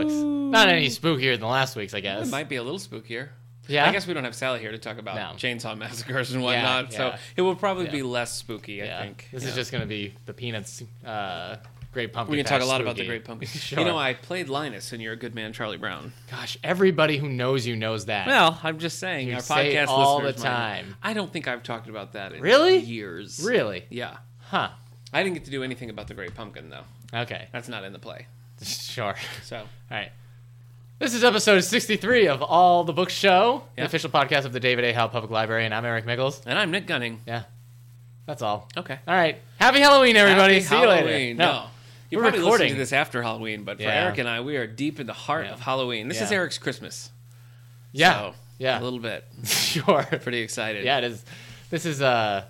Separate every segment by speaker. Speaker 1: Not any spookier than last week's, I guess.
Speaker 2: It might be a little spookier.
Speaker 1: Yeah?
Speaker 2: I guess we don't have Sally here to talk about
Speaker 1: No.
Speaker 2: chainsaw massacres and whatnot,
Speaker 1: Yeah,
Speaker 2: so
Speaker 1: yeah.
Speaker 2: it will probably
Speaker 1: Yeah.
Speaker 2: be less spooky. I think
Speaker 1: This
Speaker 2: Yeah.
Speaker 1: is just going to be the Peanuts uh, Great Pumpkin.
Speaker 2: We can
Speaker 1: Patch
Speaker 2: talk a lot about the
Speaker 1: spooky.
Speaker 2: Great Pumpkin.
Speaker 1: sure.
Speaker 2: You know, I played Linus, and you're a good man, Charlie Brown.
Speaker 1: Gosh, everybody who knows you knows that.
Speaker 2: Well, I'm just saying,
Speaker 1: You
Speaker 2: our
Speaker 1: say
Speaker 2: podcast
Speaker 1: it all
Speaker 2: listeners
Speaker 1: the
Speaker 2: might-
Speaker 1: time.
Speaker 2: I don't think I've talked about that in
Speaker 1: Really?
Speaker 2: years.
Speaker 1: Really?
Speaker 2: Yeah.
Speaker 1: Huh.
Speaker 2: I didn't get to do anything about the Great Pumpkin though.
Speaker 1: Okay.
Speaker 2: That's not in the play.
Speaker 1: Sure.
Speaker 2: So
Speaker 1: All right. This is episode 63 of All the Books Show,
Speaker 2: Yeah.
Speaker 1: the official podcast of the David A. Howe Public Library, and I'm Eric Mickles.
Speaker 2: And I'm Nick Gunning.
Speaker 1: Yeah. That's all.
Speaker 2: Okay.
Speaker 1: All right. Happy Halloween, everybody.
Speaker 2: Happy
Speaker 1: See you later.
Speaker 2: Halloween. No. You're
Speaker 1: We're
Speaker 2: probably listening
Speaker 1: recording.
Speaker 2: to this after Halloween, but for
Speaker 1: Yeah.
Speaker 2: Eric and I, we are deep in the heart
Speaker 1: Yeah.
Speaker 2: of Halloween. This is
Speaker 1: Yeah.
Speaker 2: Eric's Christmas.
Speaker 1: Yeah.
Speaker 2: So,
Speaker 1: yeah.
Speaker 2: A little bit.
Speaker 1: sure.
Speaker 2: Pretty excited.
Speaker 1: Yeah, it is. This is uh,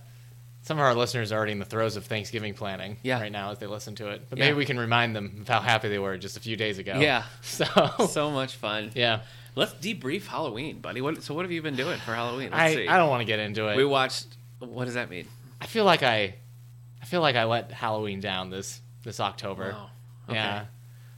Speaker 1: some of our listeners are already in the throes of Thanksgiving planning
Speaker 2: Yeah.
Speaker 1: right now as they listen to it. But
Speaker 2: Yeah.
Speaker 1: maybe we can remind them of how happy they were just a few days ago.
Speaker 2: Yeah.
Speaker 1: So,
Speaker 2: So much fun.
Speaker 1: yeah.
Speaker 2: Let's debrief Halloween, buddy. What, so what have you been doing for Halloween? Let's
Speaker 1: I,
Speaker 2: see.
Speaker 1: I don't want to get into it.
Speaker 2: we watched. What does that mean?
Speaker 1: I feel like I I feel like I let Halloween down this this October.
Speaker 2: Wow. Okay.
Speaker 1: Yeah.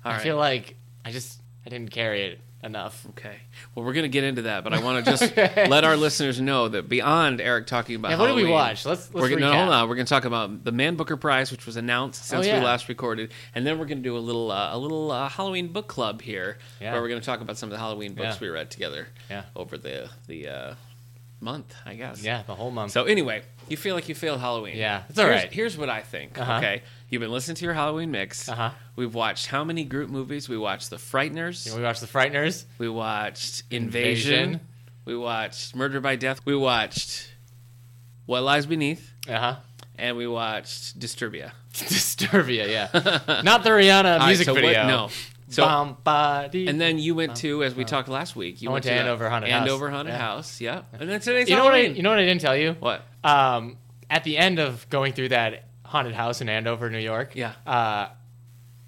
Speaker 2: All
Speaker 1: I
Speaker 2: Oh. right.
Speaker 1: feel like I just I didn't carry it enough.
Speaker 2: Okay. Well, we're gonna get into that, but I want to just let our listeners know that beyond Eric talking about
Speaker 1: Yeah, what did we
Speaker 2: Halloween,
Speaker 1: watch? Let's- let's
Speaker 2: we're gonna, no,
Speaker 1: recap.
Speaker 2: hold on. We're gonna talk about the Man Booker Prize, which was announced since
Speaker 1: Oh, yeah.
Speaker 2: we last recorded, and then we're gonna do a little uh, a little uh, Halloween book club here,
Speaker 1: Yeah.
Speaker 2: where we're gonna talk about some of the Halloween books
Speaker 1: Yeah.
Speaker 2: we read together
Speaker 1: Yeah.
Speaker 2: over the the uh, month, I guess.
Speaker 1: Yeah, the whole month.
Speaker 2: So anyway, you feel like you failed Halloween.
Speaker 1: Yeah, it's all
Speaker 2: here's,
Speaker 1: right.
Speaker 2: Here's what I think.
Speaker 1: Uh-huh.
Speaker 2: Okay, you've been listening to your Halloween mix.
Speaker 1: Uh-huh.
Speaker 2: We've watched how many group movies? We watched The Frighteners.
Speaker 1: we watched The Frighteners.
Speaker 2: We watched Invasion.
Speaker 1: Invasion.
Speaker 2: We watched Murder by Death. We watched What Lies Beneath,
Speaker 1: Uh huh.
Speaker 2: and we watched Disturbia.
Speaker 1: Disturbia, yeah. Not the Rihanna
Speaker 2: All right,
Speaker 1: music
Speaker 2: so what-
Speaker 1: video.
Speaker 2: no. So
Speaker 1: Bum, ba, dee.
Speaker 2: and then you went to, as we talked last week, you
Speaker 1: I went to
Speaker 2: that
Speaker 1: Andover Haunted House.
Speaker 2: Andover Haunted
Speaker 1: Yeah.
Speaker 2: House. Yeah. And then today's
Speaker 1: you know what I
Speaker 2: Halloween.
Speaker 1: you know what I didn't tell you?
Speaker 2: what?
Speaker 1: Um at the end of going through that haunted house in Andover, New York.
Speaker 2: Yeah.
Speaker 1: Uh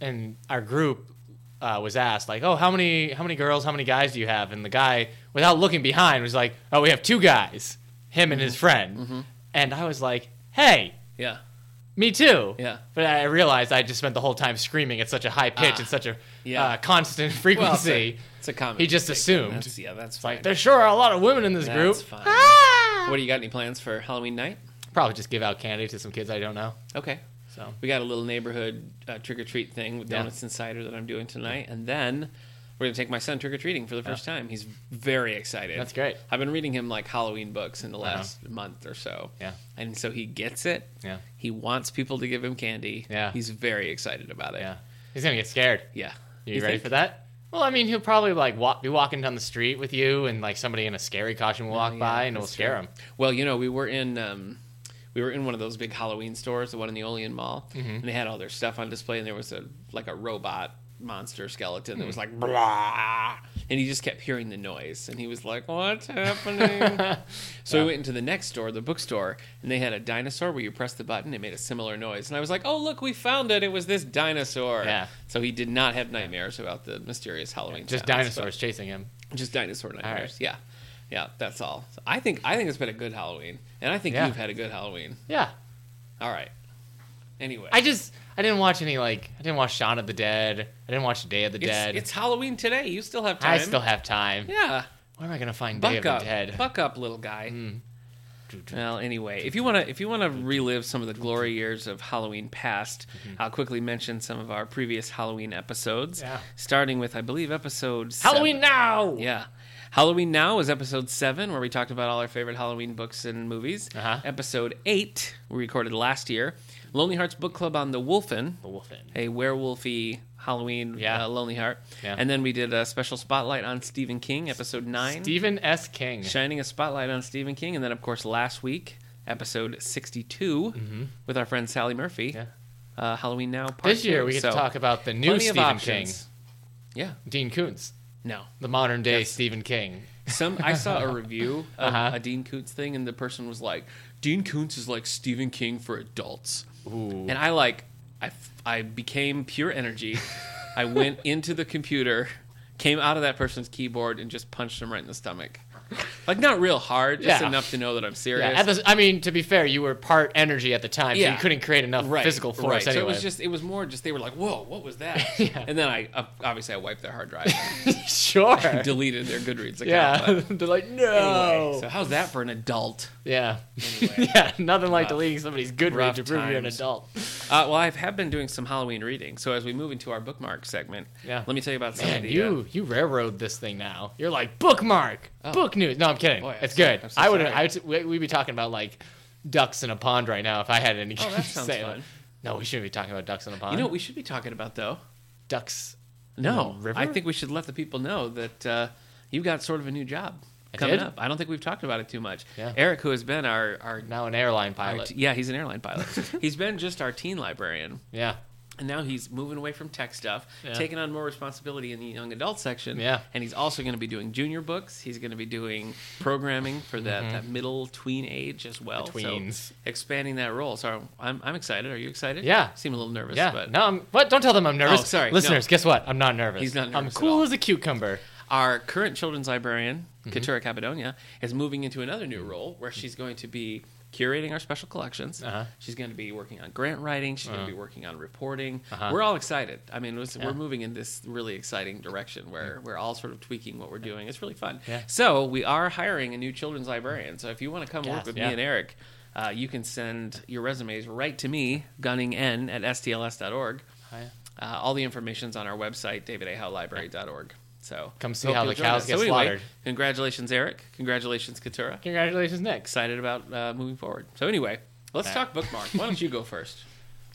Speaker 1: and our group uh, was asked like, "Oh, how many how many girls, how many guys do you have?" And the guy, without looking behind, was like, "Oh, we have two guys, him and his
Speaker 2: Mm-hmm.
Speaker 1: friend." And I was like, "Hey,
Speaker 2: Yeah.
Speaker 1: me too."
Speaker 2: Yeah.
Speaker 1: But I realized I just spent the whole time screaming at such a high pitch and such a
Speaker 2: Ah, Yeah.
Speaker 1: uh, constant
Speaker 2: Well, it's a,
Speaker 1: frequency.
Speaker 2: it's a comedy.
Speaker 1: he just assumed.
Speaker 2: That's, yeah, that's
Speaker 1: it's
Speaker 2: fine.
Speaker 1: like there sure are a lot of women in this
Speaker 2: That's
Speaker 1: group.
Speaker 2: fine.
Speaker 1: Ah!
Speaker 2: What do you got? Any plans for Halloween night?
Speaker 1: Probably just give out candy to some kids I don't know.
Speaker 2: Okay.
Speaker 1: So
Speaker 2: We got a little neighborhood uh, trick or treat thing with
Speaker 1: Yeah.
Speaker 2: donuts and cider that I'm doing tonight, and then we're gonna take my son trick or treating for the first time. He's very excited.
Speaker 1: That's great. Uh-huh.
Speaker 2: I've been reading him like Halloween books in the last month or so.
Speaker 1: Yeah.
Speaker 2: and so he gets it.
Speaker 1: Yeah.
Speaker 2: he wants people to give him candy.
Speaker 1: Yeah.
Speaker 2: he's very excited about it.
Speaker 1: yeah, he's gonna get scared.
Speaker 2: yeah.
Speaker 1: Are you, ready for that? Well, I mean, he'll probably like walk, be walking down the street with you, and like somebody in a scary costume will walk
Speaker 2: Oh, yeah,
Speaker 1: by, and it'll
Speaker 2: that's
Speaker 1: scare
Speaker 2: true.
Speaker 1: him.
Speaker 2: Well, you know, we were in um, we were in one of those big Halloween stores, the one in the Olean Mall,
Speaker 1: Mm-hmm.
Speaker 2: and they had all their stuff on display, and there was a like a robot monster skeleton
Speaker 1: Hmm.
Speaker 2: that was like blah, and he just kept hearing the noise, and he was like, "What's happening?" so we went into the next store, the bookstore, and they had a dinosaur where you pressed the button, it made a similar noise, and I was like, "Oh, look, we found it! It was this dinosaur."
Speaker 1: Yeah.
Speaker 2: So he did not have nightmares about the mysterious Halloween.
Speaker 1: Just
Speaker 2: sounds, but-
Speaker 1: dinosaurs chasing him.
Speaker 2: just dinosaur nightmares.
Speaker 1: right.
Speaker 2: Yeah, yeah, that's all. So I think I think it's been a good Halloween, and I think
Speaker 1: Yeah.
Speaker 2: you've had a good Halloween.
Speaker 1: Yeah,
Speaker 2: All right. Anyway,
Speaker 1: I just I didn't watch any like I didn't watch Shaun of the Dead. I didn't watch Day of the
Speaker 2: it's,
Speaker 1: Dead.
Speaker 2: it's Halloween today. You still have time.
Speaker 1: I still have time.
Speaker 2: yeah.
Speaker 1: Where am I gonna find Day of
Speaker 2: Buck up,
Speaker 1: the Dead? Mm.
Speaker 2: buck up, little guy. Well, anyway, if you want to, if you want to relive some of the glory years of Halloween past, I'll quickly mention some of our previous Halloween episodes.
Speaker 1: Mm-hmm. Yeah.
Speaker 2: Starting with, I believe, episode
Speaker 1: Halloween
Speaker 2: seven.
Speaker 1: now.
Speaker 2: Yeah. Halloween Now is episode seven, where we talked about all our favorite Halloween books and movies.
Speaker 1: Uh-huh.
Speaker 2: Episode eight, we recorded last year. Lonely Hearts Book Club on the Wolfen,
Speaker 1: The Wolfen.
Speaker 2: a werewolfy Halloween
Speaker 1: Yeah.
Speaker 2: uh, Lonely Heart.
Speaker 1: Yeah.
Speaker 2: And then we did a special spotlight on Stephen King, episode nine,
Speaker 1: Stephen S. King.
Speaker 2: shining a spotlight on Stephen King. And then, of course, last week, episode 62, with our friend Sally Murphy.
Speaker 1: Mm-hmm. Yeah.
Speaker 2: Uh, Halloween Now part
Speaker 1: This year
Speaker 2: two.
Speaker 1: we get
Speaker 2: So,
Speaker 1: to talk about the new
Speaker 2: plenty of
Speaker 1: Stephen King,
Speaker 2: options. Yeah.
Speaker 1: Dean Koontz,
Speaker 2: No.
Speaker 1: the modern day Stephen King.
Speaker 2: Some I saw a review of
Speaker 1: Uh-huh.
Speaker 2: a Dean Koontz thing, and the person was like, "Dean Koontz is like Stephen King for adults,"
Speaker 1: Ooh.
Speaker 2: and I like, I f- I became pure energy. I went into the computer, came out of that person's keyboard, and just punched him right in the stomach. Like not real hard, just
Speaker 1: Yeah.
Speaker 2: enough to know that I'm serious.
Speaker 1: Yeah, at the, I mean, to be fair, you were part energy at the time, so
Speaker 2: Yeah.
Speaker 1: you couldn't create enough physical force
Speaker 2: right. So
Speaker 1: anyway.
Speaker 2: it was just it was more just they were like, "Whoa, what was that?"
Speaker 1: Yeah.
Speaker 2: And then I ob- obviously I wiped their hard drive,
Speaker 1: sure.
Speaker 2: and deleted their Goodreads account.
Speaker 1: yeah, Oh.
Speaker 2: but
Speaker 1: they're like no.
Speaker 2: anyway, so how's that for an adult?
Speaker 1: yeah,
Speaker 2: Anyway.
Speaker 1: yeah, nothing like
Speaker 2: Rough-
Speaker 1: deleting somebody's good read
Speaker 2: rough
Speaker 1: to prove you're an
Speaker 2: times.
Speaker 1: adult.
Speaker 2: Uh, well, I have been doing some Halloween reading. So as we move into our bookmark segment,
Speaker 1: Yeah.
Speaker 2: let me tell you about some of
Speaker 1: Man,
Speaker 2: the, uh,
Speaker 1: you you railroad this thing now. You're like bookmark,
Speaker 2: Oh.
Speaker 1: book news. No, I'm kidding.
Speaker 2: Boy, I'm
Speaker 1: it's
Speaker 2: so-
Speaker 1: good.
Speaker 2: I'm so
Speaker 1: I would
Speaker 2: sorry.
Speaker 1: I would, we- we'd be talking about like ducks in a pond right now if I had any.
Speaker 2: Oh, that sounds
Speaker 1: say.
Speaker 2: fun.
Speaker 1: No, we shouldn't be talking about ducks in a pond.
Speaker 2: you know what we should be talking about though.
Speaker 1: ducks.
Speaker 2: No,
Speaker 1: Mm, river?
Speaker 2: I think we should let the people know that uh, you got sort of a new job
Speaker 1: I
Speaker 2: coming
Speaker 1: did?
Speaker 2: up. I don't think we've talked about it too much.
Speaker 1: Yeah.
Speaker 2: Eric, who has been our our,
Speaker 1: Now an airline
Speaker 2: our
Speaker 1: pilot.
Speaker 2: t- yeah, he's an airline pilot. he's been just our teen librarian,
Speaker 1: yeah,
Speaker 2: and now he's moving away from tech stuff,
Speaker 1: Yeah.
Speaker 2: taking on more responsibility in the young adult section.
Speaker 1: Yeah.
Speaker 2: and he's also going to be doing junior books. He's going to be doing programming for that, that middle tween age as well.
Speaker 1: Mm-hmm. The
Speaker 2: So
Speaker 1: tweens.
Speaker 2: expanding that role. So I'm I'm excited. Are you excited?
Speaker 1: Yeah.
Speaker 2: seem a little nervous.
Speaker 1: yeah.
Speaker 2: but
Speaker 1: no, I'm, what? Don't tell them I'm nervous.
Speaker 2: Oh, sorry, no.
Speaker 1: listeners. Guess what? I'm not nervous.
Speaker 2: He's not
Speaker 1: I'm
Speaker 2: nervous at
Speaker 1: cool
Speaker 2: all.
Speaker 1: as a cucumber.
Speaker 2: Our current children's librarian,
Speaker 1: Mm-hmm.
Speaker 2: Katura Cappadonia, is moving into another new role where she's going to be curating our special collections.
Speaker 1: Uh-huh.
Speaker 2: She's going to be working on grant writing. She's going to be working on reporting.
Speaker 1: Uh-huh.
Speaker 2: We're all excited. I mean, listen,
Speaker 1: Yeah.
Speaker 2: we're moving in this really exciting direction where we're all sort of tweaking what we're doing. It's really fun.
Speaker 1: Yeah.
Speaker 2: So we are hiring a new children's librarian. So if you want to come
Speaker 1: Yes,
Speaker 2: work with
Speaker 1: yeah.
Speaker 2: me and Eric, uh, you can send your resumes right to me, gunningn at stls.org.
Speaker 1: Hi.
Speaker 2: Uh, all the information's on our website, davidahowlibrary.org. So
Speaker 1: Come see
Speaker 2: hope
Speaker 1: how
Speaker 2: you'll
Speaker 1: the
Speaker 2: join
Speaker 1: cows
Speaker 2: us.
Speaker 1: get slaughtered.
Speaker 2: Congratulations, Eric. Congratulations, Katura.
Speaker 1: Congratulations, Nick.
Speaker 2: Excited about uh, moving forward. So anyway, let's
Speaker 1: Right.
Speaker 2: talk bookmark. Why don't you go first?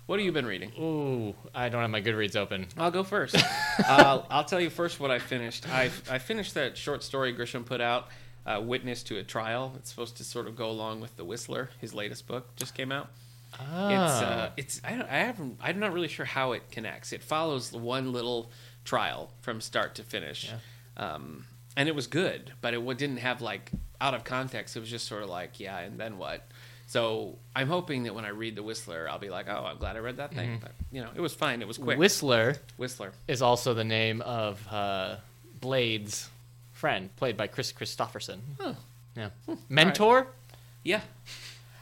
Speaker 2: What have you been reading?
Speaker 1: Ooh, I don't have my Goodreads open.
Speaker 2: I'll go first. uh, I'll tell you first what I finished. I, I finished that short story Grisham put out, uh, "Witness to a Trial." It's supposed to sort of go along with The Whistler, his latest book, just came out.
Speaker 1: Ah.
Speaker 2: It's uh,
Speaker 1: Oh.
Speaker 2: it's I, don't, I haven't I'm not really sure how it connects. It follows the one little trial from start to finish, um, and it was good, but it w- didn't have like out of context. It was just sort of like yeah, and then what? So I'm hoping that when I read The Whistler, I'll be like, oh, I'm glad I read that
Speaker 1: Mm-hmm.
Speaker 2: thing. But you know, it was fine. It was quick.
Speaker 1: Whistler
Speaker 2: Whistler.
Speaker 1: is also the name of uh, Blade's friend, played by Chris Christopherson.
Speaker 2: Oh.
Speaker 1: Yeah. Mentor?
Speaker 2: Yeah.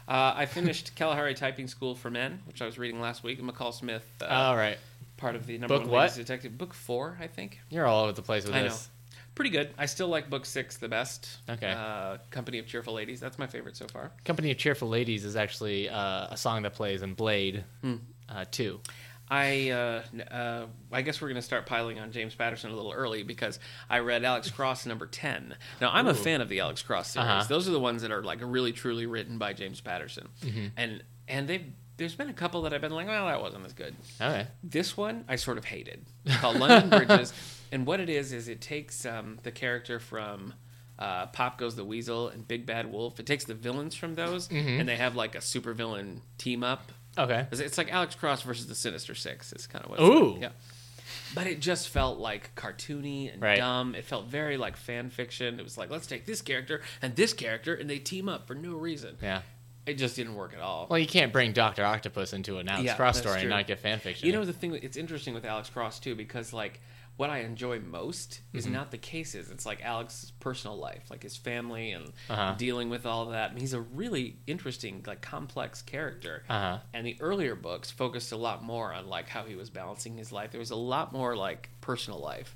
Speaker 2: Uh, I finished Kalahari Typing School for Men, which I was reading last week. McCall Smith, uh,
Speaker 1: All right.
Speaker 2: part of the number
Speaker 1: book
Speaker 2: one
Speaker 1: what?
Speaker 2: ladies detective, book four, I think.
Speaker 1: You're all over the place with
Speaker 2: I know.
Speaker 1: this.
Speaker 2: Pretty good. I still like book six the best.
Speaker 1: Okay.
Speaker 2: Uh, Company of Cheerful Ladies. That's my favorite so far.
Speaker 1: Company of Cheerful Ladies is actually uh, a song that plays in Blade
Speaker 2: Hmm.
Speaker 1: uh, 2.
Speaker 2: I uh, n- uh, I guess we're going to start piling on James Patterson a little early because I read Alex Cross number 10. Now, I'm a fan of the Alex Cross series.
Speaker 1: Uh-huh.
Speaker 2: Those are the ones that are like really truly written by James Patterson.
Speaker 1: Mm-hmm.
Speaker 2: And and they've there's been a couple that I've been like, well, that wasn't as good.
Speaker 1: All right.
Speaker 2: This one I sort of hated. It's called London Bridges, and what it is is it takes um, the character from uh, Pop Goes the Weasel and Big Bad Wolf. It takes the villains from those,
Speaker 1: Mm-hmm.
Speaker 2: and they have like a supervillain team up.
Speaker 1: Okay.
Speaker 2: It's- It's like Alex Cross versus the Sinister Six. It's kind of what.
Speaker 1: Ooh.
Speaker 2: It's like. Yeah. But it just felt like cartoony and
Speaker 1: Right.
Speaker 2: dumb. It felt very like fan fiction. It was like let's take this character and this character, and they team up for no reason.
Speaker 1: Yeah.
Speaker 2: It just didn't work at all.
Speaker 1: Well, you can't bring Dr. Octopus into an Alex
Speaker 2: Yeah,
Speaker 1: Cross
Speaker 2: that's
Speaker 1: story and
Speaker 2: true.
Speaker 1: not get fanfiction.
Speaker 2: You know the thing that it's interesting with Alex Cross too, because like what I enjoy most is
Speaker 1: Mm-hmm.
Speaker 2: not the cases. It's like Alex's personal life, like his family and
Speaker 1: Uh-huh.
Speaker 2: dealing with all that. And he's a really interesting, like complex character.
Speaker 1: Uh-huh.
Speaker 2: And the earlier books focused a lot more on like how he was balancing his life. There was a lot more like personal life.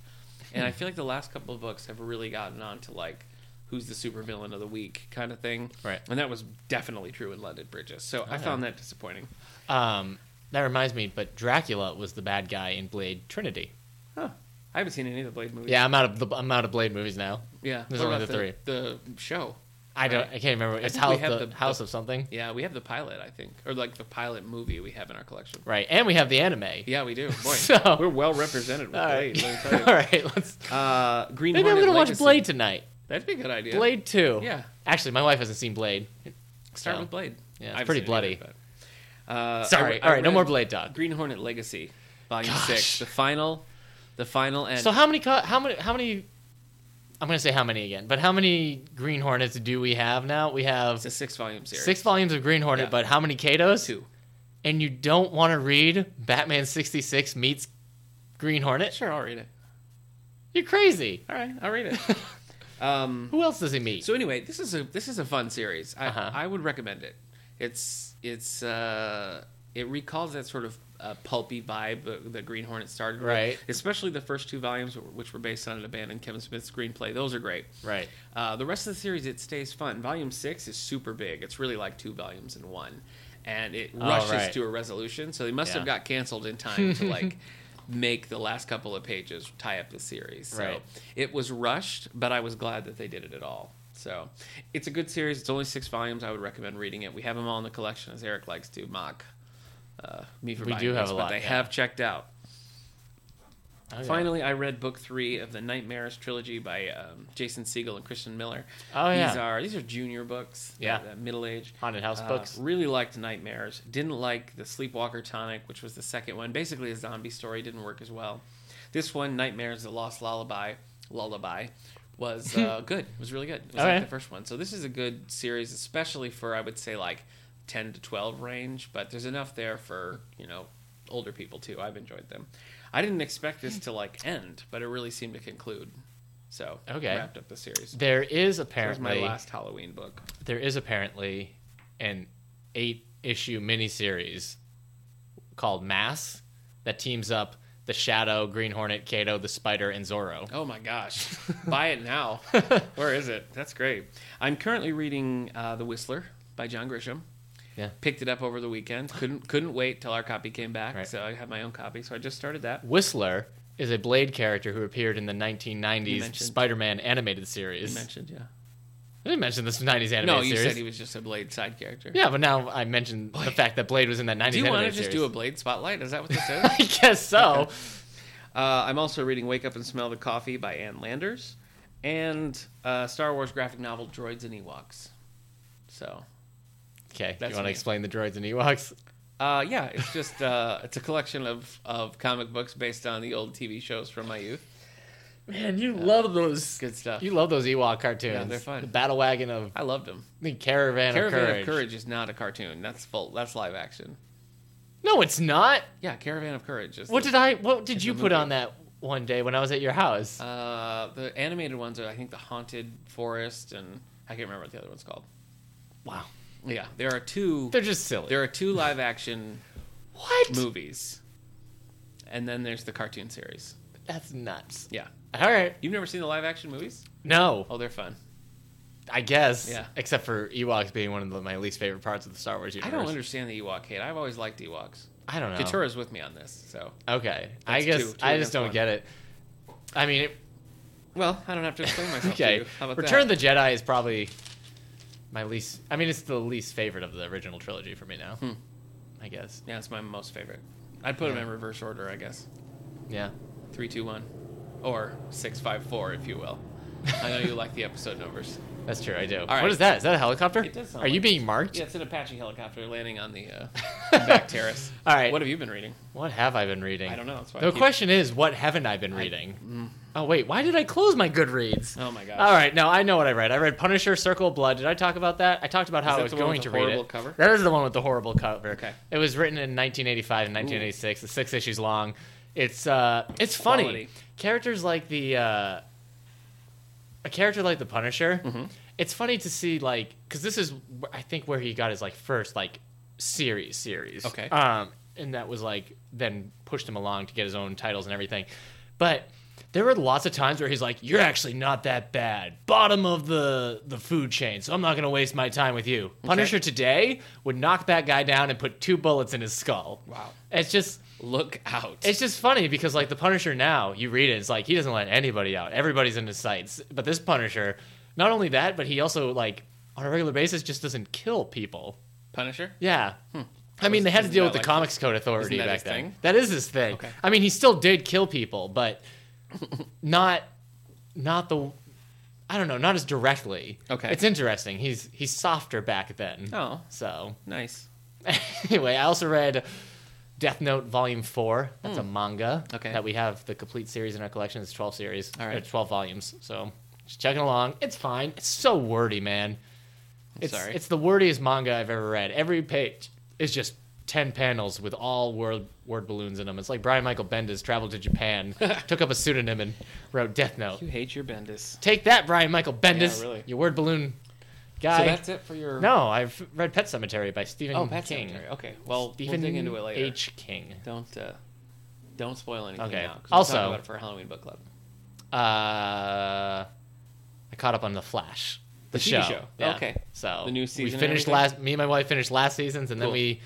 Speaker 2: And I
Speaker 1: Hmm.
Speaker 2: feel like the last couple of books have really gotten on to like who's the supervillain of the week kind of thing.
Speaker 1: Right. Oh,
Speaker 2: And that was definitely true in London Bridges. So I found that disappointing.
Speaker 1: um, that reminds me, but Dracula was the bad guy in Blade Trinity.
Speaker 2: Huh. I haven't seen any of the Blade movies.
Speaker 1: Yeah, I'm out of the I'm out of Blade movies now.
Speaker 2: Yeah.
Speaker 1: There's
Speaker 2: What
Speaker 1: only
Speaker 2: about
Speaker 1: the three.
Speaker 2: The show.
Speaker 1: I don't.
Speaker 2: Right.
Speaker 1: I can't remember. It's
Speaker 2: think we
Speaker 1: House
Speaker 2: have
Speaker 1: the,
Speaker 2: the-
Speaker 1: House
Speaker 2: the-
Speaker 1: of something,
Speaker 2: Yeah, we have the pilot, I think, or like the pilot movie we have in our collection.
Speaker 1: right? And we have the anime.
Speaker 2: Yeah, we do. Boy,
Speaker 1: So-
Speaker 2: we're well represented with
Speaker 1: All right.
Speaker 2: Blade. Let me tell you.
Speaker 1: All right. Let's.
Speaker 2: Uh, Green
Speaker 1: Maybe I'm
Speaker 2: Hornet
Speaker 1: gonna watch
Speaker 2: Legacy.
Speaker 1: Blade tonight.
Speaker 2: That'd be a good idea.
Speaker 1: Blade Two.
Speaker 2: Yeah.
Speaker 1: Actually, my wife hasn't seen Blade.
Speaker 2: Start
Speaker 1: So,
Speaker 2: with Blade.
Speaker 1: yeah,
Speaker 2: I
Speaker 1: it's
Speaker 2: haven't
Speaker 1: pretty
Speaker 2: seen it
Speaker 1: bloody.
Speaker 2: yet, but- Uh,
Speaker 1: Sorry.
Speaker 2: I- I
Speaker 1: All right. No
Speaker 2: read
Speaker 1: more Blade talk.
Speaker 2: Green Hornet Legacy, Volume
Speaker 1: Gosh.
Speaker 2: Six, the final, the final end.
Speaker 1: So how many? co- How many? How many? I'm gonna say how many again, but how many Green Hornets do we have now? We have
Speaker 2: it's a six-volume series.
Speaker 1: six volumes of Green Hornet,
Speaker 2: Yeah.
Speaker 1: but how many Katos?
Speaker 2: two.
Speaker 1: And you don't want to read Batman 66 meets Green Hornet?
Speaker 2: Sure, I'll read it.
Speaker 1: You're crazy.
Speaker 2: All right, I'll read it. Um,
Speaker 1: Who else does he meet?
Speaker 2: so anyway, this is a this is a fun series. I,
Speaker 1: Uh-huh.
Speaker 2: I would recommend it. It's it's uh, it recalls that sort of uh, pulpy vibe that the Green Hornet started with,
Speaker 1: Right.
Speaker 2: especially the first two volumes, which were based on an abandoned Kevin Smith screenplay. Those are great.
Speaker 1: right.
Speaker 2: Uh, the rest of the series, it stays fun. Volume six is super big. It's really like two volumes in one, and it rushes
Speaker 1: Oh, right.
Speaker 2: to a resolution. So they must have
Speaker 1: Yeah.
Speaker 2: got canceled in time to like make the last couple of pages tie up the series. So
Speaker 1: Right.
Speaker 2: it was rushed, but I was glad that they did it at all. So it's a good series. It's only six volumes. I would recommend reading it. We have them all in the collection, as Eric likes to mock uh, me for
Speaker 1: We
Speaker 2: buying
Speaker 1: do have
Speaker 2: these,
Speaker 1: a
Speaker 2: but
Speaker 1: lot,
Speaker 2: They
Speaker 1: yeah.
Speaker 2: have checked out.
Speaker 1: Okay.
Speaker 2: Finally, I read book three of the Nightmares trilogy by um, Jason Siegel and Christian Miller.
Speaker 1: Oh, yeah.
Speaker 2: these are these are junior books.
Speaker 1: Yeah.
Speaker 2: the, middle age Uh,
Speaker 1: Haunted house books.
Speaker 2: Really liked Nightmares. Didn't like the Sleepwalker Tonic, which was the second one. Basically, a zombie story didn't work as well. This one, Nightmares: The Lost Lullaby, Lullaby, was uh, good. It was really good. It was
Speaker 1: All
Speaker 2: like
Speaker 1: right.
Speaker 2: the first one. So this is a good series, especially for I would say like ten to twelve range. But there's enough there for you know older people too. I've enjoyed them. I didn't expect this to like end, but it really seemed to conclude. So it
Speaker 1: Okay.
Speaker 2: wrapped up the series.
Speaker 1: There is
Speaker 2: There's my
Speaker 1: apparently
Speaker 2: last Halloween book.
Speaker 1: there is apparently an eight issue miniseries called Mass that teams up the Shadow, Green Hornet, Kato, the Spider, and Zorro.
Speaker 2: Oh my gosh. Buy it now. Where is it? That's great. I'm currently reading uh, The Whistler by John Grisham.
Speaker 1: Yeah.
Speaker 2: Picked it up over the weekend. Couldn't couldn't wait till our copy came back.
Speaker 1: Right.
Speaker 2: So I have my own copy. So I just started that.
Speaker 1: Whistler is a Blade character who appeared in the
Speaker 2: You
Speaker 1: 1990s
Speaker 2: mentioned.
Speaker 1: Spider-Man animated
Speaker 2: You
Speaker 1: series.
Speaker 2: mentioned, yeah.
Speaker 1: I didn't mention this 90s animated
Speaker 2: No, you
Speaker 1: series.
Speaker 2: said he was just a Blade side character.
Speaker 1: Yeah, but now I mentioned the fact that Blade was in that 90s
Speaker 2: Do you want to
Speaker 1: animated
Speaker 2: just
Speaker 1: series.
Speaker 2: do a Blade spotlight? Is that what this is?
Speaker 1: I guess so.
Speaker 2: Uh, I'm also reading Wake Up and Smell the Coffee by Ann Landers and uh, Star Wars graphic novel Droids and Ewoks. So,
Speaker 1: Okay,
Speaker 2: That's
Speaker 1: you want to
Speaker 2: me.
Speaker 1: explain the droids and Ewoks?
Speaker 2: uh, yeah, it's just uh, it's a collection of, of comic books based on the old TV shows from my youth.
Speaker 1: Man, you love those.
Speaker 2: Good stuff.
Speaker 1: You love those Ewok cartoons.
Speaker 2: Yeah, they're fun.
Speaker 1: The Battle Wagon of
Speaker 2: I loved them.
Speaker 1: the Caravan,
Speaker 2: Caravan
Speaker 1: of, courage.
Speaker 2: of Courage is not a cartoon. That's full. That's live action.
Speaker 1: No, it's not.
Speaker 2: Yeah, Caravan of Courage is.
Speaker 1: What
Speaker 2: the,
Speaker 1: did I? What did
Speaker 2: It's
Speaker 1: you
Speaker 2: a
Speaker 1: put
Speaker 2: movie.
Speaker 1: on that one day when I was at your house?
Speaker 2: uh, the animated ones are I think the Haunted Forest and I can't remember what the other one's called.
Speaker 1: wow,
Speaker 2: Yeah, there are two.
Speaker 1: they're just silly.
Speaker 2: There are two live action
Speaker 1: what?
Speaker 2: movies. And then there's the cartoon series.
Speaker 1: That's nuts.
Speaker 2: Yeah.
Speaker 1: All right.
Speaker 2: You've never seen the live action movies?
Speaker 1: No,
Speaker 2: Oh, they're fun.
Speaker 1: I guess.
Speaker 2: Yeah.
Speaker 1: Except for Ewoks being one of the, my least favorite parts of the Star Wars
Speaker 2: I
Speaker 1: universe.
Speaker 2: don't understand the Ewok hate. I've always liked Ewoks.
Speaker 1: I don't know.
Speaker 2: Katura's with me on this, so.
Speaker 1: Okay. I
Speaker 2: That's
Speaker 1: guess
Speaker 2: two. Two
Speaker 1: I
Speaker 2: against
Speaker 1: just don't
Speaker 2: one.
Speaker 1: get it. I mean, it,
Speaker 2: Well, I don't have to explain myself to
Speaker 1: okay.
Speaker 2: you. How about
Speaker 1: Return
Speaker 2: that?
Speaker 1: of the Jedi is probably my least. I mean, it's the least favorite of the original trilogy for me now.
Speaker 2: Hmm.
Speaker 1: I guess.
Speaker 2: yeah, it's my most favorite. I'd put them in reverse order, I guess.
Speaker 1: Yeah.
Speaker 2: Three, two, one, or six, five, four, if you will. I know you like the episode numbers.
Speaker 1: That's true. I do.
Speaker 2: right.
Speaker 1: What is that? Is that a helicopter?
Speaker 2: It does sound
Speaker 1: Are you
Speaker 2: like-
Speaker 1: being marked?
Speaker 2: Yeah, it's an Apache helicopter landing on the uh, back terrace.
Speaker 1: All right.
Speaker 2: What have you been reading?
Speaker 1: What have I been reading?
Speaker 2: I don't know. That's why I
Speaker 1: The
Speaker 2: keep- mm.
Speaker 1: question is, what haven't I been reading? Oh wait, why did I close my Goodreads?
Speaker 2: Oh my gosh.
Speaker 1: All right, no, I know what I read. I read Punisher: Circle of Blood. Did I talk about that? I talked about how
Speaker 2: that
Speaker 1: I was
Speaker 2: the one
Speaker 1: going
Speaker 2: with
Speaker 1: to
Speaker 2: the
Speaker 1: read
Speaker 2: horrible
Speaker 1: it.
Speaker 2: cover?
Speaker 1: That is the one with the horrible cover.
Speaker 2: Okay.
Speaker 1: It was written in 1985 and 1986. It's six issues long. It's uh, it's funny.
Speaker 2: Quality.
Speaker 1: Characters like the uh, a character like the Punisher.
Speaker 2: Mm-hmm.
Speaker 1: It's funny to see like because this is wh- I think where he got his like first like series series.
Speaker 2: Okay.
Speaker 1: Um, and that was like then pushed him along to get his own titles and everything. But there were lots of times where he's like, "You're actually not that bad, bottom of the the food chain, so I'm not gonna waste my time with you." Punisher today would knock that guy down and put two bullets in his skull.
Speaker 2: Wow.
Speaker 1: It's just
Speaker 2: Look out.
Speaker 1: it's just funny because like the Punisher now, you read it, it's like he doesn't let anybody out. Everybody's in his sights. But this Punisher, not only that, but he also like on a regular basis just doesn't kill people.
Speaker 2: Punisher?
Speaker 1: Yeah. I mean, they had to
Speaker 2: Hmm. Isn't
Speaker 1: deal
Speaker 2: that
Speaker 1: with the
Speaker 2: like-
Speaker 1: Comics Code Authority
Speaker 2: isn't that
Speaker 1: back
Speaker 2: his
Speaker 1: then.
Speaker 2: thing?
Speaker 1: That is his thing.
Speaker 2: Okay.
Speaker 1: I mean, he still did kill people, but not not the I don't know, not as directly.
Speaker 2: Okay.
Speaker 1: It's interesting. He's he's softer back then.
Speaker 2: Oh.
Speaker 1: So
Speaker 2: Nice.
Speaker 1: anyway, I also read Death Note Volume Four. That's a manga
Speaker 2: Hmm. Okay.
Speaker 1: that we have the complete series in our collection. It's twelve series,
Speaker 2: All right.
Speaker 1: or twelve volumes. So just checking along. It's fine. It's so wordy, man. It's,
Speaker 2: sorry.
Speaker 1: It's the wordiest manga I've ever read. Every page is just ten panels with all word word balloons in them. It's like Brian Michael Bendis traveled to Japan, took up a pseudonym, and wrote Death Note.
Speaker 2: You hate your Bendis.
Speaker 1: Take that, Brian Michael Bendis.
Speaker 2: Yeah, really.
Speaker 1: You word balloon guy.
Speaker 2: So that's it for your
Speaker 1: no, I've read Pet Cemetery by Stephen
Speaker 2: Oh, Pet
Speaker 1: King.
Speaker 2: Sematary. Okay. Well,
Speaker 1: Stephen
Speaker 2: we'll dig into it later.
Speaker 1: H. King.
Speaker 2: Don't uh, don't spoil anything
Speaker 1: Okay.
Speaker 2: now. 'cause
Speaker 1: Also-
Speaker 2: we'll talk about it for Halloween book club.
Speaker 1: Uh, I caught up on The Flash, the,
Speaker 2: The TV show.
Speaker 1: Yeah.
Speaker 2: Okay.
Speaker 1: so
Speaker 2: The new season
Speaker 1: We
Speaker 2: and
Speaker 1: finished
Speaker 2: everything?
Speaker 1: last. Me and my wife finished last seasons, and then
Speaker 2: Cool.
Speaker 1: we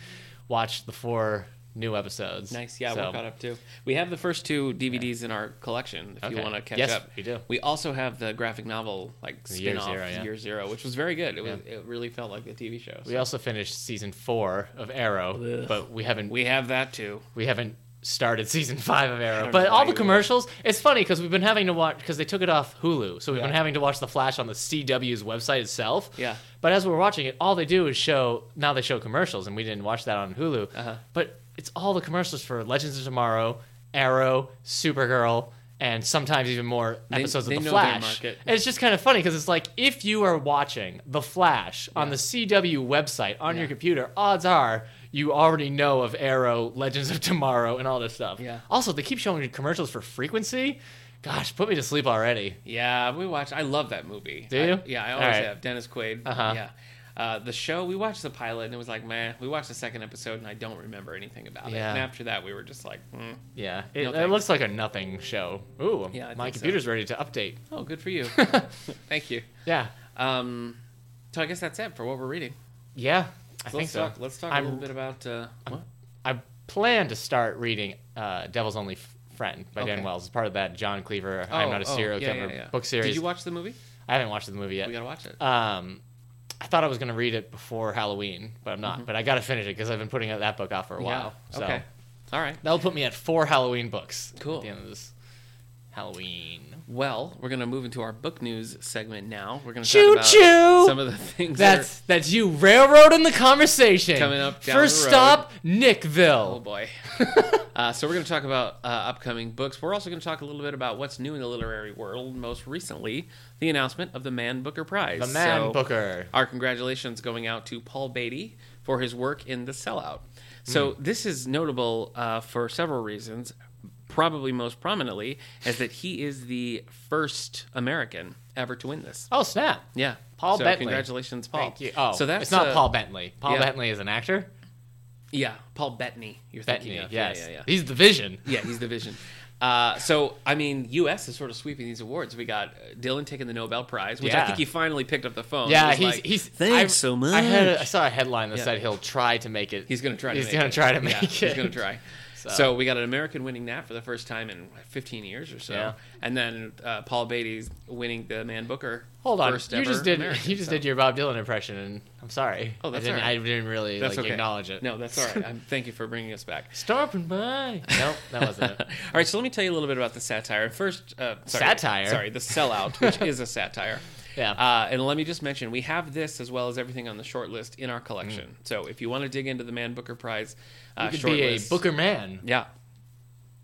Speaker 1: watched the four new episodes.
Speaker 2: Nice. Yeah,
Speaker 1: So-
Speaker 2: we're caught up too. We have the first two DVDs in our collection. If
Speaker 1: Okay.
Speaker 2: you want to catch
Speaker 1: Yes,
Speaker 2: up,
Speaker 1: we do.
Speaker 2: We also have the graphic novel like
Speaker 1: Year
Speaker 2: spin off
Speaker 1: Zero, yeah.
Speaker 2: Year Zero, which was very good. It was. It really felt like the TV show. so-
Speaker 1: We also finished season four of Arrow,
Speaker 2: Ugh.
Speaker 1: but we haven't
Speaker 2: We have that too.
Speaker 1: we haven't started season five of Arrow.
Speaker 2: don't
Speaker 1: But
Speaker 2: know
Speaker 1: all
Speaker 2: why
Speaker 1: the
Speaker 2: you-
Speaker 1: commercials, it's funny because we've been having to watch because they took it off Hulu, so we've been
Speaker 2: Yeah.
Speaker 1: having to watch The Flash on the CW's website itself.
Speaker 2: Yeah.
Speaker 1: But as we're watching it, all they do is show now they show commercials, and we didn't watch that on Hulu.
Speaker 2: Uh-huh.
Speaker 1: But it's all the commercials for Legends of Tomorrow, Arrow, Supergirl. And sometimes even more episodes
Speaker 2: they
Speaker 1: of The
Speaker 2: know their
Speaker 1: Flash.
Speaker 2: market.
Speaker 1: And it's just kind of funny because it's like if you are watching The Flash on the CW website on your computer, odds are you already know of Arrow, Legends of Tomorrow, and all this stuff.
Speaker 2: Yeah.
Speaker 1: Also, they keep showing commercials for Frequency. Gosh, put me to sleep already.
Speaker 2: Yeah, we watched. I love that movie.
Speaker 1: Do
Speaker 2: I-
Speaker 1: you?
Speaker 2: yeah, I
Speaker 1: All
Speaker 2: always
Speaker 1: right.
Speaker 2: have. Dennis Quaid.
Speaker 1: Uh-huh.
Speaker 2: Yeah. Uh, the show we watched the pilot and it was like, man, we watched the second episode and I don't remember anything about it.
Speaker 1: Yeah.
Speaker 2: And after that, we were just like, mm.
Speaker 1: Yeah. It,
Speaker 2: No
Speaker 1: it
Speaker 2: thanks.
Speaker 1: looks like a nothing show. Ooh,
Speaker 2: Yeah, I
Speaker 1: my
Speaker 2: think so.
Speaker 1: computer's ready to update.
Speaker 2: oh, good for you, thank you.
Speaker 1: Yeah.
Speaker 2: Um, so I guess that's it for what we're reading.
Speaker 1: Yeah. I
Speaker 2: So
Speaker 1: think
Speaker 2: let's
Speaker 1: so.
Speaker 2: Talk, let's talk
Speaker 1: I'm-
Speaker 2: a little bit about uh, what?
Speaker 1: I plan to start reading uh, Devil's Only F- Friend by Dan
Speaker 2: Okay.
Speaker 1: Wells. It's part of that John Cleaver I'm
Speaker 2: Oh,
Speaker 1: Not a
Speaker 2: oh,
Speaker 1: Serial
Speaker 2: yeah,
Speaker 1: Killer
Speaker 2: yeah, yeah.
Speaker 1: book series.
Speaker 2: Did you watch the movie?
Speaker 1: I haven't watched the movie yet.
Speaker 2: We gotta watch it.
Speaker 1: um, I thought I was going to read it before Halloween, but I'm not. But I got to finish it because I've been putting out that book off for a while.
Speaker 2: Mm-hmm. Yeah.
Speaker 1: So
Speaker 2: Okay. All right.
Speaker 1: that'll put me at four Halloween books.
Speaker 2: Cool.
Speaker 1: At the end of this Halloween.
Speaker 2: Well, we're gonna move into our book news segment now. We're gonna
Speaker 1: Choo
Speaker 2: talk about
Speaker 1: choo!
Speaker 2: some of the things that are-
Speaker 1: That's that's you railroading the conversation.
Speaker 2: Coming up down
Speaker 1: First
Speaker 2: the road.
Speaker 1: stop,
Speaker 2: Oh
Speaker 1: Nickville.
Speaker 2: boy. uh, so we're going to talk about uh, upcoming books. We're also going to talk a little bit about what's new in the literary world. Most recently, the announcement of the Man Booker Prize.
Speaker 1: The man
Speaker 2: So
Speaker 1: Booker.
Speaker 2: Our congratulations going out to Paul Beatty for his work in The Sellout. So
Speaker 1: Hmm.
Speaker 2: this is notable uh, for several reasons. Probably most prominently is that he is the first American ever to win this.
Speaker 1: Oh snap!
Speaker 2: Yeah,
Speaker 1: Paul
Speaker 2: so
Speaker 1: Bentley.
Speaker 2: Congratulations, Paul.
Speaker 1: Thank you. Oh,
Speaker 2: so that's
Speaker 1: it's not
Speaker 2: uh,
Speaker 1: Paul Bentley. Paul
Speaker 2: yeah.
Speaker 1: Bentley is an actor.
Speaker 2: Yeah, Paul Bettany. You're
Speaker 1: Bentley.
Speaker 2: thinking of
Speaker 1: yes.
Speaker 2: yeah, yeah, yeah.
Speaker 1: He's the Vision.
Speaker 2: Yeah, he's the vision. Uh, so, I mean, U.S. is sort of sweeping these awards. We got uh, Dylan taking the Nobel Prize, which
Speaker 1: Yeah.
Speaker 2: I think he finally picked up the phone.
Speaker 1: Yeah,
Speaker 2: He
Speaker 1: he's
Speaker 2: was like,
Speaker 1: he's.
Speaker 2: Thanks
Speaker 1: I,
Speaker 2: so
Speaker 1: I,
Speaker 2: much."
Speaker 1: had a, I saw a headline that
Speaker 2: Yeah.
Speaker 1: said he'll try to make it.
Speaker 2: he's going to try.
Speaker 1: He's
Speaker 2: to make
Speaker 1: gonna
Speaker 2: it.
Speaker 1: try to
Speaker 2: Yeah,
Speaker 1: make it.
Speaker 2: He's going to try.
Speaker 1: So-
Speaker 2: So. we got an American winning that for the first time in what, 15 years or so,
Speaker 1: Yeah.
Speaker 2: and then uh, Paul Beatty's winning the Man Booker.
Speaker 1: Hold on,
Speaker 2: first
Speaker 1: you
Speaker 2: ever
Speaker 1: just did
Speaker 2: American,
Speaker 1: you just
Speaker 2: so-
Speaker 1: did your Bob Dylan impression, and I'm sorry.
Speaker 2: Oh, that's
Speaker 1: I didn't,
Speaker 2: all right.
Speaker 1: I didn't really
Speaker 2: That's
Speaker 1: like
Speaker 2: okay.
Speaker 1: acknowledge it.
Speaker 2: No, that's all right. I'm, thank you for bringing us back.
Speaker 1: Stopping by. Nope, that wasn't it.
Speaker 2: All right, so let me tell you a little bit about the satire. First, uh, sorry,
Speaker 1: Satire?
Speaker 2: Sorry, the sellout, which is a satire.
Speaker 1: Yeah.
Speaker 2: Uh, and let me just mention, we have this as well as everything on the short list in our collection. So if you want to dig into the Man Booker Prize, uh,
Speaker 1: Mm. You could
Speaker 2: short
Speaker 1: be a
Speaker 2: list-
Speaker 1: Booker man.
Speaker 2: yeah.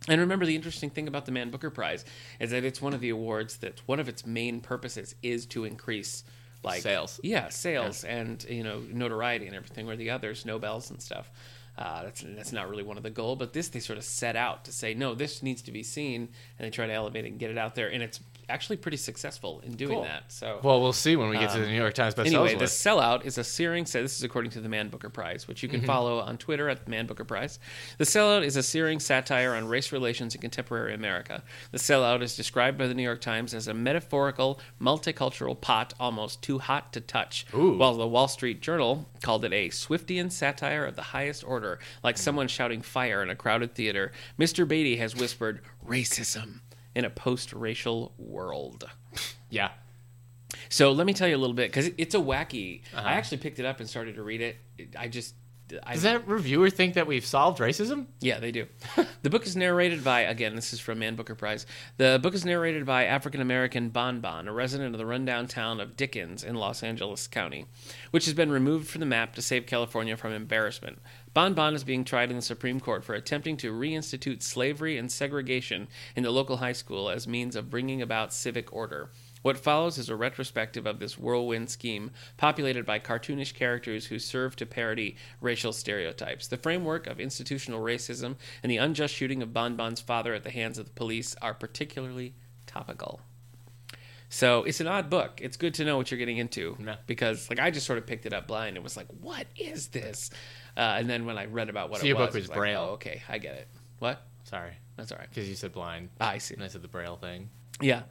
Speaker 2: And remember, the interesting thing about the Man Booker Prize is that it's one of the awards that one of its main purposes is to increase like
Speaker 1: Sales.
Speaker 2: Yeah, sales and you know notoriety and everything. Where the others, Nobels and stuff, uh, that's that's not really one of the goal. But this they sort of set out to say, no, this needs to be seen, and they try to elevate it and get it out there. And it's actually pretty successful in doing
Speaker 1: Cool.
Speaker 2: that. So
Speaker 1: Well, we'll see when we get to the New York Times bestsellers
Speaker 2: Um, Anyway, the
Speaker 1: list.
Speaker 2: sellout Mm-hmm. is a searing. sa- This is according to the Man Booker Prize, which you can follow on Twitter at Man Booker Prize. The sellout is a searing satire on race relations in contemporary America. The sellout is described by the New York Times as a metaphorical, multicultural pot almost too hot to touch.
Speaker 1: Ooh.
Speaker 2: While the Wall Street Journal called it a Swiftian satire of the highest order, like someone shouting fire in a crowded theater. Mr. Beatty has whispered racism in a post-racial world.
Speaker 1: Yeah.
Speaker 2: So let me tell you a little bit because it's a wacky. I actually picked it up and started to read it. It- I just, I,
Speaker 1: Does that reviewer think that we've solved racism?
Speaker 2: yeah, they do. the book is narrated by again. This is from Man Booker Prize. The book is narrated by African American Bon Bon, a resident of the rundown town of Dickens in Los Angeles County, which has been removed from the map to save California from embarrassment. Bon Bon is being tried in the Supreme Court for attempting to reinstitute slavery and segregation in the local high school as means of bringing about civic order. What follows is a retrospective of this whirlwind scheme, populated by cartoonish characters who serve to parody racial stereotypes. The framework of institutional racism and the unjust shooting of Bon Bon's father at the hands of the police are particularly topical. So it's an odd book. It's good to know what you're getting into
Speaker 1: Yeah.
Speaker 2: because, like, I just sort of picked it up blind and was like, "What is this?" Uh, and then when I read about what
Speaker 1: So
Speaker 2: it
Speaker 1: your
Speaker 2: was,
Speaker 1: book
Speaker 2: I
Speaker 1: was Braille.
Speaker 2: Like, oh, okay, I get it. What?
Speaker 1: Sorry,
Speaker 2: That's all right.
Speaker 1: because you said blind.
Speaker 2: Ah, I see.
Speaker 1: And I said the braille thing.
Speaker 2: Yeah.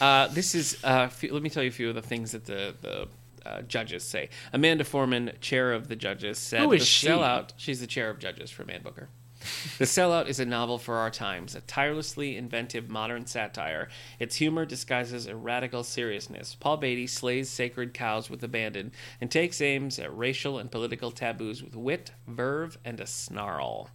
Speaker 2: Uh, this is, uh, f- let me tell you a few of the things that the, the uh, judges say. Amanda Foreman, chair of the judges, said
Speaker 1: Who is
Speaker 2: the
Speaker 1: she?
Speaker 2: sellout, she's the chair of judges for Man Booker. the Sellout is a novel for our times, a tirelessly inventive modern satire. Its humor disguises a radical seriousness. Paul Beatty slays sacred cows with abandon and takes aims at racial and political taboos with wit, verve, and a snarl.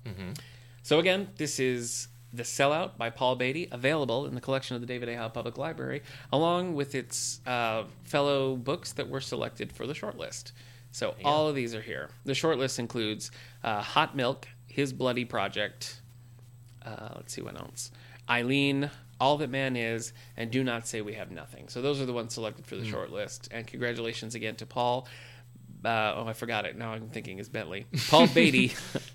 Speaker 2: So again, this is The Sellout by Paul Beatty, available in the collection of the David A. Howe Public Library, along with its uh, fellow books that were selected for the shortlist. So all of these are here. The shortlist includes uh, Hot Milk, His Bloody Project. Uh, let's see what else. Eileen, All That Man Is, and Do Not Say We Have Nothing. So those are the ones selected for the shortlist. And congratulations again to Paul. Uh, oh, I forgot it. Now I'm thinking is Bentley. Paul Beatty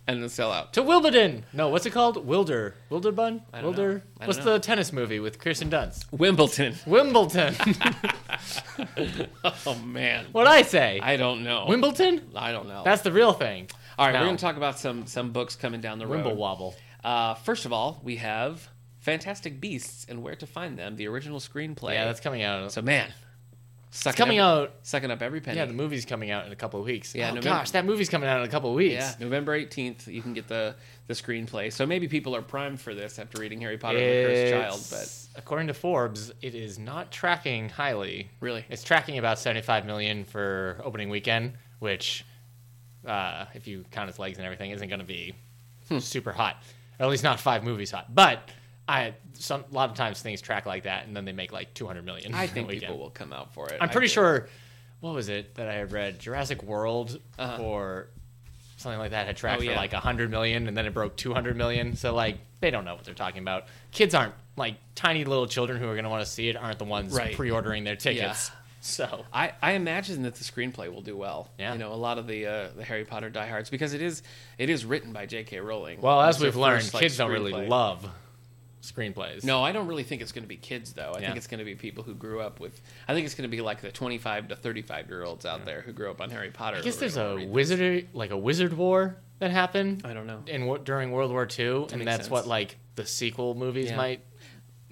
Speaker 2: and The Sellout.
Speaker 1: To Wilderden. No, what's it called? Wilder. Wilderbun?
Speaker 2: don't
Speaker 1: Wilder.
Speaker 2: know. I don't
Speaker 1: What's
Speaker 2: know.
Speaker 1: the tennis movie with Kirsten Dunst?
Speaker 2: Wimbledon.
Speaker 1: Wimbledon.
Speaker 2: Oh man,
Speaker 1: what I say?
Speaker 2: I don't know.
Speaker 1: Wimbledon?
Speaker 2: I don't know.
Speaker 1: That's the real thing.
Speaker 2: All right,
Speaker 1: No.
Speaker 2: we're going to talk about some some books coming down the road.
Speaker 1: Wimble wobble.
Speaker 2: Uh, first of all, we have Fantastic Beasts and Where to Find Them, the original screenplay.
Speaker 1: Yeah, that's coming out.
Speaker 2: so man, sucking
Speaker 1: coming
Speaker 2: every-
Speaker 1: out.
Speaker 2: sucking up every penny.
Speaker 1: Yeah, the movie's coming out in a couple of weeks.
Speaker 2: Yeah,
Speaker 1: oh,
Speaker 2: November-
Speaker 1: gosh, that movie's coming out in a couple of weeks.
Speaker 2: Yeah, November eighteenth, you can get the the screenplay. So maybe people are primed for this after reading Harry Potter and the Cursed Child.
Speaker 1: It's- according to Forbes, it is not tracking highly.
Speaker 2: Really?
Speaker 1: it's tracking about seventy-five million for opening weekend, which, uh, if you count its legs and everything, isn't going to be
Speaker 2: Hmm.
Speaker 1: super hot. Or at least not five movies hot. But I, some a lot of times things track like that, and then they make like two hundred million.
Speaker 2: But I
Speaker 1: in a
Speaker 2: think
Speaker 1: weekend.
Speaker 2: people will come out for it.
Speaker 1: I'm
Speaker 2: I
Speaker 1: pretty
Speaker 2: do.
Speaker 1: sure. What was it that I had read? Jurassic World or something like that had tracked
Speaker 2: Oh, yeah.
Speaker 1: for like 100 million, and then it broke 200 million. So like they don't know what they're talking about. Kids aren't like tiny little children who are going to want to see it aren't the ones
Speaker 2: Right.
Speaker 1: pre-ordering their tickets. So
Speaker 2: I, I imagine that the screenplay will do well.
Speaker 1: Yeah.
Speaker 2: You know, a lot of the uh, the Harry Potter diehards because it is it is written by J.K. Rowling.
Speaker 1: well, as
Speaker 2: It's her
Speaker 1: we've learned,
Speaker 2: first, like,
Speaker 1: kids don't really
Speaker 2: screenplay.
Speaker 1: love screenplays.
Speaker 2: No, I don't really think it's going to be kids though. I
Speaker 1: Yeah.
Speaker 2: think it's going to be people who grew up with. I think it's going to be like the twenty-five to thirty-five year olds out there who grew up on Harry Potter.
Speaker 1: I guess
Speaker 2: who are
Speaker 1: there's
Speaker 2: gonna
Speaker 1: a
Speaker 2: read-
Speaker 1: wizard like a wizard war that happened.
Speaker 2: I don't know.
Speaker 1: in wo- during World War II, and
Speaker 2: makes
Speaker 1: that's
Speaker 2: sense.
Speaker 1: what like the sequel movies
Speaker 2: Yeah.
Speaker 1: might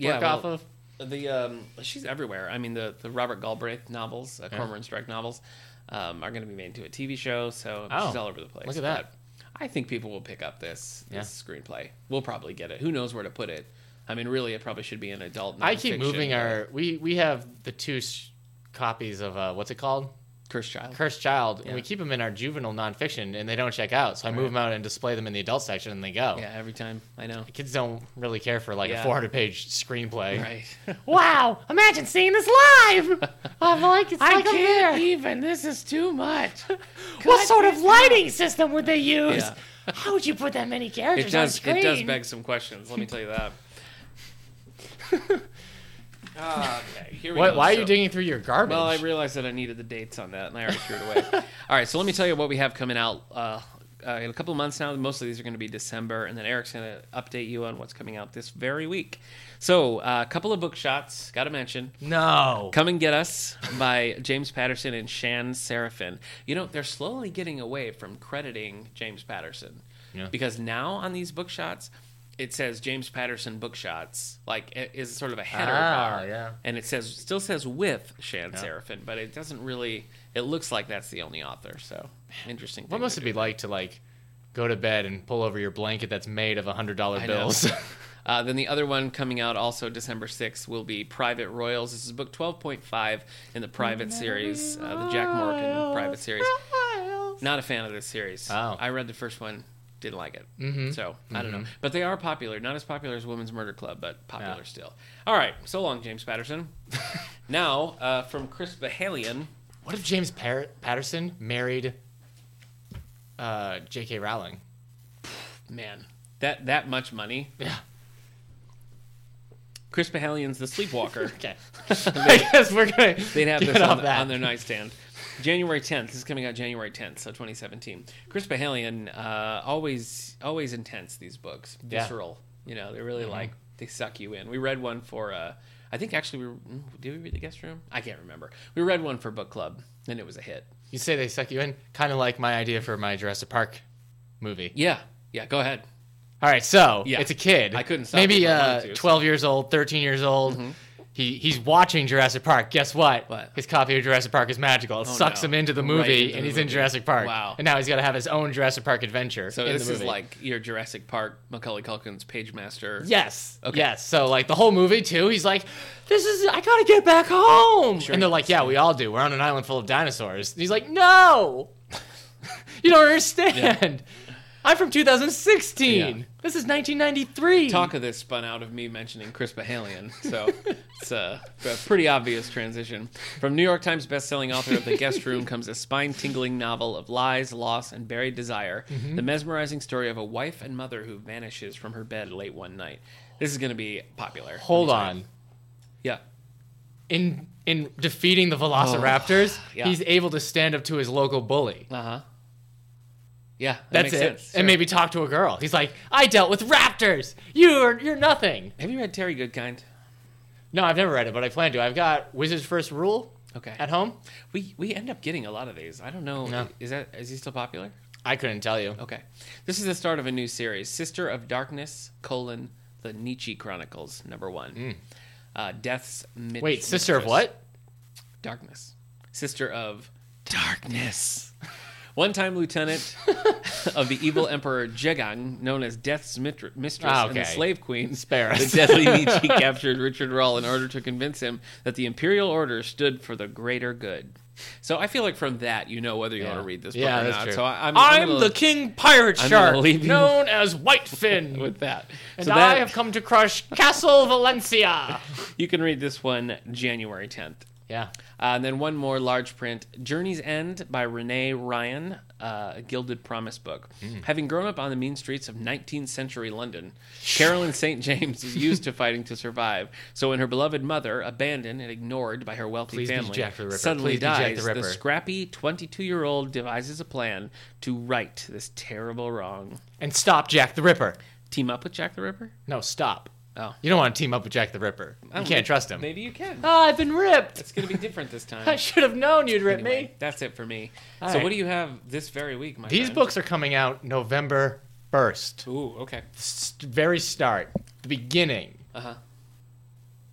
Speaker 1: work off
Speaker 2: well,
Speaker 1: of.
Speaker 2: The um, she's everywhere. I mean, the the Robert Galbraith novels, uh, Cormoran Strike novels, um, are going to be made into a TV show. So
Speaker 1: Oh,
Speaker 2: she's all over the place.
Speaker 1: look at that.
Speaker 2: But I think people will pick up this
Speaker 1: Yeah.
Speaker 2: this screenplay. We'll probably get it. Who knows where to put it? I mean, really, it probably should be an adult.
Speaker 1: I keep
Speaker 2: nonfiction, uh,
Speaker 1: moving
Speaker 2: but-
Speaker 1: our. We we have the two s copies of uh, what's it called,
Speaker 2: cursed child.
Speaker 1: Cursed Child, and we keep them in our juvenile nonfiction, and they don't check out. So I move them out and display them in the adult section, and they go.
Speaker 2: yeah, every time I know.
Speaker 1: Kids don't really care for like
Speaker 2: Yeah.
Speaker 1: a 400 page screenplay.
Speaker 2: Right.
Speaker 1: Wow! Imagine seeing this live. Oh, I'm like, it's like I'm there.
Speaker 2: even. This is too much.
Speaker 1: What sort of lighting system would they use?
Speaker 2: Yeah.
Speaker 1: How would you put that many characters
Speaker 2: It does.
Speaker 1: on screen?
Speaker 2: It does beg some questions. Let me tell you that. okay. Here we
Speaker 1: What,
Speaker 2: go.
Speaker 1: why are
Speaker 2: So-
Speaker 1: you digging through your garbage?
Speaker 2: Well, I realized that I needed the dates on that, and I already threw it away. All right, so let me tell you what we have coming out uh, uh, in a couple of months now. Most of these are going to be December, and then Eric's going to update you on what's coming out this very week. So, uh, a couple of book shots, got to mention.
Speaker 1: no.
Speaker 2: Come and Get Us by James Patterson and Shan Serafin. You know, they're slowly getting away from crediting James Patterson.
Speaker 1: Yeah.
Speaker 2: Because now on these book shots, it says James Patterson book shots, like it is sort of a header
Speaker 1: Ah,
Speaker 2: bar.
Speaker 1: yeah.
Speaker 2: And it says still says with Shan Serafin, but it doesn't really it looks like that's the only author, so interesting thing.
Speaker 1: What must
Speaker 2: to
Speaker 1: it be like to like go to bed and pull over your blanket that's made of hundred dollar
Speaker 2: know.
Speaker 1: bills?
Speaker 2: Uh, then the other one coming out also December 6th will be Private Royals. This is book 12.5 in the Private series, uh, the Jack Morgan Private series. Not a fan of this series.
Speaker 1: Oh. Mm-hmm.
Speaker 2: I read the first one, didn't like it. So, I don't know. But they are popular. Not as popular as Women's Murder Club, but popular
Speaker 1: Yeah.
Speaker 2: still. All right. So long, James Patterson. now, uh, from Chris Bahalian.
Speaker 1: what if James Par- Patterson married uh, J.K. Rowling?
Speaker 2: Man, that, that much money.
Speaker 1: Yeah.
Speaker 2: Chris Pahalian's The Sleepwalker.
Speaker 1: Okay. I guess we're gonna
Speaker 2: They'd have
Speaker 1: get
Speaker 2: this on,
Speaker 1: off
Speaker 2: the-
Speaker 1: that.
Speaker 2: on their nightstand. January 10th. This is coming out January 10th, so 2017. Chris Pahalian, uh, always always intense. These books,
Speaker 1: Yeah. Mm-hmm.
Speaker 2: visceral. You know, they really like they suck you in. We read one for. Uh, I think actually we mm, did we read the guest room. I can't remember. We read one for book club, and it was a hit.
Speaker 1: you say they suck you in, kind of like my idea for my Jurassic Park movie.
Speaker 2: Yeah, yeah. Go ahead.
Speaker 1: All right, so
Speaker 2: Yeah.
Speaker 1: it's a kid.
Speaker 2: I couldn't stop it
Speaker 1: Maybe
Speaker 2: if I
Speaker 1: uh,
Speaker 2: wanted to, so-
Speaker 1: twelve years old, thirteen years old. He he's watching Jurassic Park. Guess what?
Speaker 2: Mm-hmm. What? Oh,
Speaker 1: His copy of Jurassic Park is magical. It sucks
Speaker 2: no.
Speaker 1: him into the
Speaker 2: Right
Speaker 1: movie,
Speaker 2: into
Speaker 1: and
Speaker 2: the
Speaker 1: he's in
Speaker 2: movie.
Speaker 1: Jurassic Park.
Speaker 2: Wow.
Speaker 1: And now he's got to have his own Jurassic Park adventure.
Speaker 2: So
Speaker 1: in
Speaker 2: this
Speaker 1: the
Speaker 2: is
Speaker 1: movie.
Speaker 2: like your Jurassic Park, Macaulay Culkin's page master.
Speaker 1: Yes.
Speaker 2: Okay.
Speaker 1: Yes. So like the whole movie too, he's like, "This is I gotta get back home," and they're like, "Yeah, we all do. We're on an island full of dinosaurs." And he's like, "No, you don't understand. I'm from 2016.
Speaker 2: Yeah.
Speaker 1: This is 1993."
Speaker 2: Talk of this spun out of me mentioning Chris Pahalian, so it's a, a pretty obvious transition. From New York Times best-selling author of The Guest Room comes a spine-tingling novel of lies, loss, and buried desire,
Speaker 1: Mm-hmm.
Speaker 2: the mesmerizing story of a wife and mother who vanishes from her bed late one night. This is going to be popular.
Speaker 1: Hold on.
Speaker 2: Yeah.
Speaker 1: In in defeating the Velociraptors,
Speaker 2: Oh, yeah.
Speaker 1: he's able to stand up to his local bully.
Speaker 2: Uh-huh. Yeah, that
Speaker 1: That's
Speaker 2: makes
Speaker 1: it.
Speaker 2: sense. Sure.
Speaker 1: And maybe talk to a girl. He's like, "I dealt with raptors. You're you're nothing."
Speaker 2: Have you read Terry Goodkind?
Speaker 1: No, I've never read it, but I plan to. I've got Wizard's First Rule
Speaker 2: Okay.
Speaker 1: at home.
Speaker 2: We we end up getting a lot of these. I don't know.
Speaker 1: No.
Speaker 2: Is that is he still popular?
Speaker 1: I couldn't tell you.
Speaker 2: Okay. This is the start of a new series, Sister of Darkness, colon, the Nietzsche Chronicles, number one. Uh, Death's Mit-
Speaker 1: Hmm. Wait, sister of
Speaker 2: Mistress.
Speaker 1: what?
Speaker 2: Darkness. Sister of Darkness. One time lieutenant of the evil emperor Jegang, known as Death's mitr- Mistress
Speaker 1: Ah,
Speaker 2: and the
Speaker 1: okay.
Speaker 2: Slave Queen,
Speaker 1: Spare us.
Speaker 2: the deadly Nietzsche captured Richard Rawl in order to convince him that the imperial order stood for the greater good. So I feel like from that you know whether you want to read this book
Speaker 1: yeah,
Speaker 2: or
Speaker 1: that's
Speaker 2: not.
Speaker 1: True.
Speaker 2: So I, I'm,
Speaker 1: I'm,
Speaker 2: I'm gonna-
Speaker 1: the king pirate
Speaker 2: I'm gonna
Speaker 1: shark,
Speaker 2: leave you-
Speaker 1: known as Whitefin,
Speaker 2: with that.
Speaker 1: and
Speaker 2: so that
Speaker 1: I have come to crush Castle Valencia.
Speaker 2: you can read this one January 10th.
Speaker 1: Yeah,
Speaker 2: Uh, and then one more large print Journey's End by Renee Ryan, uh, a Gilded Promise book.
Speaker 1: Mm.
Speaker 2: Having grown up on the mean streets of 19th century London, Carolyn St. James is used to fighting to survive. So when her beloved mother, abandoned and ignored by her wealthy
Speaker 1: Please be
Speaker 2: family,
Speaker 1: Jack the Ripper.
Speaker 2: suddenly
Speaker 1: Please be Jack
Speaker 2: dies,
Speaker 1: the Ripper.
Speaker 2: scrappy 22 year old devises a plan to right this terrible wrong.
Speaker 1: and stop Jack the Ripper.
Speaker 2: Team up with Jack the Ripper?
Speaker 1: No, stop.
Speaker 2: Oh.
Speaker 1: You don't want to team up with Jack the Ripper. You
Speaker 2: don't
Speaker 1: can't trust him.
Speaker 2: Maybe you can.
Speaker 1: Ah, I've been ripped.
Speaker 2: It's going to be different this time.
Speaker 1: I should have known you'd rip
Speaker 2: Anyway,
Speaker 1: me.
Speaker 2: that's it for me.
Speaker 1: All
Speaker 2: so
Speaker 1: right.
Speaker 2: what do you have this very week, my
Speaker 1: These
Speaker 2: friend?
Speaker 1: books are coming out November first.
Speaker 2: Ooh, okay.
Speaker 1: Very start, the beginning,
Speaker 2: Uh huh.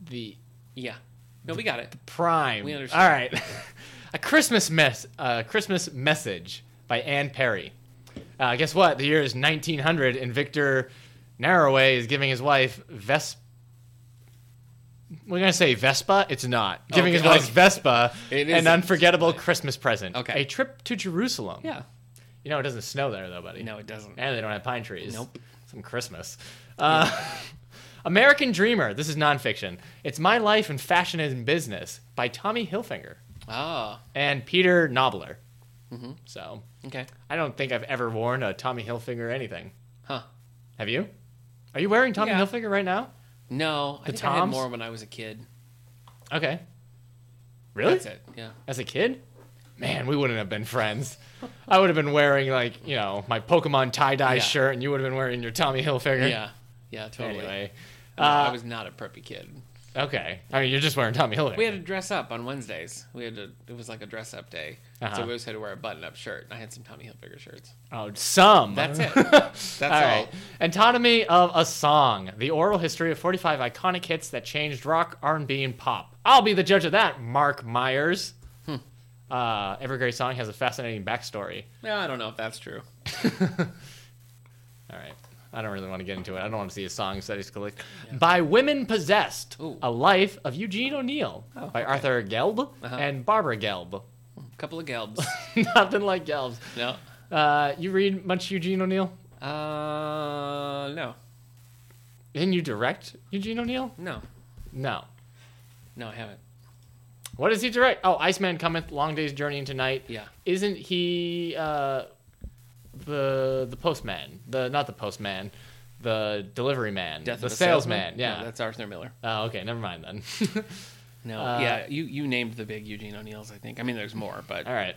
Speaker 1: the
Speaker 2: Yeah. No, we got it.
Speaker 1: prime.
Speaker 2: We understand.
Speaker 1: All right. a Christmas mess a Christmas message by Anne Perry. Uh, guess what? The year is 1900 and Victor Narroway is giving his wife Vespa we're gonna say Vespa. It's not giving his
Speaker 2: Okay.
Speaker 1: wife Vespa
Speaker 2: It
Speaker 1: an
Speaker 2: isn't.
Speaker 1: unforgettable Christmas present.
Speaker 2: Okay.
Speaker 1: a trip to Jerusalem.
Speaker 2: Yeah.
Speaker 1: you know it doesn't snow there though, buddy.
Speaker 2: No, it doesn't.
Speaker 1: And they don't have pine trees.
Speaker 2: Nope.
Speaker 1: Some Christmas. Uh, American Dreamer. This is nonfiction. It's My Life in Fashion and Business by Tommy Hilfiger
Speaker 2: Ah,
Speaker 1: and Peter Nobler.
Speaker 2: Mm-hmm.
Speaker 1: So
Speaker 2: okay.
Speaker 1: I don't think I've ever worn a Tommy Hilfiger anything.
Speaker 2: Huh.
Speaker 1: Have you? Are you wearing Tommy
Speaker 2: Yeah.
Speaker 1: Hilfiger right now?
Speaker 2: No, I
Speaker 1: The
Speaker 2: think I had
Speaker 1: Toms?
Speaker 2: more when I was a kid.
Speaker 1: Okay. Really?
Speaker 2: That's it. Yeah.
Speaker 1: As a kid? Man, we wouldn't have been friends. I would have been wearing like you know my Pokemon tie dye
Speaker 2: Yeah.
Speaker 1: shirt, and you would have been wearing your Tommy Hilfiger.
Speaker 2: Yeah. Yeah, totally.
Speaker 1: Anyway. uh,
Speaker 2: No, I was not a preppy kid.
Speaker 1: Okay. I mean, you're just wearing Tommy Hilfiger.
Speaker 2: We had to dress up on Wednesdays. We had to. It was like a dress up day,
Speaker 1: Uh-huh.
Speaker 2: so we always had to wear a button up shirt. I had some Tommy Hilfiger shirts.
Speaker 1: Oh, some.
Speaker 2: That's it. That's all.
Speaker 1: all right. Anatomy of a Song: The Oral History of 45 Iconic Hits That Changed Rock, R&B, and Pop. I'll be the judge of that, Mark Myers.
Speaker 2: Hmm.
Speaker 1: Uh, every great song has a fascinating backstory.
Speaker 2: No, I don't know if that's true.
Speaker 1: All right. I don't really want to get into it. I don't want to see a song studies collect. By Women Possessed,
Speaker 2: Ooh.
Speaker 1: A Life of Eugene O'Neill by
Speaker 2: Oh, okay. Uh-huh.
Speaker 1: Arthur Gelb and Barbara Gelb.
Speaker 2: A couple of gelbs.
Speaker 1: Nothing like Gelb's.
Speaker 2: no.
Speaker 1: Uh, you read much Eugene O'Neill?
Speaker 2: Uh, no,
Speaker 1: Didn't you direct Eugene O'Neill?
Speaker 2: no,
Speaker 1: No.
Speaker 2: no, I haven't.
Speaker 1: What does he direct? Oh, Iceman Cometh, Long Day's Journey into Night.
Speaker 2: Yeah.
Speaker 1: Isn't he uh, the the postman? The not the postman, the delivery man,
Speaker 2: Death
Speaker 1: the
Speaker 2: of a
Speaker 1: salesman. Yeah.
Speaker 2: No, that's Arthur Miller.
Speaker 1: oh, okay. Never mind then.
Speaker 2: No,
Speaker 1: Uh,
Speaker 2: yeah, you, you named the big Eugene O'Neill's. I think. I mean, there's more, but
Speaker 1: All right.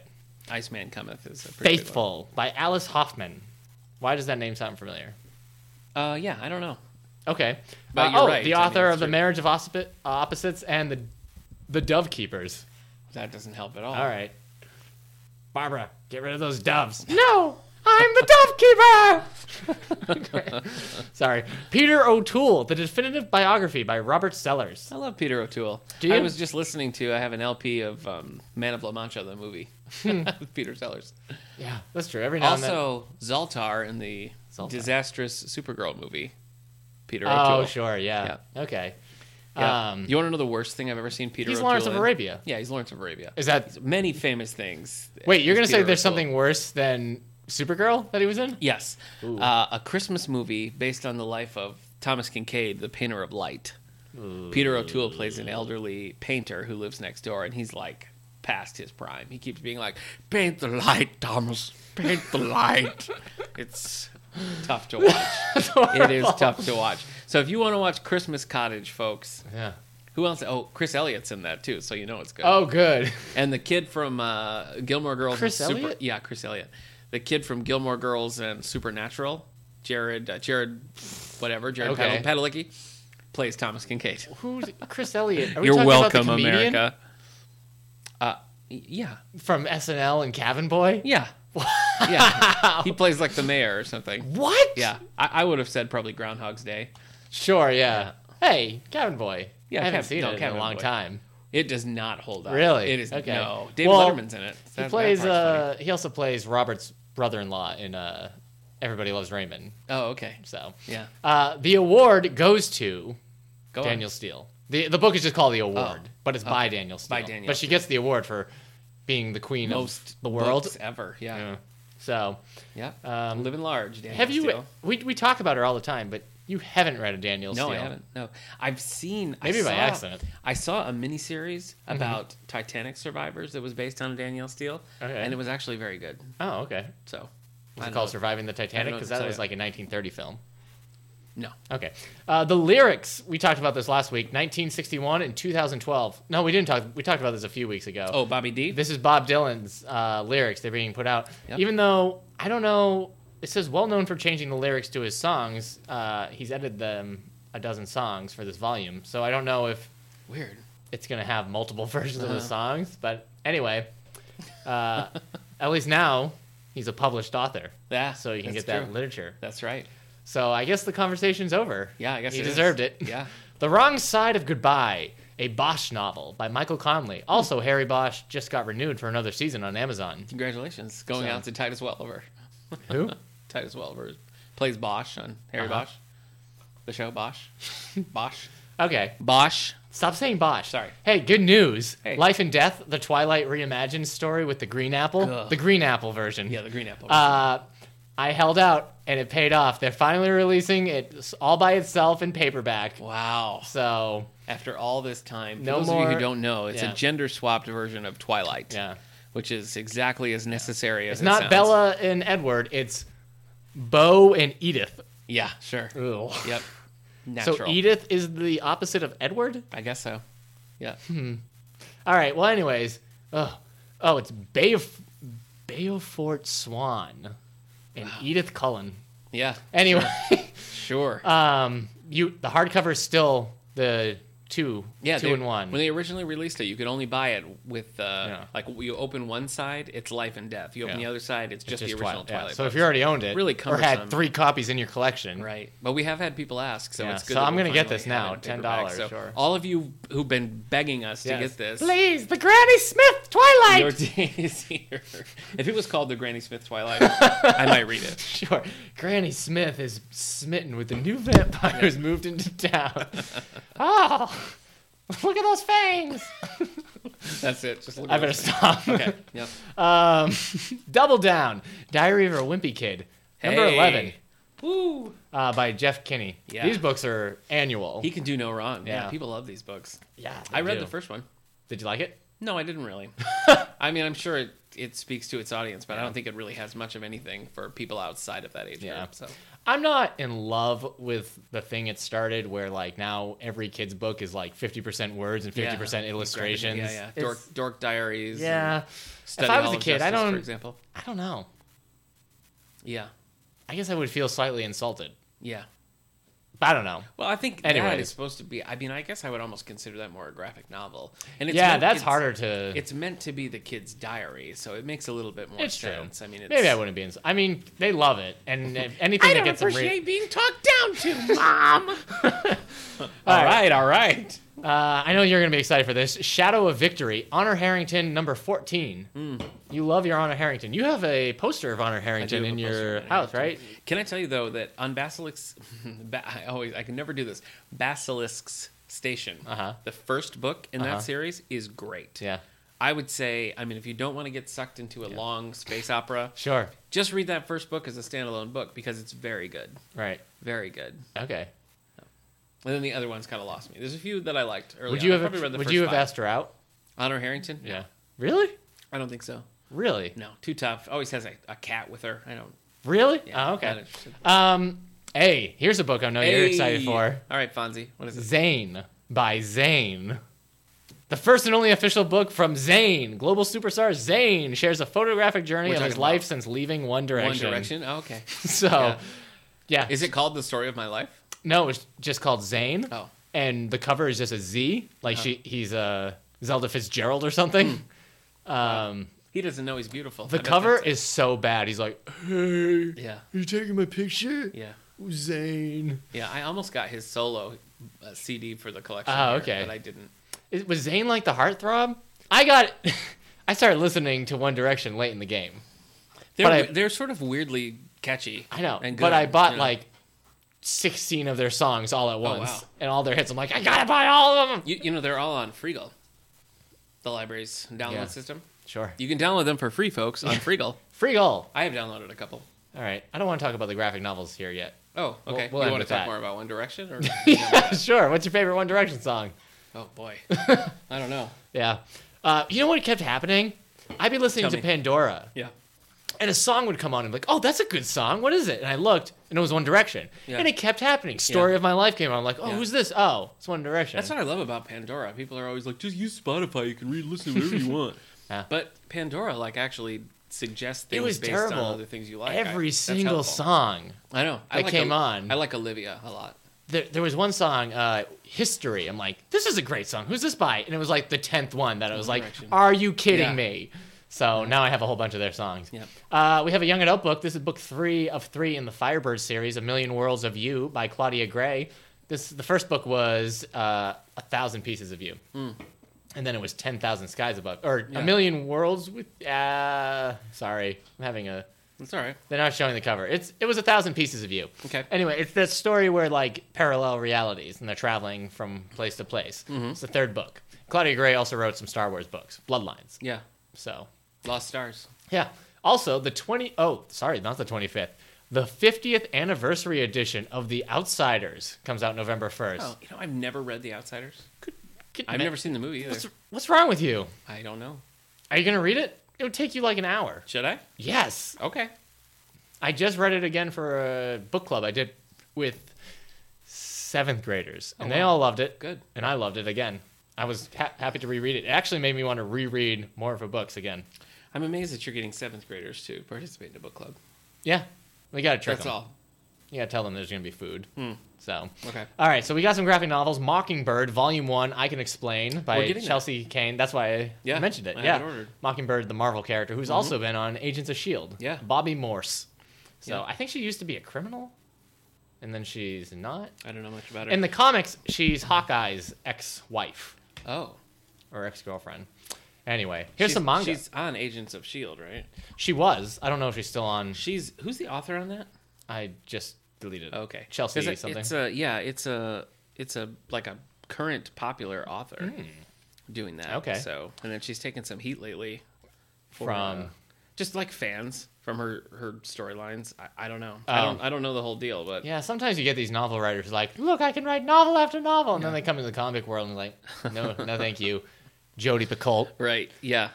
Speaker 2: Iceman Cometh is a pretty big one.
Speaker 1: Faithful by Alice Hoffman. Why does that name sound familiar?
Speaker 2: Uh, yeah, I don't know.
Speaker 1: Okay.
Speaker 2: But
Speaker 1: Uh,
Speaker 2: you're
Speaker 1: oh,
Speaker 2: right.
Speaker 1: the
Speaker 2: I mean,
Speaker 1: author
Speaker 2: it's
Speaker 1: of The
Speaker 2: true.
Speaker 1: Marriage of Ospit, uh, Opposites and the the Dove Keepers.
Speaker 2: That doesn't help at all.
Speaker 1: All right. Barbara, get rid of those doves. No, I'm the dove keeper. Sorry. Peter O'Toole, The Definitive Biography by Robert Sellers.
Speaker 2: I love Peter O'Toole.
Speaker 1: Do
Speaker 2: I
Speaker 1: you?
Speaker 2: was just listening to. I have an LP of um, Man of La Mancha, the movie, with Peter Sellers.
Speaker 1: Hmm. Yeah, that's true. Every now and then.
Speaker 2: Also, Zoltar in the
Speaker 1: Zoltar.
Speaker 2: disastrous Supergirl movie. Peter O'Toole.
Speaker 1: Oh, sure. Yeah. Okay.
Speaker 2: Yeah.
Speaker 1: Um,
Speaker 2: you want to know the worst thing I've ever seen? Peter.
Speaker 1: he's
Speaker 2: O'Toole
Speaker 1: Lawrence of
Speaker 2: in?
Speaker 1: Arabia.
Speaker 2: Yeah, he's Lawrence of Arabia.
Speaker 1: Is that.
Speaker 2: Many famous things.
Speaker 1: Wait, you're
Speaker 2: is
Speaker 1: going to say
Speaker 2: Peter
Speaker 1: there's
Speaker 2: O'Toole.
Speaker 1: something worse than Supergirl that he was in?
Speaker 2: Yes,
Speaker 1: Ooh.
Speaker 2: uh, a Christmas movie based on the life of Thomas Kincaid, the painter of light. Peter O'Toole plays
Speaker 1: Mm.
Speaker 2: an elderly painter who lives next door, and he's like past his prime. He keeps being like, "Paint the light, Thomas. Paint the light." it's tough to watch. it is tough to watch. So if you want to watch Christmas Cottage, folks,
Speaker 1: Yeah.
Speaker 2: who else? Oh, Chris Elliott's in that too, so you know it's good.
Speaker 1: Oh, good.
Speaker 2: And the kid from uh, Gilmore Girls,
Speaker 1: Chris
Speaker 2: and
Speaker 1: Elliott?
Speaker 2: yeah, Chris Elliott, the kid from Gilmore Girls and Supernatural, Jared, uh, Jared, whatever, Jared
Speaker 1: Okay.
Speaker 2: Pad- Padalecki, plays Thomas Kincaid.
Speaker 1: Who's Chris Elliott? Are we
Speaker 2: You're
Speaker 1: talking about the
Speaker 2: welcome,
Speaker 1: comedian
Speaker 2: America. Uh, y- yeah,
Speaker 1: From SNL and Cabin Boy?
Speaker 2: yeah, yeah. He plays like the mayor or something.
Speaker 1: What?
Speaker 2: Yeah, I, I would have said probably Groundhog's Day.
Speaker 1: Sure, yeah. Hey, Cabin Boy.
Speaker 2: Yeah,
Speaker 1: I haven't
Speaker 2: Cabin-
Speaker 1: seen
Speaker 2: no,
Speaker 1: it in
Speaker 2: Cabin
Speaker 1: a long
Speaker 2: Boy.
Speaker 1: time.
Speaker 2: It does not hold up.
Speaker 1: Really?
Speaker 2: It is
Speaker 1: Okay.
Speaker 2: no. Dave
Speaker 1: Well,
Speaker 2: Letterman's in it.
Speaker 1: He
Speaker 2: That- that
Speaker 1: plays.
Speaker 2: part's funny.
Speaker 1: Uh, he also plays Robert's brother-in-law in uh, Everybody Loves Raymond.
Speaker 2: Oh, okay.
Speaker 1: So,
Speaker 2: Yeah.
Speaker 1: uh, the award goes to
Speaker 2: Go on.
Speaker 1: Daniel Steele. the The book is just called The Award,
Speaker 2: Oh.
Speaker 1: but it's by Daniel Steele.
Speaker 2: By Daniel
Speaker 1: but she gets the award for being the queen
Speaker 2: most
Speaker 1: of the world.
Speaker 2: books ever. Yeah.
Speaker 1: Yeah. So,
Speaker 2: Yeah.
Speaker 1: Um,
Speaker 2: Living large. Daniel
Speaker 1: have you?
Speaker 2: Steele.
Speaker 1: We we talk about her all the time, but you haven't read a Daniel
Speaker 2: No,
Speaker 1: Steele.
Speaker 2: I haven't. No, I've seen. I
Speaker 1: Maybe by
Speaker 2: saw-
Speaker 1: accident. Mm-hmm.
Speaker 2: I saw a miniseries about Titanic survivors that was based on Danielle Steele,
Speaker 1: Okay.
Speaker 2: and it was actually very good.
Speaker 1: Oh, okay.
Speaker 2: So,
Speaker 1: Was
Speaker 2: I
Speaker 1: it
Speaker 2: don't
Speaker 1: called
Speaker 2: know.
Speaker 1: Surviving the Titanic?
Speaker 2: know
Speaker 1: Because
Speaker 2: if it's
Speaker 1: that was
Speaker 2: out.
Speaker 1: like a 1930 film.
Speaker 2: No,
Speaker 1: Okay. Uh, the lyrics, we talked about this last week, 1961 and 2012. No, we didn't talk. We talked about this a few weeks ago.
Speaker 2: oh Bobby D.
Speaker 1: This is Bob Dylan's uh, lyrics. They're being put out.
Speaker 2: Yep.
Speaker 1: Even though, I don't know, it says well known for changing the lyrics to his songs. Uh, he's edited them a dozen songs for this volume. So I don't know if
Speaker 2: Weird.
Speaker 1: it's going to have multiple versions
Speaker 2: Uh-huh.
Speaker 1: of the songs. But anyway, uh, at least now he's a published author.
Speaker 2: Yeah,
Speaker 1: So you can
Speaker 2: that's
Speaker 1: get that
Speaker 2: true.
Speaker 1: literature.
Speaker 2: That's right.
Speaker 1: So I guess the conversation's over.
Speaker 2: Yeah, I guess
Speaker 1: he
Speaker 2: it is.
Speaker 1: deserved it.
Speaker 2: Yeah.
Speaker 1: The Wrong Side of Goodbye, a Bosch novel by Michael Conley. Also, Harry Bosch just got renewed for another season on Amazon.
Speaker 2: Congratulations, going
Speaker 1: So-
Speaker 2: out to Titus Welliver.
Speaker 1: Who?
Speaker 2: Titus Welliver plays Bosch on Harry
Speaker 1: Uh-huh.
Speaker 2: Bosch, the show Bosch, Bosch,
Speaker 1: Okay,
Speaker 2: Bosch.
Speaker 1: stop saying Bosch.
Speaker 2: Sorry.
Speaker 1: Hey, good news.
Speaker 2: Hey.
Speaker 1: Life and Death, the Twilight reimagined story with the Green Apple,
Speaker 2: Ugh.
Speaker 1: the Green Apple version.
Speaker 2: Yeah, the Green Apple.
Speaker 1: Uh, I held out and it paid off. They're finally releasing it all by itself in paperback.
Speaker 2: wow.
Speaker 1: So,
Speaker 2: After all this time, for
Speaker 1: No
Speaker 2: those of you
Speaker 1: more-
Speaker 2: who don't know, it's
Speaker 1: yeah.
Speaker 2: a gender swapped version of Twilight.
Speaker 1: yeah.
Speaker 2: which is exactly as necessary as
Speaker 1: It's
Speaker 2: it
Speaker 1: not
Speaker 2: sounds.
Speaker 1: Bella and Edward, it's Bo and Edith.
Speaker 2: Yeah, sure.
Speaker 1: Ugh.
Speaker 2: Yep. Natural.
Speaker 1: So Edith is the opposite of Edward?
Speaker 2: I guess so. Yeah.
Speaker 1: Hmm. All right. Well, anyways, oh, oh, it's Beof- Beaufort Swan and Edith Cullen.
Speaker 2: Yeah.
Speaker 1: Anyway,
Speaker 2: Sure.
Speaker 1: um, you the hardcover is still the two,
Speaker 2: yeah.
Speaker 1: two
Speaker 2: they-
Speaker 1: and one.
Speaker 2: When they originally released it, you could only buy it with uh,
Speaker 1: Yeah.
Speaker 2: like you open one side, it's life and death. You open
Speaker 1: Yeah.
Speaker 2: the other side, it's
Speaker 1: Just
Speaker 2: just, the original
Speaker 1: Twilight, yeah.
Speaker 2: Twilight.
Speaker 1: So if
Speaker 2: books.
Speaker 1: you already owned it,
Speaker 2: Really
Speaker 1: or
Speaker 2: cumbersome.
Speaker 1: had three copies in your collection,
Speaker 2: Right, but we have had people ask, so
Speaker 1: Yeah,
Speaker 2: it's
Speaker 1: so
Speaker 2: good. that
Speaker 1: I'm
Speaker 2: we're
Speaker 1: gonna get
Speaker 2: finally
Speaker 1: this now,
Speaker 2: having it paperback.
Speaker 1: $10,
Speaker 2: So
Speaker 1: sure.
Speaker 2: All of you who've been begging us
Speaker 1: Yes.
Speaker 2: to get this,
Speaker 1: Please, the Granny Smith Twilight.
Speaker 2: your day is here. If it was called the Granny Smith Twilight, I might read it.
Speaker 1: Sure. Granny Smith is smitten with the new vampire who's moved into town. oh, look at those fangs.
Speaker 2: That's it. Just look
Speaker 1: I
Speaker 2: at
Speaker 1: better
Speaker 2: this thing.
Speaker 1: stop.
Speaker 2: Okay. Yep.
Speaker 1: Um, Double Down, Diary of a Wimpy Kid, number
Speaker 2: Hey.
Speaker 1: 11,
Speaker 2: Woo.
Speaker 1: uh, by Jeff Kinney.
Speaker 2: Yeah.
Speaker 1: These books are annual.
Speaker 2: He can do no wrong. Yeah.
Speaker 1: Yeah.
Speaker 2: people love these books.
Speaker 1: yeah,
Speaker 2: I read
Speaker 1: the
Speaker 2: the first one.
Speaker 1: Did you like it?
Speaker 2: No, I didn't really. I mean, I'm sure it, it speaks to its audience, but I don't think it really has much of anything for people outside of that age
Speaker 1: Yeah.
Speaker 2: group. So
Speaker 1: I'm not in love with the thing it started where like now every kid's book is like 50% words and 50%
Speaker 2: Yeah.
Speaker 1: illustrations.
Speaker 2: Yeah, yeah.
Speaker 1: It's-
Speaker 2: Dork, dork diaries. and
Speaker 1: yeah.
Speaker 2: Study
Speaker 1: I was
Speaker 2: Hall
Speaker 1: a
Speaker 2: of
Speaker 1: kid, I
Speaker 2: Justice,
Speaker 1: don't-
Speaker 2: For example.
Speaker 1: I don't know.
Speaker 2: Yeah.
Speaker 1: I guess I would feel slightly insulted.
Speaker 2: Yeah.
Speaker 1: But I don't know.
Speaker 2: Well, I think that
Speaker 1: Anyways.
Speaker 2: is supposed to be. I mean, I guess I would almost consider that more a graphic novel. And it's
Speaker 1: yeah,
Speaker 2: meant-
Speaker 1: that's
Speaker 2: it's-
Speaker 1: harder to. It's,
Speaker 2: It's meant to be the kid's diary, so it makes a little bit more
Speaker 1: It's true.
Speaker 2: sense. I mean, it's,
Speaker 1: maybe I wouldn't be. Ins- I mean, they love it, and if anything that gets them. Re-
Speaker 2: being talked down to, mom.
Speaker 1: All
Speaker 2: all
Speaker 1: right.
Speaker 2: right, all right.
Speaker 1: uh, I know you're gonna be excited for this. Shadow of Victory, Honor Harrington, number fourteen.
Speaker 2: Hmm.
Speaker 1: You love your Honor Harrington. You have a poster of Honor Harrington
Speaker 2: have
Speaker 1: in
Speaker 2: a poster
Speaker 1: your
Speaker 2: of Honor
Speaker 1: house, right?
Speaker 2: Can I tell you though that on Basilisk's, ba- I always I can never do this. Basilisk's Station,
Speaker 1: Uh-huh.
Speaker 2: the first book in
Speaker 1: Uh-huh.
Speaker 2: that series is great.
Speaker 1: Yeah.
Speaker 2: I would say, I mean, if you don't want to get sucked into a long space opera,
Speaker 1: Sure.
Speaker 2: just read that first book as a standalone book because it's very good,
Speaker 1: Right.
Speaker 2: very good.
Speaker 1: Okay.
Speaker 2: And then the other ones kind of lost me. There's a few that I liked early.
Speaker 1: Would
Speaker 2: on.
Speaker 1: you
Speaker 2: I
Speaker 1: have?
Speaker 2: probably read the
Speaker 1: Would
Speaker 2: first
Speaker 1: you have
Speaker 2: five.
Speaker 1: asked her out?
Speaker 2: Honor Harrington?
Speaker 1: Yeah. Really?
Speaker 2: I don't think so.
Speaker 1: Really?
Speaker 2: No, too tough. Always has a, a cat with her. I don't.
Speaker 1: Really?
Speaker 2: Yeah,
Speaker 1: oh, okay.
Speaker 2: not interested.
Speaker 1: Um. Hey, here's a book I know you're excited
Speaker 2: Hey!
Speaker 1: for.
Speaker 2: All right, Fonzie. What is this?
Speaker 1: Zane by Zane. The first and only official book from Zane, global superstar Zane, shares a photographic journey
Speaker 2: We're
Speaker 1: of his
Speaker 2: talking about
Speaker 1: life since leaving One Direction.
Speaker 2: One Direction. Oh, okay.
Speaker 1: So, yeah.
Speaker 2: Yeah. Is it called the story of my life?
Speaker 1: No, it's just called Zane.
Speaker 2: Oh. Uh-huh.
Speaker 1: And the cover is just a Z, like she he's uh, Zelda Fitzgerald or something. Um,
Speaker 2: He doesn't know he's beautiful. Hmm. I
Speaker 1: the
Speaker 2: bet
Speaker 1: cover
Speaker 2: that's-
Speaker 1: is so bad. He's like, "Hey,
Speaker 2: Yeah.
Speaker 1: you taking my picture,
Speaker 2: Yeah.
Speaker 1: Zane?"
Speaker 2: Yeah. I almost got his solo uh, CD for the collection.
Speaker 1: Oh,
Speaker 2: here,
Speaker 1: okay.
Speaker 2: But I didn't.
Speaker 1: Is- was Zayn like the heartthrob? I got. I started listening to One Direction late in the game.
Speaker 2: They're,
Speaker 1: I-
Speaker 2: they're sort of weirdly catchy.
Speaker 1: I know,
Speaker 2: And
Speaker 1: but
Speaker 2: good,
Speaker 1: I bought
Speaker 2: you know.
Speaker 1: like sixteen of their songs all at once
Speaker 2: Oh, wow.
Speaker 1: and all their hits. I'm like, I gotta buy all of them.
Speaker 2: You, you know, they're all on Freegal, the library's download
Speaker 1: Yeah.
Speaker 2: system.
Speaker 1: Sure,
Speaker 2: You can download them for free, folks, on Freegal.
Speaker 1: free all.
Speaker 2: I have downloaded a couple.
Speaker 1: All right, I don't want to talk about the graphic novels here yet.
Speaker 2: Oh,
Speaker 1: We'll-
Speaker 2: okay.
Speaker 1: we'll
Speaker 2: you
Speaker 1: end
Speaker 2: want to
Speaker 1: with
Speaker 2: talk
Speaker 1: that.
Speaker 2: more about One Direction? Or
Speaker 1: yeah, sure. What's your favorite One Direction song?
Speaker 2: Oh, boy. I don't know.
Speaker 1: Yeah, uh, you know what kept happening? I'd be listening
Speaker 2: Tell
Speaker 1: to
Speaker 2: me.
Speaker 1: Pandora,
Speaker 2: Yeah.
Speaker 1: and a song would come on. and I'm like, oh, that's a good song. What is it? And I looked, and it was One Direction,
Speaker 2: Yeah.
Speaker 1: and it kept happening. Story
Speaker 2: Yeah.
Speaker 1: of My Life came on. I'm like, oh,
Speaker 2: Yeah.
Speaker 1: who's this? Oh, it's One Direction.
Speaker 2: That's what I love about Pandora. People are always like, just use Spotify. You can read, listen to whatever you want.
Speaker 1: Yeah.
Speaker 2: But Pandora, like, actually suggests things
Speaker 1: It was
Speaker 2: based
Speaker 1: terrible.
Speaker 2: on other things you like. I-
Speaker 1: Every
Speaker 2: that's
Speaker 1: single
Speaker 2: helpful.
Speaker 1: song.
Speaker 2: I know. I
Speaker 1: that
Speaker 2: like
Speaker 1: came
Speaker 2: Ol-
Speaker 1: on.
Speaker 2: I like Olivia a lot.
Speaker 1: There, there was one song, uh, History. I'm like, this is a great song. Who's this by? And it was like the 10th one that I was like,
Speaker 2: Direction.
Speaker 1: are you kidding
Speaker 2: Yeah.
Speaker 1: me? So now I have a whole bunch of their songs.
Speaker 2: Yep.
Speaker 1: Uh, we have a young adult book. This is book three of three in the Firebird series, A Million Worlds of You by Claudia Gray. This the first book was uh, a thousand pieces of you, and then it was ten thousand skies above, or
Speaker 2: Hmm. Yeah.
Speaker 1: a million worlds with. Uh, sorry, I'm having a
Speaker 2: It's all right.
Speaker 1: they're not showing the cover. It's it was a thousand pieces of you.
Speaker 2: Okay.
Speaker 1: Anyway, it's that story where like parallel realities and they're traveling from place to place.
Speaker 2: Mm-hmm.
Speaker 1: It's the third book. Claudia Gray also wrote some Star Wars books, Bloodlines.
Speaker 2: Yeah.
Speaker 1: So
Speaker 2: Lost Stars.
Speaker 1: yeah. Also the twenty oh sorry not the twenty fifth the fiftieth anniversary edition of The Outsiders comes out November first.
Speaker 2: Oh, you know, I've never read The Outsiders. I've never seen the movie either.
Speaker 1: What's, what's wrong with you?
Speaker 2: I don't know.
Speaker 1: Are you gonna read it? It would take you like an hour.
Speaker 2: Should I?
Speaker 1: Yes.
Speaker 2: Okay.
Speaker 1: I just read it again for a book club I did with seventh graders, and
Speaker 2: Oh,
Speaker 1: they
Speaker 2: wow.
Speaker 1: all loved it.
Speaker 2: Good.
Speaker 1: And I loved it again. I was ha- happy to reread it. It actually made me want to reread more of her books again.
Speaker 2: I'm amazed that you're getting seventh graders to participate in a book club.
Speaker 1: Yeah, we got to trick
Speaker 2: That's
Speaker 1: them.
Speaker 2: all. Hmm.
Speaker 1: You got to tell them there's going to be food. So.
Speaker 2: Okay.
Speaker 1: All right, so we got some graphic novels. Mockingbird, Volume One, I Can Explain by
Speaker 2: We're getting
Speaker 1: Chelsea Kane. That's why I
Speaker 2: Yeah,
Speaker 1: mentioned it.
Speaker 2: I
Speaker 1: yeah,
Speaker 2: have it ordered. Mm-hmm.
Speaker 1: Mockingbird, the Marvel character, who's also been on Agents of Shield.
Speaker 2: Yeah.
Speaker 1: E Bobby Morse. So
Speaker 2: Yeah.
Speaker 1: I think she used to be a criminal, and then she's not.
Speaker 2: I don't know much about her.
Speaker 1: In the comics, she's Hawkeye's ex-wife
Speaker 2: oh.
Speaker 1: or ex-girlfriend. Anyway, here's
Speaker 2: She's-
Speaker 1: some manga.
Speaker 2: She's on Agents of S.H.I.E.L.D., E right?
Speaker 1: She was. I don't know if she's still on.
Speaker 2: She's. Who's the author on that?
Speaker 1: I just deleted. it.
Speaker 2: Okay,
Speaker 1: Oh, Chelsea
Speaker 2: It's a-
Speaker 1: something.
Speaker 2: It's a yeah. It's a it's a like a current popular author doing that.
Speaker 1: Hmm. Okay.
Speaker 2: so and then she's taken some heat lately for,
Speaker 1: From-
Speaker 2: uh, just like fans from her her storylines. I, I don't know. I don't I don't know the whole deal, but
Speaker 1: Oh. yeah, sometimes you get these novel writers like, look, I can write novel after novel, and then they come into the comic world and like, no, no, thank you, Jody Picoult.
Speaker 2: right, yeah.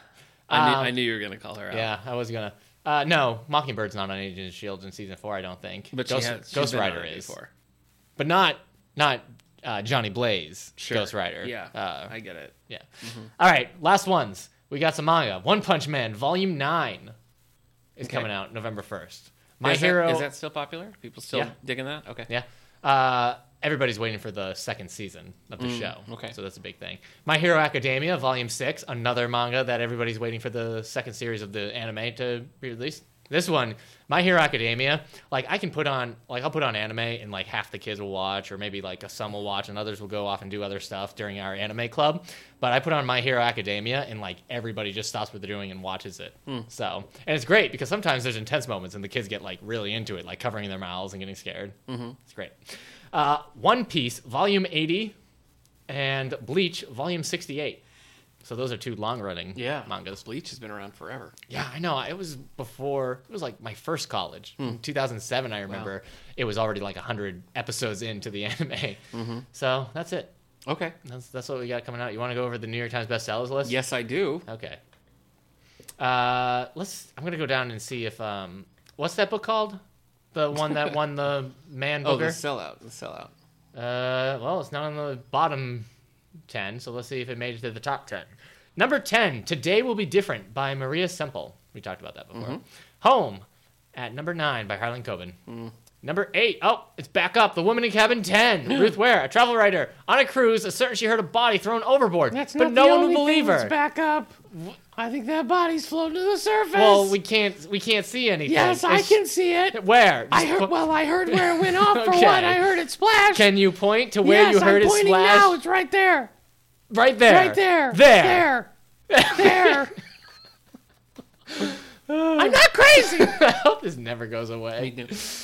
Speaker 2: I, knew,
Speaker 1: Um,
Speaker 2: I knew you were gonna call her out.
Speaker 1: Yeah, I was gonna. Uh, no, Mockingbird's not on Agents of Shield in season four, I don't think.
Speaker 2: but she
Speaker 1: Ghost,
Speaker 2: had- she's
Speaker 1: Ghost
Speaker 2: been on
Speaker 1: Rider
Speaker 2: it
Speaker 1: is,
Speaker 2: before.
Speaker 1: but not not uh, Johnny Blaze. Ghost Rider.
Speaker 2: Yeah, Mm-hmm.
Speaker 1: uh,
Speaker 2: I get it.
Speaker 1: yeah. All right, last ones. We got some manga. One Punch Man, Volume Nine, is
Speaker 2: Okay.
Speaker 1: coming out November first. My
Speaker 2: is
Speaker 1: hero.
Speaker 2: that, is that still popular? People still
Speaker 1: Yeah.
Speaker 2: digging that? Okay.
Speaker 1: Yeah. Uh, everybody's waiting for the second season of
Speaker 2: Mm.
Speaker 1: the show.
Speaker 2: okay.
Speaker 1: So that's a big thing. My Hero Academia, Volume 6, another manga that everybody's waiting for the second series of the anime to be released. This one, My Hero Academia, like I can put on, like I'll put on anime and like half the kids will watch, or maybe like some will watch and others will go off and do other stuff during our anime club. But I put on My Hero Academia and like everybody just stops what they're doing and watches it. So, and it's great because sometimes there's intense moments and the kids get like really into it, like covering their mouths and getting scared. Mm-hmm. It's great. Uh, One Piece, Volume 80, and Bleach, Volume 68. So those are two long running
Speaker 2: Yeah.
Speaker 1: mangas.
Speaker 2: Bleach has been around forever.
Speaker 1: Yeah, I know. It was before, it was like my first college.
Speaker 2: Hmm.
Speaker 1: In 2007, I remember it was already like 100 episodes into the anime.
Speaker 2: Mm-hmm.
Speaker 1: So that's it.
Speaker 2: Okay.
Speaker 1: That's, that's what we got coming out. You want to go over the New York Times bestsellers list?
Speaker 2: Yes, I do.
Speaker 1: Okay. Uh, let's. I'm gonna go down and see if um, what's that book called? The one that won the man
Speaker 2: Oh, the
Speaker 1: booker.
Speaker 2: sellout. The sellout.
Speaker 1: Uh, well, it's not on the bottom 10, so let's see if it made it to the top 10. Number 10, Today Will Be Different by Maria Semple. We talked about that
Speaker 2: Mm-hmm.
Speaker 1: before. Home at number 9 by Harlan Coben.
Speaker 2: Mm.
Speaker 1: Number 8, oh, it's back up. The Woman in Cabin 10, Ruth Ware, a travel writer. On a cruise, a certain she heard a body thrown overboard, but no one would believe her.
Speaker 2: Back up. I think that body's floating to the surface.
Speaker 1: Well, we can't we can't see anything.
Speaker 2: yes, I
Speaker 1: It's-
Speaker 2: can see it.
Speaker 1: Where?
Speaker 2: I
Speaker 1: Just
Speaker 2: heard.
Speaker 1: po-
Speaker 2: Well, I heard where it went off. For
Speaker 1: Okay.
Speaker 2: one, I heard it splash.
Speaker 1: can you point to where
Speaker 2: yes,
Speaker 1: you heard
Speaker 2: I'm
Speaker 1: it
Speaker 2: pointing
Speaker 1: splash?
Speaker 2: Now it's right there.
Speaker 1: Right there.
Speaker 2: Right there.
Speaker 1: There.
Speaker 2: There. There. I'm not crazy.
Speaker 1: I hope this never goes away.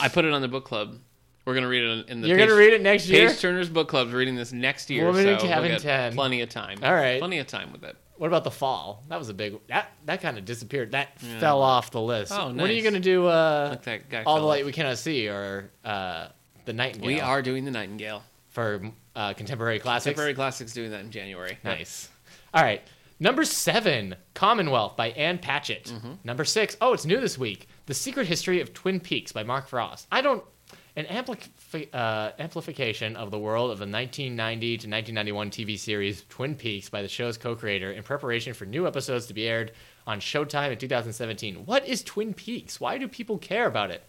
Speaker 2: I put it on the book club. We're gonna read it in the.
Speaker 1: You're
Speaker 2: page,
Speaker 1: gonna read it next year.
Speaker 2: Page Turner's book club's reading this next year.
Speaker 1: Woman
Speaker 2: so
Speaker 1: in Cabin
Speaker 2: we'll get
Speaker 1: 10.
Speaker 2: Plenty of time.
Speaker 1: All right.
Speaker 2: Plenty of time with it.
Speaker 1: What about the fall? That was a big that that kind of disappeared. That fell off the list.
Speaker 2: Oh,
Speaker 1: When are you
Speaker 2: nice.
Speaker 1: gonna do uh,
Speaker 2: Like that guy.
Speaker 1: all the
Speaker 2: fell
Speaker 1: light we cannot see or uh, the nightingale?
Speaker 2: We are doing the Nightingale.
Speaker 1: for uh, contemporary classics.
Speaker 2: Temporary Classics doing that in January.
Speaker 1: Nice. All right. Number seven, Commonwealth by Ann Patchett. Number six, oh, it's new this week. The Secret History of Twin Peaks by Mark Frost. I don't. An ampli- uh, amplification of the world of the 1990 to 1991 TV series Twin Peaks by the show's co creator in preparation for new episodes to be aired on Showtime in 2017. What is Twin Peaks? Why do people care about it?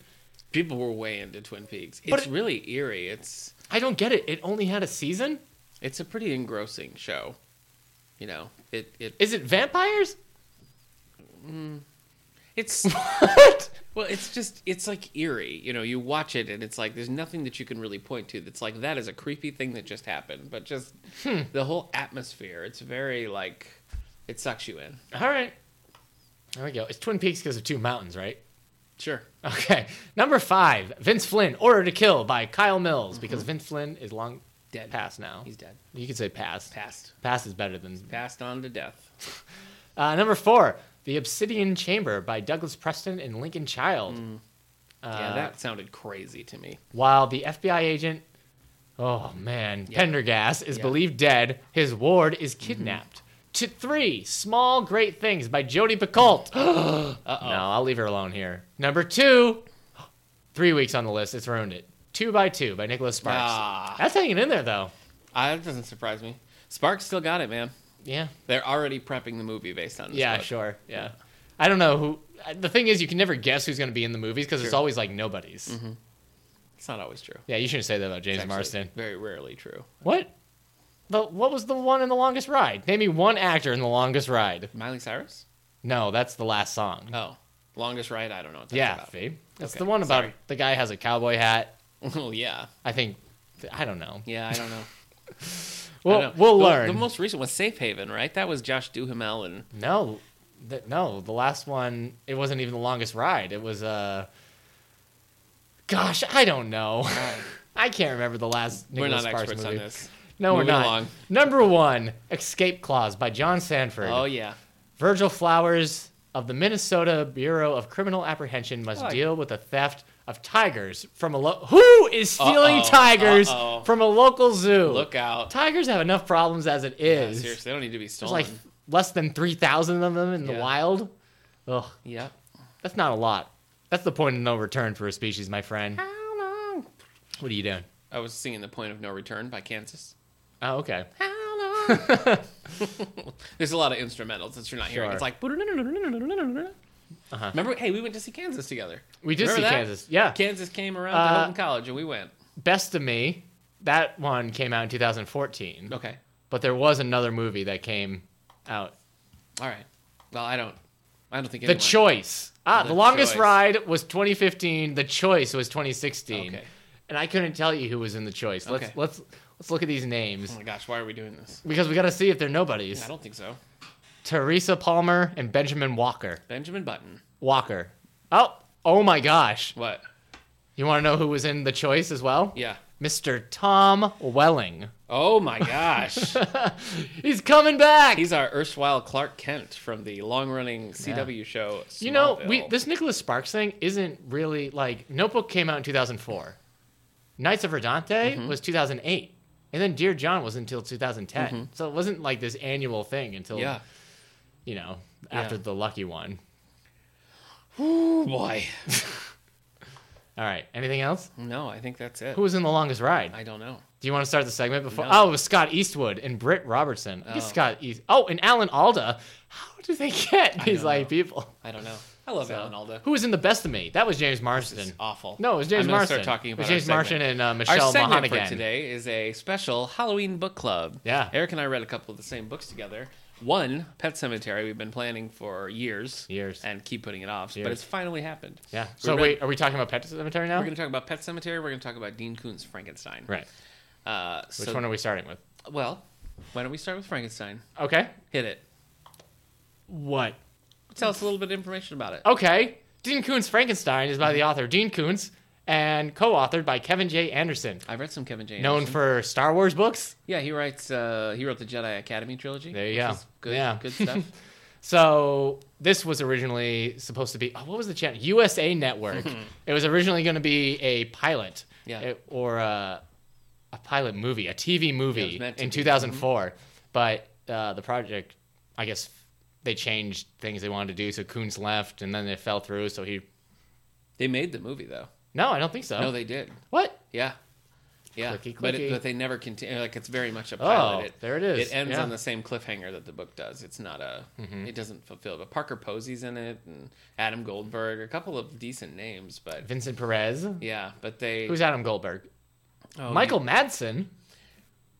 Speaker 2: People were way into Twin Peaks.
Speaker 1: But
Speaker 2: It's
Speaker 1: it-
Speaker 2: really eerie. It's
Speaker 1: I don't get it. It only had a season?
Speaker 2: it's a pretty engrossing show. You know, it it
Speaker 1: Is it vampires?
Speaker 2: it's
Speaker 1: What?
Speaker 2: well, it's just it's like eerie. You know, you watch it and it's like there's nothing that you can really point to that's like that is a creepy thing that just happened. But just
Speaker 1: Hmm.
Speaker 2: the whole atmosphere, it's very like it sucks you in.
Speaker 1: All right. There we go. It's Twin Peaks because of two mountains, right?
Speaker 2: Sure.
Speaker 1: Okay. Number five, Vince Flynn, Order to Kill by Kyle Mills, because Vince Flynn is long
Speaker 2: Dead.
Speaker 1: past now.
Speaker 2: He's dead.
Speaker 1: You could say past.
Speaker 2: Passed.
Speaker 1: Past is better than.
Speaker 2: Passed on to death.
Speaker 1: Uh, number four, The Obsidian Chamber by Douglas Preston and Lincoln Child. Uh,
Speaker 2: yeah, that sounded crazy to me.
Speaker 1: While the FBI agent, oh man, Pendergast is
Speaker 2: Yeah.
Speaker 1: believed dead, his ward is kidnapped. To three, Small Great Things by Jodi Picoult. No, I'll leave her alone here. Number two, three weeks on the list. It's ruined it. Two by Two by Nicholas Sparks.
Speaker 2: Ah.
Speaker 1: That's hanging in there though.
Speaker 2: Ah, that doesn't surprise me. Sparks still got it, man.
Speaker 1: Yeah.
Speaker 2: They're already prepping the movie based on this.
Speaker 1: Yeah,
Speaker 2: book.
Speaker 1: sure. Yeah. I don't know who. The thing is, you can never guess who's going to be in the movies because it's
Speaker 2: Sure.
Speaker 1: always like nobody's.
Speaker 2: It's not always true.
Speaker 1: Yeah, you shouldn't say that about James
Speaker 2: It's actually
Speaker 1: Marston.
Speaker 2: Very rarely true.
Speaker 1: What? The what was the one in the longest ride? Name me one actor in the longest ride.
Speaker 2: Miley Cyrus?
Speaker 1: No, that's the last song.
Speaker 2: Oh. Longest ride? I don't know what that's
Speaker 1: Mm-hmm. yeah,
Speaker 2: about.
Speaker 1: Fee. It's
Speaker 2: Okay,
Speaker 1: the one about
Speaker 2: sorry.
Speaker 1: the guy has a cowboy hat.
Speaker 2: oh, yeah.
Speaker 1: I think. I don't know.
Speaker 2: Yeah, I don't know. I
Speaker 1: We'll
Speaker 2: don't know.
Speaker 1: we'll
Speaker 2: The-
Speaker 1: learn.
Speaker 2: The most recent was Safe Haven, right? That was Josh Duhamel and
Speaker 1: no, th- no. The last one. It wasn't even the longest ride. It was uh. Gosh, I don't know. I can't remember the last.
Speaker 2: we're
Speaker 1: Nicholas
Speaker 2: not
Speaker 1: Sparks
Speaker 2: experts on
Speaker 1: movie.
Speaker 2: this.
Speaker 1: No, we're
Speaker 2: Moving
Speaker 1: not.
Speaker 2: along.
Speaker 1: Number one, Escape Clause by John Sanford.
Speaker 2: Oh, yeah.
Speaker 1: Virgil Flowers of the Minnesota Bureau of Criminal Apprehension must
Speaker 2: Like-
Speaker 1: deal with the theft of tigers from a lo- who is stealing
Speaker 2: Uh-oh,
Speaker 1: tigers
Speaker 2: uh-oh.
Speaker 1: from a local zoo.
Speaker 2: Look out.
Speaker 1: Tigers have enough problems as it is.
Speaker 2: Seriously, they don't need to be
Speaker 1: There's
Speaker 2: stolen.
Speaker 1: like less than 3,000 of them in the
Speaker 2: Yeah.
Speaker 1: wild. Ugh,
Speaker 2: Yep.
Speaker 1: that's not a lot. That's the point of no return for a species, my friend. What are you doing?
Speaker 2: I was singing The Point of No Return by Kansas.
Speaker 1: Oh, okay.
Speaker 2: There's a lot of instrumentals that you're not hearing.
Speaker 1: Sure. Uh-huh.
Speaker 2: It's like. Remember, hey, we went to see Kansas together.
Speaker 1: We did
Speaker 2: Remember
Speaker 1: see
Speaker 2: that?
Speaker 1: Kansas. Yeah.
Speaker 2: Kansas came around
Speaker 1: Uh,
Speaker 2: to Hilton College and we went.
Speaker 1: Best of Me, that one came out in 2014.
Speaker 2: Okay.
Speaker 1: But there was another movie that came out.
Speaker 2: All right. Well, I don't. I don't think
Speaker 1: The
Speaker 2: anyone-
Speaker 1: Choice. Ah, The,
Speaker 2: The
Speaker 1: Longest
Speaker 2: Choice.
Speaker 1: Ride was 2015. The Choice was 2016.
Speaker 2: Okay.
Speaker 1: And I couldn't tell you who was in The Choice. Let's
Speaker 2: Okay.
Speaker 1: let's let's look at these
Speaker 2: Oh
Speaker 1: names
Speaker 2: my gosh, why are we doing this?
Speaker 1: because we got to see if they're nobodies.
Speaker 2: I don't think so.
Speaker 1: Teresa Palmer and Benjamin Walker.
Speaker 2: Benjamin Button.
Speaker 1: Walker. Oh, oh my gosh.
Speaker 2: What?
Speaker 1: You want to know who was in The Choice as well?
Speaker 2: Yeah.
Speaker 1: Mr. Tom Welling.
Speaker 2: Oh my gosh.
Speaker 1: He's coming back.
Speaker 2: He's our erstwhile Clark Kent from the long-running CW show.
Speaker 1: You know, we
Speaker 2: Smallville.
Speaker 1: this Nicholas Sparks thing isn't really like Notebook came out in 2004. Knights of Verdante
Speaker 2: Mm-hmm.
Speaker 1: was 2008. And then Dear John was until 2010. So it wasn't like this annual thing until
Speaker 2: Mm-hmm. Yeah.
Speaker 1: you know, after
Speaker 2: Yeah.
Speaker 1: the lucky one.
Speaker 2: Oh boy.
Speaker 1: All right. Anything else?
Speaker 2: No, I think that's it.
Speaker 1: Who was in the longest ride?
Speaker 2: Mm-hmm. I don't know.
Speaker 1: Do you want to start the segment before?
Speaker 2: No.
Speaker 1: Oh, it was Scott Eastwood and Britt Robertson. I guess
Speaker 2: Oh.
Speaker 1: Scott East. Oh, and Alan Alda. How do they get these
Speaker 2: don't
Speaker 1: like
Speaker 2: know.
Speaker 1: people?
Speaker 2: I don't know. I love
Speaker 1: So-
Speaker 2: Alan Alda.
Speaker 1: Who was in the best of me? That was James Marston.
Speaker 2: It's awful.
Speaker 1: No, it was James
Speaker 2: I'm gonna
Speaker 1: Marston.
Speaker 2: Start talking about
Speaker 1: it was James
Speaker 2: our
Speaker 1: Marston
Speaker 2: segment.
Speaker 1: and uh,
Speaker 2: Our
Speaker 1: Michelle
Speaker 2: segment
Speaker 1: Mahan
Speaker 2: for
Speaker 1: again.
Speaker 2: today is a special Halloween book club.
Speaker 1: Yeah.
Speaker 2: Eric and I read a couple of the same books together. One, Pet Cemetery, we've been planning for years.
Speaker 1: Years.
Speaker 2: And keep putting it off,
Speaker 1: Years.
Speaker 2: but it's finally happened.
Speaker 1: Yeah. So
Speaker 2: We're
Speaker 1: wait, are we talking about Pet Cemetery now?
Speaker 2: We're going to talk about Pet Cemetery. We're going to talk about Dean Koontz Frankenstein.
Speaker 1: Right.
Speaker 2: Uh, so,
Speaker 1: Which one are we starting with?
Speaker 2: Well, why don't we start with Frankenstein?
Speaker 1: Okay.
Speaker 2: Hit it.
Speaker 1: What?
Speaker 2: Tell us a little bit of information about it.
Speaker 1: Okay. Dean Koontz Frankenstein is by
Speaker 2: Mm-hmm.
Speaker 1: the author Dean Koontz and co-authored by Kevin J. Anderson,
Speaker 2: I read some Kevin James.
Speaker 1: known for Star Wars books.
Speaker 2: Yeah, he writes. Uh, he wrote the Jedi Academy trilogy.
Speaker 1: There you
Speaker 2: which
Speaker 1: go.
Speaker 2: is Good,
Speaker 1: Yeah.
Speaker 2: good stuff.
Speaker 1: So this was originally supposed to be oh, what was the channel? USA Network. it was originally going to be a pilot,
Speaker 2: Yeah.
Speaker 1: it- or a, a pilot movie, a TV movie
Speaker 2: meant to
Speaker 1: in
Speaker 2: be.
Speaker 1: 2004. But uh, the project, I guess, they changed things they wanted to do. So Coons left, and then it fell through. So he
Speaker 2: they made the movie though.
Speaker 1: no, I don't think so.
Speaker 2: No, they did.
Speaker 1: what?
Speaker 2: Yeah. Yeah,
Speaker 1: Oh. Clicky,
Speaker 2: but it,
Speaker 1: clicky.
Speaker 2: but they never continue. Like it's very much a
Speaker 1: Oh,
Speaker 2: pilot. it,
Speaker 1: there it is.
Speaker 2: It ends
Speaker 1: Yeah. Mm-hmm.
Speaker 2: on the same cliffhanger that the book does. It's not a. It doesn't fulfill. But Parker Posey's in it, and Adam Goldberg, a couple of decent names. But
Speaker 1: Vincent Perez.
Speaker 2: yeah, but they.
Speaker 1: Who's Adam Goldberg?
Speaker 2: oh,
Speaker 1: Michael Madsen.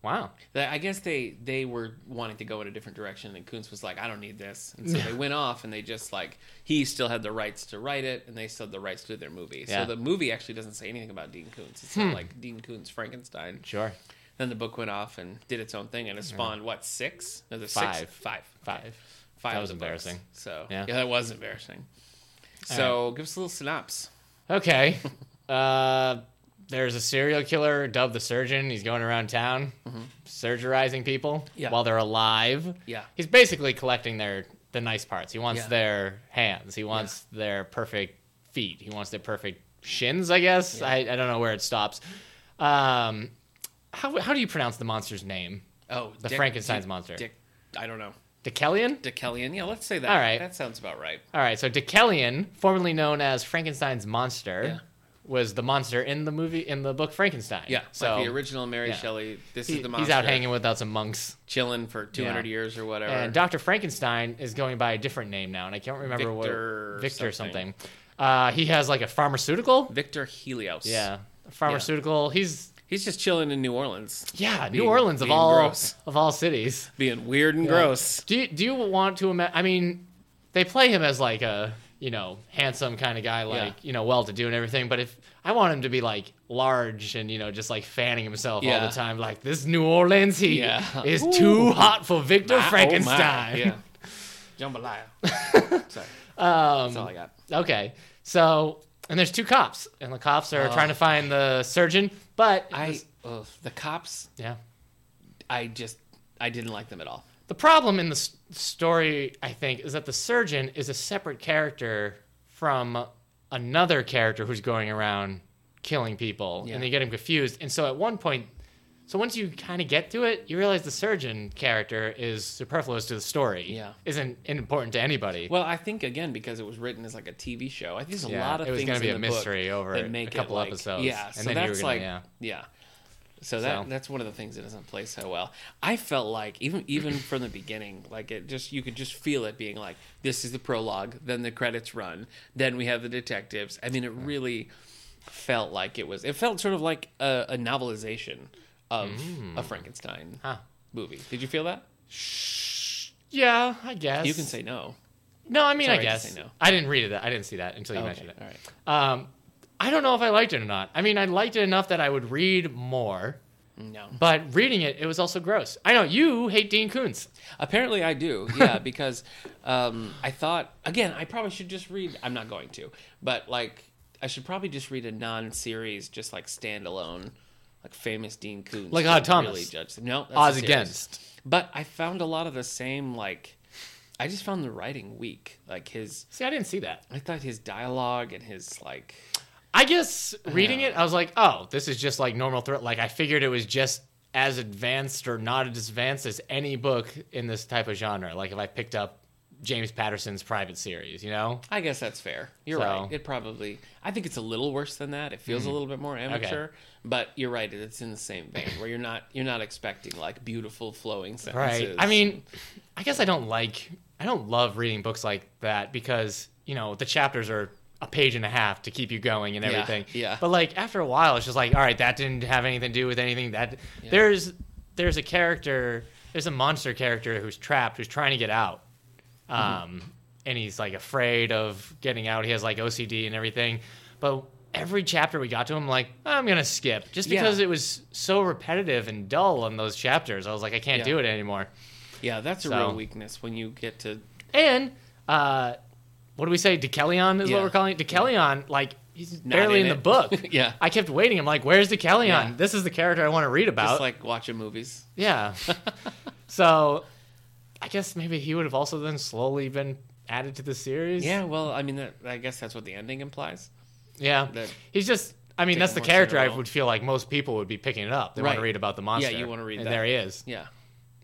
Speaker 1: Wow.
Speaker 2: They- I guess they they were wanting to go in a different direction, and Kuntz was like, "I don't need this," and so they went off, and they just like he still had the rights to write it, and they still had the rights to their movie.
Speaker 1: Yeah. Hmm.
Speaker 2: So the movie actually doesn't say anything about Dean Kuntz. It's not like Dean Kuntz Frankenstein.
Speaker 1: Sure.
Speaker 2: Then the book went off and did its own thing, and it spawned what six? No, there's
Speaker 1: Five.
Speaker 2: six, five,
Speaker 1: Five.
Speaker 2: five.
Speaker 1: That
Speaker 2: of
Speaker 1: was
Speaker 2: the books.
Speaker 1: embarrassing.
Speaker 2: So
Speaker 1: Yeah.
Speaker 2: yeah. that was embarrassing. So give us a little synopsis.
Speaker 1: Okay. Uh, there's a serial killer dubbed the Surgeon. He's going around town, surgerizing people
Speaker 2: Mm-hmm. Yeah.
Speaker 1: while they're alive.
Speaker 2: Yeah.
Speaker 1: He's basically collecting their the nice parts. He wants
Speaker 2: Yeah.
Speaker 1: their hands. He wants their perfect feet. He wants their perfect shins. I guess. I, I don't know where it stops. Um, how how do you pronounce the monster's name?
Speaker 2: Oh,
Speaker 1: The Frankenstein's monster.
Speaker 2: Dick, I don't know.
Speaker 1: Deucalion.
Speaker 2: Deucalion. Yeah, let's say that.
Speaker 1: All right.
Speaker 2: that sounds about right.
Speaker 1: All right, so Deucalion, formerly known as Frankenstein's monster,
Speaker 2: Yeah.
Speaker 1: was the monster in the movie in the book Frankenstein.
Speaker 2: Yeah,
Speaker 1: so
Speaker 2: like the original Mary
Speaker 1: yeah.
Speaker 2: Shelley. This
Speaker 1: he-
Speaker 2: is the monster.
Speaker 1: he's out hanging without some monks.
Speaker 2: chilling for 200
Speaker 1: Yeah.
Speaker 2: years or whatever.
Speaker 1: And Dr. Frankenstein is going by a different name now, and I can't remember
Speaker 2: Victor
Speaker 1: what Victor something.
Speaker 2: something.
Speaker 1: Uh, he has like a pharmaceutical.
Speaker 2: Victor Helios.
Speaker 1: Yeah, a pharmaceutical. He's
Speaker 2: he's just chilling in New Orleans,
Speaker 1: yeah,
Speaker 2: Being-
Speaker 1: New Orleans of
Speaker 2: being
Speaker 1: all
Speaker 2: gross.
Speaker 1: of all cities.
Speaker 2: being weird and gross.
Speaker 1: Do you, do you want to imagine? I mean, they play him as like a you know handsome kind of guy, like you know well to do and everything. But if I want him to be like large and you know just like fanning himself all
Speaker 2: Yeah.
Speaker 1: the time, like this New Orleans heat
Speaker 2: Yeah.
Speaker 1: is
Speaker 2: Ooh.
Speaker 1: too hot for Victor
Speaker 2: My, oh my.
Speaker 1: Frankenstein.
Speaker 2: Yeah. Jambalaya. Sorry. That's all I got.
Speaker 1: Okay, so and there's two cops, and the cops are trying to find the surgeon, but
Speaker 2: Uh. I ugh, the cops.
Speaker 1: yeah.
Speaker 2: I just I didn't like them at all.
Speaker 1: The problem in the s- story, I think, is that the surgeon is a separate character from another character who's going around killing people,
Speaker 2: Yeah.
Speaker 1: and they get him confused. And so at one point, So once you kind of get to it, you realize the surgeon character is superfluous to the story.
Speaker 2: Yeah.
Speaker 1: isn't important to anybody.
Speaker 2: Well, I think again because it was written as like a TV show. I think there's a
Speaker 1: Yeah,
Speaker 2: lot of
Speaker 1: it was
Speaker 2: things
Speaker 1: gonna be
Speaker 2: in
Speaker 1: a
Speaker 2: the book
Speaker 1: mystery over
Speaker 2: that
Speaker 1: a
Speaker 2: make it,
Speaker 1: couple
Speaker 2: like-
Speaker 1: episodes,
Speaker 2: Yeah,
Speaker 1: and
Speaker 2: so
Speaker 1: then you were
Speaker 2: that's
Speaker 1: gonna-
Speaker 2: like
Speaker 1: yeah.
Speaker 2: yeah. So that
Speaker 1: So-
Speaker 2: that's one of the things that doesn't play so well. I felt like even even from the beginning, like it just you could just feel it being like this is the prologue, then the credits run, then we have the detectives. I mean, it really felt like it was. It felt sort of like a, a novelization of
Speaker 1: Mm.
Speaker 2: a Frankenstein
Speaker 1: Huh.
Speaker 2: movie. Did you feel that?
Speaker 1: yeah, I guess
Speaker 2: You can say no.
Speaker 1: no. I mean,
Speaker 2: Sorry
Speaker 1: I
Speaker 2: to
Speaker 1: guess
Speaker 2: say no. Oh,
Speaker 1: I didn't read it. I didn't see that until you
Speaker 2: Okay,
Speaker 1: mentioned it.
Speaker 2: All right.
Speaker 1: Um, I don't know if I liked it or not. I mean, I liked it enough that I would read more,
Speaker 2: No.
Speaker 1: but reading it, it was also gross. I know you hate Dean Koontz.
Speaker 2: Apparently, I do. Yeah, because um, I thought again, I probably should just read. I'm not going to, but like, I should probably just read a non-series, just like standalone, like famous Dean Koontz,
Speaker 1: Like
Speaker 2: to
Speaker 1: Odd Thomas.
Speaker 2: Really judge them. No, that's a
Speaker 1: Odds
Speaker 2: series.
Speaker 1: against.
Speaker 2: But I found a lot of the same. Like, I just found the writing weak. Like his,
Speaker 1: See, I didn't see that.
Speaker 2: I thought his dialogue and his like,
Speaker 1: I guess reading it, I was like, oh, this is just like normal threat. Like I figured it was just as advanced or not as advanced as any book in this type of genre. Like if I picked up James Patterson's private series, you know?
Speaker 2: I guess that's fair. You're
Speaker 1: So- Mm-hmm.
Speaker 2: right. It probably. I think it's a little worse than that. It feels a little bit more amateur, but you're right. It's in the same vein where you're not you're not expecting like beautiful flowing
Speaker 1: Right.
Speaker 2: sentences.
Speaker 1: I mean, I guess I don't like I don't love reading books like that because, you know, the chapters are a page and a half to keep you going and
Speaker 2: Yeah,
Speaker 1: everything.
Speaker 2: yeah.
Speaker 1: But like after a while it's just like, all right, that didn't have anything to do with anything. That there's there's a character there's a monster character who's trapped, who's trying to get out. Um
Speaker 2: Mm-hmm.
Speaker 1: and he's like afraid of getting out. He has like OCD and everything. But every chapter we got to him like i'm gonna skip just
Speaker 2: Yeah.
Speaker 1: because it was so repetitive and dull on those chapters i was like i can't
Speaker 2: Yeah.
Speaker 1: do it anymore
Speaker 2: yeah, that's a
Speaker 1: So-
Speaker 2: real weakness when you get to
Speaker 1: and uh, what do we say? Decallion is
Speaker 2: Yeah.
Speaker 1: what we're calling it. Decallion, like he's
Speaker 2: Not
Speaker 1: barely in,
Speaker 2: in
Speaker 1: the
Speaker 2: it.
Speaker 1: book.
Speaker 2: Yeah.
Speaker 1: I kept waiting. I'm like, where's Decallion?
Speaker 2: Yeah.
Speaker 1: This is the character I want to read about.
Speaker 2: just like watching movies.
Speaker 1: yeah. so, I guess maybe he would have also then slowly been added to the series.
Speaker 2: Yeah, well, I mean, that, I guess that's what the ending implies.
Speaker 1: Yeah.
Speaker 2: That-
Speaker 1: He's just. I mean,
Speaker 2: Take
Speaker 1: that's
Speaker 2: a
Speaker 1: the
Speaker 2: more
Speaker 1: character I
Speaker 2: general-
Speaker 1: would feel like most people would be picking it up. They want to
Speaker 2: Right.
Speaker 1: read about the monster.
Speaker 2: you wanna read
Speaker 1: And
Speaker 2: that.
Speaker 1: there he is.
Speaker 2: Yeah,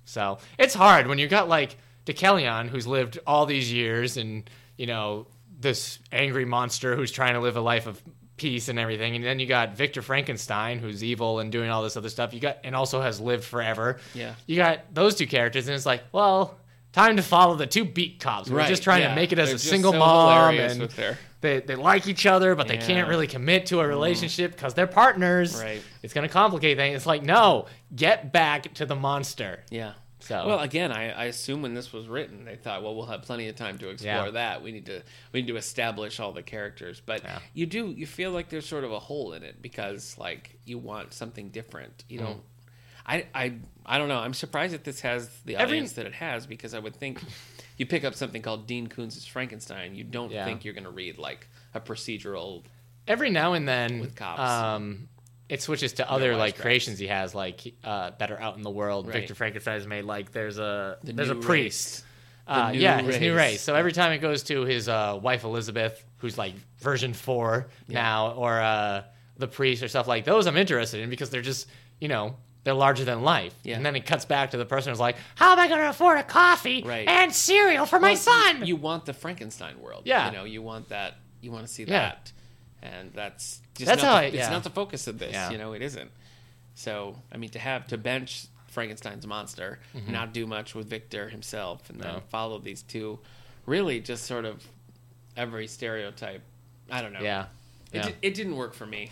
Speaker 1: So it's hard when you got like DeKellion, who's lived all these years, and you know this angry monster who's trying to live a life of peace and everything, and then you got Victor Frankenstein, who's evil and doing all this other stuff. You got and also has lived forever.
Speaker 2: Yeah.
Speaker 1: you got those two characters, and it's like, well, time to follow the two beat cops. We're
Speaker 2: right.
Speaker 1: just trying
Speaker 2: yeah.
Speaker 1: to make it as
Speaker 2: They're
Speaker 1: a
Speaker 2: just
Speaker 1: single
Speaker 2: so
Speaker 1: mom,
Speaker 2: hilarious
Speaker 1: and
Speaker 2: with their-
Speaker 1: they they like each other, but they
Speaker 2: Yeah. Mm-hmm.
Speaker 1: can't really commit to a relationship because they're partners.
Speaker 2: Right.
Speaker 1: It's gonna complicate things. It's like, no, get back to the monster.
Speaker 2: Yeah.
Speaker 1: So-
Speaker 2: well, again, I, I assume when this was written, they thought, well, we'll have plenty of time to explore
Speaker 1: Yeah.
Speaker 2: that. We need to we need to establish all the characters, but
Speaker 1: Yeah.
Speaker 2: you do you feel like there's sort of a hole in it because like you want something different. You
Speaker 1: Mm-hmm.
Speaker 2: don't. I I I don't know. I'm surprised that this has the
Speaker 1: Every-
Speaker 2: audience that it has because I would think you pick up something called Dean Koontz's Frankenstein, you don't
Speaker 1: Yeah.
Speaker 2: think you're going to read like a procedural.
Speaker 1: every now and then
Speaker 2: With cops.
Speaker 1: um it switches to other
Speaker 2: No
Speaker 1: like
Speaker 2: wisecracks.
Speaker 1: creations he has like uh that are out in the world
Speaker 2: Right.
Speaker 1: victor frankenstein's made like there's a
Speaker 2: The
Speaker 1: there's a
Speaker 2: new
Speaker 1: priest uh,
Speaker 2: new
Speaker 1: yeah his new
Speaker 2: race.
Speaker 1: race so every time it goes to his uh wife elizabeth who's like version four now or uh the priest or stuff like those i'm interested in because they're just you know they're larger than life
Speaker 2: Yeah.
Speaker 1: and then it cuts back to the person who's like how am i going to afford a coffee
Speaker 2: Right.
Speaker 1: and cereal for my son
Speaker 2: You want the Frankenstein world.
Speaker 1: Yeah.
Speaker 2: You know, you want that. You want to see
Speaker 1: Yeah.
Speaker 2: that. And that's just
Speaker 1: That's
Speaker 2: not
Speaker 1: how I-
Speaker 2: the,
Speaker 1: yeah.
Speaker 2: it's not the focus of this.
Speaker 1: Yeah.
Speaker 2: You know, it isn't. So I mean, to have to bench Frankenstein's monster, not do much with Victor himself, and then
Speaker 1: Mm-hmm. No.
Speaker 2: follow these two, really just sort of every stereotype. I don't know.
Speaker 1: yeah
Speaker 2: It,
Speaker 1: yeah.
Speaker 2: di- it didn't work for me.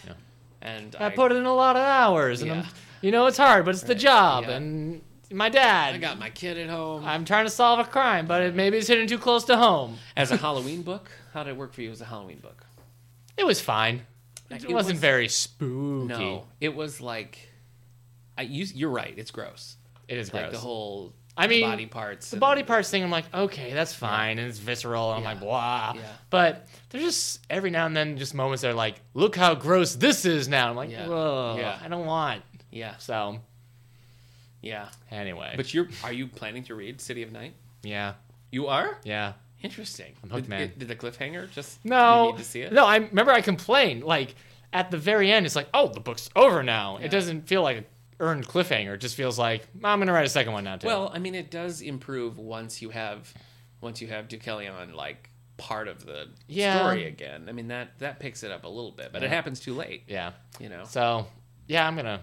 Speaker 2: And
Speaker 1: I put in a lot of hours, and I'm,
Speaker 2: Yeah.
Speaker 1: you know it's hard, but it's the job.
Speaker 2: yeah.
Speaker 1: And my dad,
Speaker 2: I got my kid at home.
Speaker 1: I'm trying to solve a crime, but it, maybe it's hitting too close to home.
Speaker 2: as a Halloween book, how did it work for you as a Halloween book?
Speaker 1: It was fine. It,
Speaker 2: It
Speaker 1: wasn't
Speaker 2: was-
Speaker 1: very spooky.
Speaker 2: No, it was like, I you, you're right. It's gross.
Speaker 1: it is gross.
Speaker 2: Like the whole,
Speaker 1: I mean,
Speaker 2: body parts.
Speaker 1: the
Speaker 2: and-
Speaker 1: body parts thing, I'm like, okay, that's fine, and it's visceral, and I'm like, blah.
Speaker 2: Yeah.
Speaker 1: But there's just every now and then just moments that are like, look how gross this is now. I'm like,
Speaker 2: Yeah.
Speaker 1: whoa,
Speaker 2: Yeah.
Speaker 1: I don't want.
Speaker 2: Yeah,
Speaker 1: So
Speaker 2: yeah.
Speaker 1: anyway,
Speaker 2: But you're, are you planning to read City of Night?
Speaker 1: yeah,
Speaker 2: You are.
Speaker 1: yeah.
Speaker 2: Interesting. I'm
Speaker 1: hooked,
Speaker 2: did,
Speaker 1: man.
Speaker 2: it- did the cliffhanger just?
Speaker 1: No,
Speaker 2: You need to see it.
Speaker 1: no. I remember I complained like at the very end. It's like, oh, the book's over now. It doesn't feel like a earned cliffhanger. It just feels like I'm gonna write a second one now too.
Speaker 2: Well, I mean, it does improve once you have once you have Deucalion like part of the
Speaker 1: Yeah.
Speaker 2: story again. I mean that that picks it up a little bit, but it happens too late.
Speaker 1: yeah.
Speaker 2: You know.
Speaker 1: So yeah, I'm gonna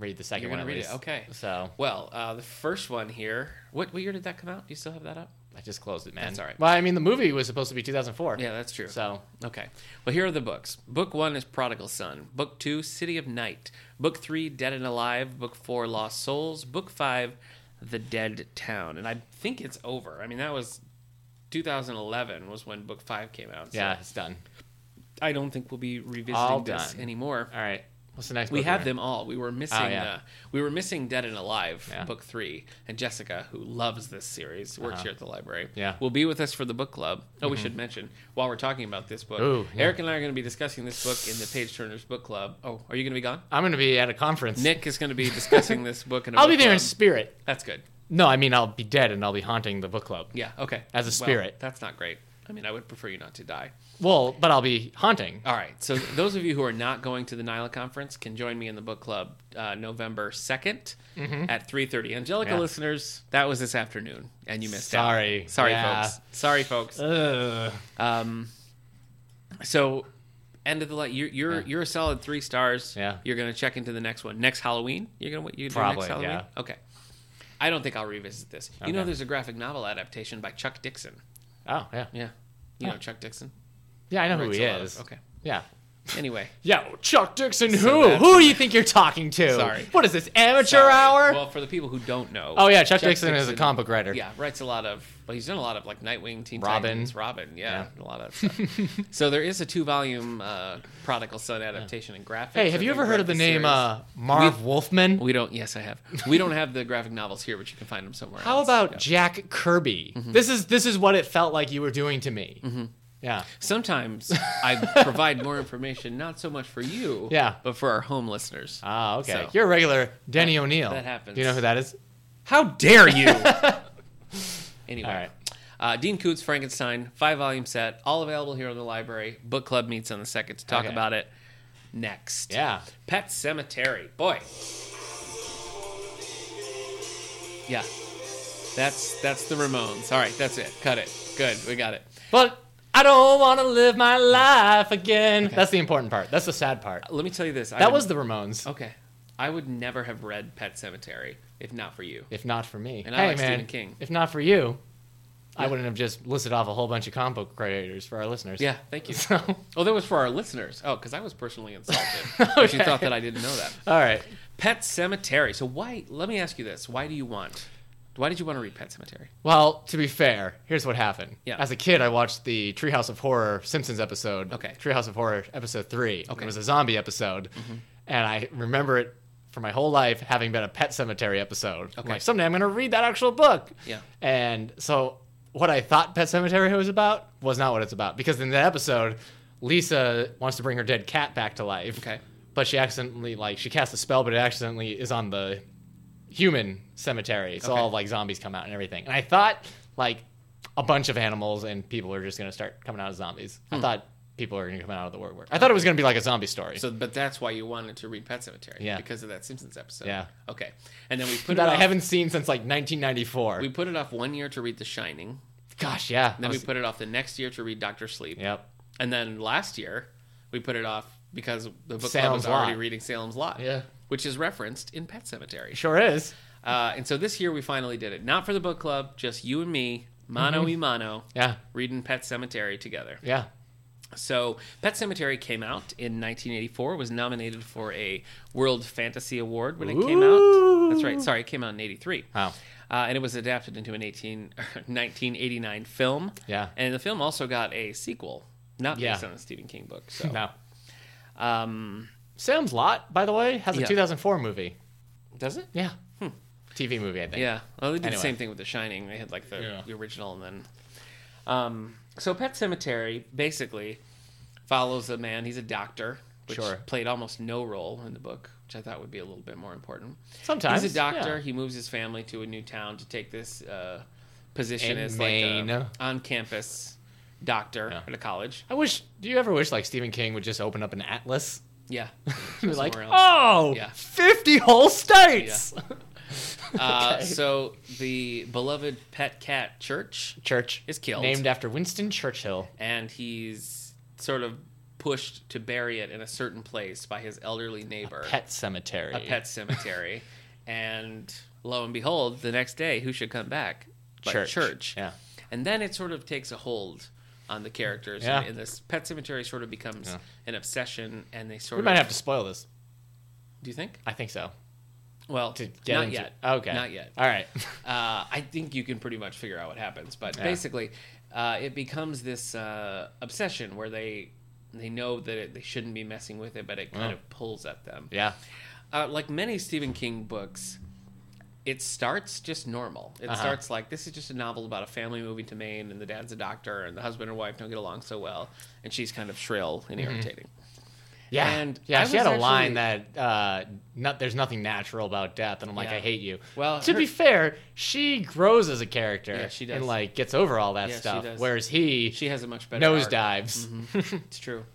Speaker 1: read the 2nd
Speaker 2: You're
Speaker 1: one.
Speaker 2: gonna
Speaker 1: at
Speaker 2: read it,
Speaker 1: least.
Speaker 2: okay.
Speaker 1: So
Speaker 2: well, uh, the first one here. What, what year did that come out? Do you still have that up?
Speaker 1: I just closed it, man.
Speaker 2: That's all right.
Speaker 1: Well, I mean, the movie was supposed to be 2004.
Speaker 2: Yeah, that's true.
Speaker 1: So
Speaker 2: Okay. Well, here are the books. Book one is Prodigal Son. Book two, City of Night. Book three, Dead and Alive. Book four, Lost Souls. Book five, The Dead Town. And I think it's over. I mean, that was 2011 was when book five came out. so
Speaker 1: yeah, it's done.
Speaker 2: I don't think we'll be revisiting
Speaker 1: All
Speaker 2: this
Speaker 1: done.
Speaker 2: anymore.
Speaker 1: All right. What's the next?
Speaker 2: We
Speaker 1: book
Speaker 2: have
Speaker 1: we're in?
Speaker 2: them all. We were missing.
Speaker 1: Oh, yeah.
Speaker 2: uh, we were missing Dead and Alive,
Speaker 1: Yeah. Uh-huh.
Speaker 2: book three, and Jessica, who loves this series, works here at the library.
Speaker 1: Yeah. Mm-hmm.
Speaker 2: will be with us for the book club. Oh, we should mention while we're talking about this book,
Speaker 1: Ooh, yeah.
Speaker 2: Eric and I are going to be discussing this book in the Page Turners book club. Oh, are you going to be gone?
Speaker 1: I'm gonna be at a conference.
Speaker 2: Nick is going to be discussing this book in. A
Speaker 1: I'll
Speaker 2: book
Speaker 1: be there in
Speaker 2: club.
Speaker 1: spirit.
Speaker 2: That's good.
Speaker 1: No, I mean I'll be dead and I'll be haunting the book club.
Speaker 2: Yeah. Okay.
Speaker 1: As a
Speaker 2: Well,
Speaker 1: spirit.
Speaker 2: that's not great. I mean, I would prefer you not to die.
Speaker 1: Well, but I'll be haunting.
Speaker 2: All right. So those of you who are not going to the Nyla conference can join me in the book club uh, November 2nd at 3:30. Angelica
Speaker 1: Mm-hmm. Yeah.
Speaker 2: listeners, that was this afternoon and you missed
Speaker 1: Sorry.
Speaker 2: out. Sorry.
Speaker 1: Yeah. Uh.
Speaker 2: folks. Sorry folks.
Speaker 1: Ugh.
Speaker 2: Um so end of the light you're you're
Speaker 1: Yeah.
Speaker 2: you're a solid 3 stars.
Speaker 1: Yeah.
Speaker 2: You're going to check into the next one. Next Halloween? You're going to you
Speaker 1: Probably,
Speaker 2: next Halloween?
Speaker 1: yeah.
Speaker 2: Okay. I don't think I'll revisit this. You know
Speaker 1: Okay.
Speaker 2: there's a graphic novel adaptation by Chuck Dixon.
Speaker 1: Oh yeah.
Speaker 2: Yeah. You
Speaker 1: Huh.
Speaker 2: know Chuck Dixon?
Speaker 1: Yeah, I know who
Speaker 2: Writes
Speaker 1: he
Speaker 2: a lot of-
Speaker 1: is.
Speaker 2: okay.
Speaker 1: Yeah.
Speaker 2: Anyway,
Speaker 1: Yo, Chuck Dixon,
Speaker 2: So
Speaker 1: who?
Speaker 2: that's-
Speaker 1: Who do you think you're talking to?
Speaker 2: Sorry.
Speaker 1: What is this, amateur
Speaker 2: Sorry.
Speaker 1: hour?
Speaker 2: Well, for the people who don't know.
Speaker 1: oh, yeah, Chuck, Dixon, is a comic book writer.
Speaker 2: Yeah, writes a lot of. Well, he's done a lot of like Nightwing, Teen
Speaker 1: Robin.
Speaker 2: Titans, Robin. Yeah, a lot of stuff. so there is a two-volume uh, Prodigal Son adaptation and graphics.
Speaker 1: Hey, have
Speaker 2: I
Speaker 1: you ever
Speaker 2: think,
Speaker 1: heard
Speaker 2: throughout
Speaker 1: of the name
Speaker 2: series.
Speaker 1: uh, Marv Wolfman?
Speaker 2: we don't. Yes, I have. We don't have the graphic novels here, but you can find them somewhere.
Speaker 1: How
Speaker 2: else.
Speaker 1: about
Speaker 2: Yeah. Mm-hmm.
Speaker 1: Jack Kirby? This is this is what it felt like you were doing to me. Yeah.
Speaker 2: Sometimes I provide more information, not so much for you,
Speaker 1: Yeah.
Speaker 2: but for our home listeners.
Speaker 1: Ah, okay.
Speaker 2: So-
Speaker 1: You're a regular Denny O'Neill.
Speaker 2: that happens.
Speaker 1: Do you know who that is?
Speaker 2: How dare you? anyway.
Speaker 1: All right.
Speaker 2: Uh, Dean Coots, Frankenstein, five volume set, all available here in the library. Book club meets on the second to talk
Speaker 1: Okay.
Speaker 2: about it next.
Speaker 1: Yeah.
Speaker 2: Pet Cemetery. Boy. Yeah. That's that's the Ramones. All right, that's it. Cut it. Good. We got it.
Speaker 1: But I don't want to live my life again. That's the important part. That's the sad part.
Speaker 2: Let me tell you this. I
Speaker 1: That
Speaker 2: would-
Speaker 1: was the Ramones,
Speaker 2: Okay. I would never have read Pet Cemetery if not for you.
Speaker 1: if not for me.
Speaker 2: And I
Speaker 1: hey,
Speaker 2: like
Speaker 1: man,
Speaker 2: Stephen King.
Speaker 1: if not for you, I wouldn't have just listed off a whole bunch of comic book creators for our listeners.
Speaker 2: Yeah, thank you.
Speaker 1: So, all
Speaker 2: Oh, that was for our listeners. Oh, because I was personally insulted. But you
Speaker 1: Okay.
Speaker 2: thought that I didn't know that.
Speaker 1: right.
Speaker 2: Pet Cemetery. So why? Let me ask you this: Why do you want? Why did you want to read Pet Cemetery?
Speaker 1: Well, to be fair, here's what happened.
Speaker 2: Yeah.
Speaker 1: As a kid, I watched the Treehouse of Horror Simpsons episode.
Speaker 2: Okay.
Speaker 1: Treehouse of Horror episode three.
Speaker 2: Okay. Mm-hmm.
Speaker 1: It was a zombie episode, and I remember it for my whole life having been a Pet Cemetery episode. I'm
Speaker 2: Okay.
Speaker 1: like someday I'm going to read that actual book.
Speaker 2: Yeah.
Speaker 1: And so what I thought Pet Cemetery was about was not what it's about because in that episode, Lisa wants to bring her dead cat back to life.
Speaker 2: Okay.
Speaker 1: But she accidentally like she casts a spell, but it accidentally is on the human cemetery. So
Speaker 2: Okay.
Speaker 1: all like zombies come out and everything. And I thought like a bunch of animals and people are just gonna start coming out as zombies. I thought people are gonna come out of the woodwork. I thought it was gonna be like a zombie story.
Speaker 2: Hmm. So, but that's why you wanted to read Pet Cemetery.
Speaker 1: Yeah.
Speaker 2: Because of that Simpsons episode.
Speaker 1: Yeah.
Speaker 2: Okay. And then we put it
Speaker 1: that I
Speaker 2: off,
Speaker 1: haven't seen since like 1994.
Speaker 2: we put it off one year to read The Shining.
Speaker 1: Gosh, yeah. I
Speaker 2: Then we
Speaker 1: was-
Speaker 2: put it off the next year to read Doctor Sleep.
Speaker 1: yep.
Speaker 2: And then last year we put it off because the book club
Speaker 1: Salem's
Speaker 2: was already
Speaker 1: Lot.
Speaker 2: reading Salem's Lot.
Speaker 1: Yeah.
Speaker 2: Which is referenced in Pet Cemetery.
Speaker 1: Sure is.
Speaker 2: Uh, and so this year we finally did it. Not for the book club, just you and me, mano y mano,
Speaker 1: Mm-hmm. Yeah.
Speaker 2: reading Pet Cemetery together.
Speaker 1: Yeah.
Speaker 2: So, Pet Cemetery came out in 1984, was nominated for a World Fantasy Award when it came out. That's right. Sorry, it came out in 83.
Speaker 1: Wow.
Speaker 2: Uh, and it was adapted into an 18, 1989 film.
Speaker 1: Yeah.
Speaker 2: And the film also got a sequel, not based
Speaker 1: Yeah.
Speaker 2: on a Stephen King book. So,
Speaker 1: No.
Speaker 2: um,
Speaker 1: Sam's Lot, by the way, has a
Speaker 2: Yeah.
Speaker 1: 2004 movie.
Speaker 2: does it?
Speaker 1: Yeah. TV movie, I think.
Speaker 2: Yeah. Well, they did
Speaker 1: Anyway.
Speaker 2: the same thing with The Shining. They had like the,
Speaker 1: Yeah.
Speaker 2: the original and then. Um, so Pet Cemetery basically follows a man. He's a doctor, which
Speaker 1: Sure.
Speaker 2: played almost no role in the book, which I thought would be a little bit more important.
Speaker 1: Sometimes.
Speaker 2: he's a doctor.
Speaker 1: yeah.
Speaker 2: He moves his family to a new town to take this uh, position
Speaker 1: In
Speaker 2: as like
Speaker 1: Maine.
Speaker 2: a on-campus doctor
Speaker 1: Yeah.
Speaker 2: at a college.
Speaker 1: I wish. Do you ever wish like Stephen King would just open up an atlas
Speaker 2: Yeah.
Speaker 1: You're like,
Speaker 2: Somewhere else.
Speaker 1: oh,
Speaker 2: Yeah.
Speaker 1: 50 whole states.
Speaker 2: Uh, so the beloved pet cat Church
Speaker 1: Church
Speaker 2: is killed.
Speaker 1: named after Winston Churchill.
Speaker 2: and he's sort of pushed to bury it in a certain place by his elderly neighbor,
Speaker 1: Pet cemetery.
Speaker 2: a pet cemetery. and lo and behold, the next day, who should come back? But
Speaker 1: church.
Speaker 2: church.
Speaker 1: Yeah.
Speaker 2: And then it sort of takes a hold on the characters,
Speaker 1: Yeah.
Speaker 2: and, and this pet cemetery sort of becomes
Speaker 1: Yeah.
Speaker 2: an obsession, and they sort
Speaker 1: We
Speaker 2: of.
Speaker 1: might have to spoil this.
Speaker 2: do you think?
Speaker 1: I think so.
Speaker 2: Well,
Speaker 1: To get
Speaker 2: not
Speaker 1: into-
Speaker 2: yet.
Speaker 1: Okay.
Speaker 2: Not yet.
Speaker 1: All right.
Speaker 2: uh, I think you can pretty much figure out what happens. But
Speaker 1: Yeah.
Speaker 2: basically, uh, it becomes this uh, obsession where they they know that it, they shouldn't be messing with it, but it kind
Speaker 1: Yeah.
Speaker 2: of pulls at them.
Speaker 1: yeah.
Speaker 2: Uh, like many Stephen King books, it starts just normal. It
Speaker 1: Uh-huh.
Speaker 2: starts like this is just a novel about a family moving to Maine, and the dad's a doctor, and the husband and wife don't get along so well, and she's kind of shrill and
Speaker 1: Mm-hmm.
Speaker 2: irritating.
Speaker 1: Yeah.
Speaker 2: And I
Speaker 1: yeah, she
Speaker 2: was
Speaker 1: had a line
Speaker 2: actually-
Speaker 1: that uh, not, there's nothing natural about death, and I'm like,
Speaker 2: Yeah.
Speaker 1: I hate you.
Speaker 2: Well,
Speaker 1: to
Speaker 2: her-
Speaker 1: be fair, she grows as a character.
Speaker 2: Yeah, she does.
Speaker 1: And like gets over all that
Speaker 2: Yeah, she
Speaker 1: stuff,
Speaker 2: does.
Speaker 1: whereas he
Speaker 2: She has a much better Mm-hmm. arc.
Speaker 1: nosedives.
Speaker 2: It's true.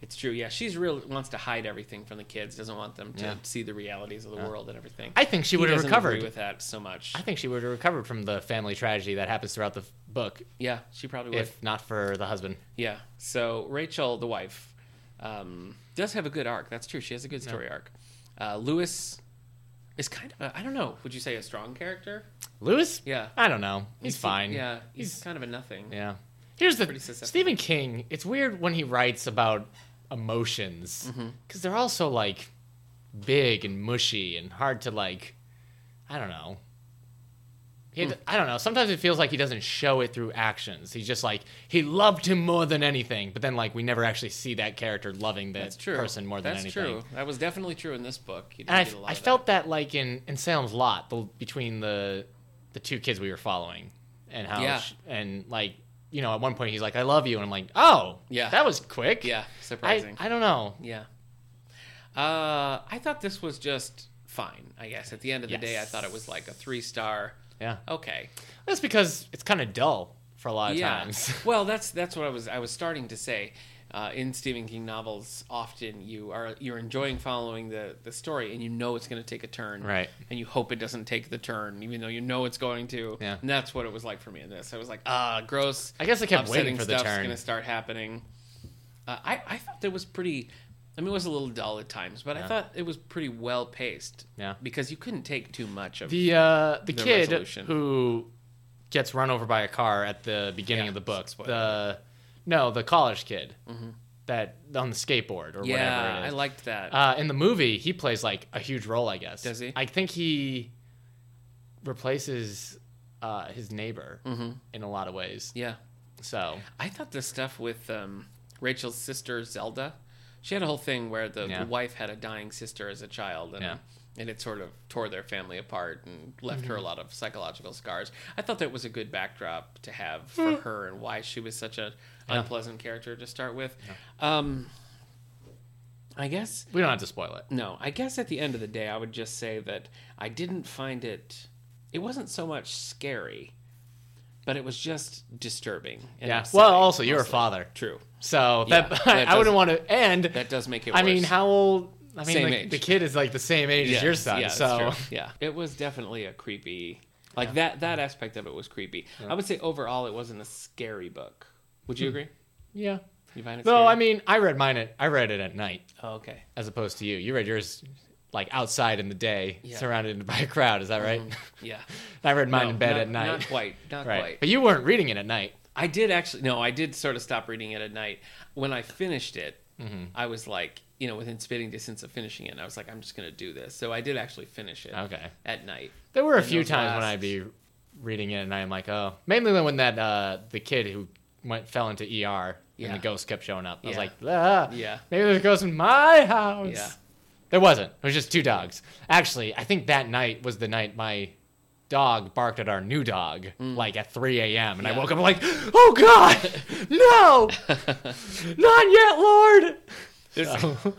Speaker 2: It's true. Yeah, she's real wants to hide everything from the kids. Doesn't want them to
Speaker 1: Yeah.
Speaker 2: see the realities of the world and everything.
Speaker 1: I think she
Speaker 2: He
Speaker 1: would have
Speaker 2: doesn't
Speaker 1: recovered.
Speaker 2: agree with that so much.
Speaker 1: I think she would have recovered from the family tragedy that happens throughout the f- book,
Speaker 2: yeah, she probably would.
Speaker 1: if not for the husband.
Speaker 2: Yeah. So Rachel, the wife, um, does have a good arc. That's true. She has a good story arc. Uh, Lewis is kind of a, I don't know. Would you say a strong character?
Speaker 1: Lewis?
Speaker 2: Yeah.
Speaker 1: I don't know. He's, fine.
Speaker 2: Yeah, he's,
Speaker 1: He's-
Speaker 2: kind of a nothing.
Speaker 1: Yeah. Here's the
Speaker 2: Pretty susceptible.
Speaker 1: Stephen King. It's weird when he writes about emotions
Speaker 2: Mm-hmm.
Speaker 1: because they're all so like big and mushy and hard to like. I don't know. He,
Speaker 2: Mm.
Speaker 1: I don't know. Sometimes it feels like he doesn't show it through actions. He's just like he loved him more than anything, but then like we never actually see that character loving that
Speaker 2: That's true.
Speaker 1: person more than
Speaker 2: That's
Speaker 1: anything.
Speaker 2: true. That was definitely true in this book. You
Speaker 1: And
Speaker 2: didn't get a lot
Speaker 1: I, I
Speaker 2: of that.
Speaker 1: felt that like in, in Salem's Lot, the, between the the two kids we were following, and how
Speaker 2: Yeah.
Speaker 1: sh- and like you know at one point he's like I love you, and I'm like oh
Speaker 2: Yeah.
Speaker 1: that was quick
Speaker 2: yeah
Speaker 1: I,
Speaker 2: surprising.
Speaker 1: I don't know
Speaker 2: Yeah. Uh, I thought this was just fine. I guess at the end of the day, I thought it was like a three star.
Speaker 1: yeah
Speaker 2: Okay.
Speaker 1: that's because it's kind of dull for a lot of
Speaker 2: yeah.
Speaker 1: times
Speaker 2: well, that's that's what I was I was starting to say. Uh, in Stephen King novels, often you are you're enjoying following the the story, and you know it's going to take a turn,
Speaker 1: Right.
Speaker 2: And you hope it doesn't take the turn, even though you know it's going to.
Speaker 1: Yeah.
Speaker 2: And that's what it was like for me in this. I was like, ah, gross.
Speaker 1: I guess I kept waiting
Speaker 2: upsetting
Speaker 1: for the
Speaker 2: stuff's
Speaker 1: turn.
Speaker 2: Going to start happening. Uh, I I thought it was pretty. I mean, it was a little dull at times, but I thought it was pretty well paced.
Speaker 1: Yeah.
Speaker 2: Because you couldn't take too much of
Speaker 1: the uh, the,
Speaker 2: The
Speaker 1: kid
Speaker 2: resolution.
Speaker 1: who gets run over by a car at the beginning of
Speaker 2: Yeah,
Speaker 1: the book
Speaker 2: spoiler. Mm-hmm.
Speaker 1: the no the college kid that on the skateboard or whatever
Speaker 2: yeah.
Speaker 1: it is.
Speaker 2: I liked that.
Speaker 1: Uh, in the movie, he plays like a huge role, I guess.
Speaker 2: Does he?
Speaker 1: I think he replaces uh, his neighbor
Speaker 2: Mm-hmm.
Speaker 1: in a lot of ways.
Speaker 2: yeah.
Speaker 1: So
Speaker 2: I thought the stuff with um, Rachel's sister Zelda, she had a whole thing where the,
Speaker 1: Yeah.
Speaker 2: the wife had a dying sister as a child, and
Speaker 1: Yeah.
Speaker 2: and it sort of tore their family apart and left her a lot of psychological scars. I thought that was a good backdrop to have for her and why she was such a unpleasant character to start with. Um, I guess
Speaker 1: we don't have to spoil it.
Speaker 2: no, I guess at the end of the day, I would just say that I didn't find it. It wasn't so much scary, but it was just disturbing. and
Speaker 1: Yeah.
Speaker 2: upsetting,
Speaker 1: Well, also you're a
Speaker 2: mostly.
Speaker 1: father,
Speaker 2: True.
Speaker 1: so
Speaker 2: Yeah,
Speaker 1: that,
Speaker 2: that
Speaker 1: I
Speaker 2: does-
Speaker 1: wouldn't want to. And
Speaker 2: That does make it.
Speaker 1: I mean,
Speaker 2: worse.
Speaker 1: how old? I mean,
Speaker 2: Same
Speaker 1: like,
Speaker 2: age.
Speaker 1: the kid is like the same age
Speaker 2: Yeah,
Speaker 1: as your son.
Speaker 2: yeah, that's
Speaker 1: so
Speaker 2: true. yeah, it was definitely a creepy. Like that that aspect of it was creepy. I would say overall, it wasn't a scary book. Would you agree?
Speaker 1: yeah.
Speaker 2: You find it?
Speaker 1: Hmm. No,
Speaker 2: scary?
Speaker 1: I mean, I read mine at I read it at night
Speaker 2: Oh, okay.
Speaker 1: as opposed to you. You read yours like outside in the day,
Speaker 2: Yeah.
Speaker 1: surrounded by a crowd. Is that right?
Speaker 2: Yeah.
Speaker 1: I read mine
Speaker 2: No,
Speaker 1: in bed
Speaker 2: not-
Speaker 1: at night.
Speaker 2: Not quite. Not
Speaker 1: Right.
Speaker 2: quite.
Speaker 1: But you weren't reading it at night.
Speaker 2: I did actually. No, I did sort of stop reading it at night. When I finished it,
Speaker 1: Mm-hmm.
Speaker 2: I was like, you know, within spitting distance of finishing it, and I was like, I'm just gonna do this. So I did actually finish it.
Speaker 1: Okay.
Speaker 2: At night.
Speaker 1: There were a
Speaker 2: In
Speaker 1: few
Speaker 2: those
Speaker 1: times when
Speaker 2: last-
Speaker 1: I'd be reading it and I'm like, oh, mainly when that uh, the kid who went fell into ER
Speaker 2: Yeah.
Speaker 1: and the ghost kept showing up. I was
Speaker 2: Yeah.
Speaker 1: like, ah,
Speaker 2: Yeah.
Speaker 1: maybe there's a ghost in my house.
Speaker 2: Yeah.
Speaker 1: There wasn't. It was just two dogs. Actually, I think that night was the night my dog barked at our new dog like at 3 a.m. and I
Speaker 2: Mm. Yeah.
Speaker 1: woke up like, oh god, no, not yet, Lord.
Speaker 2: This,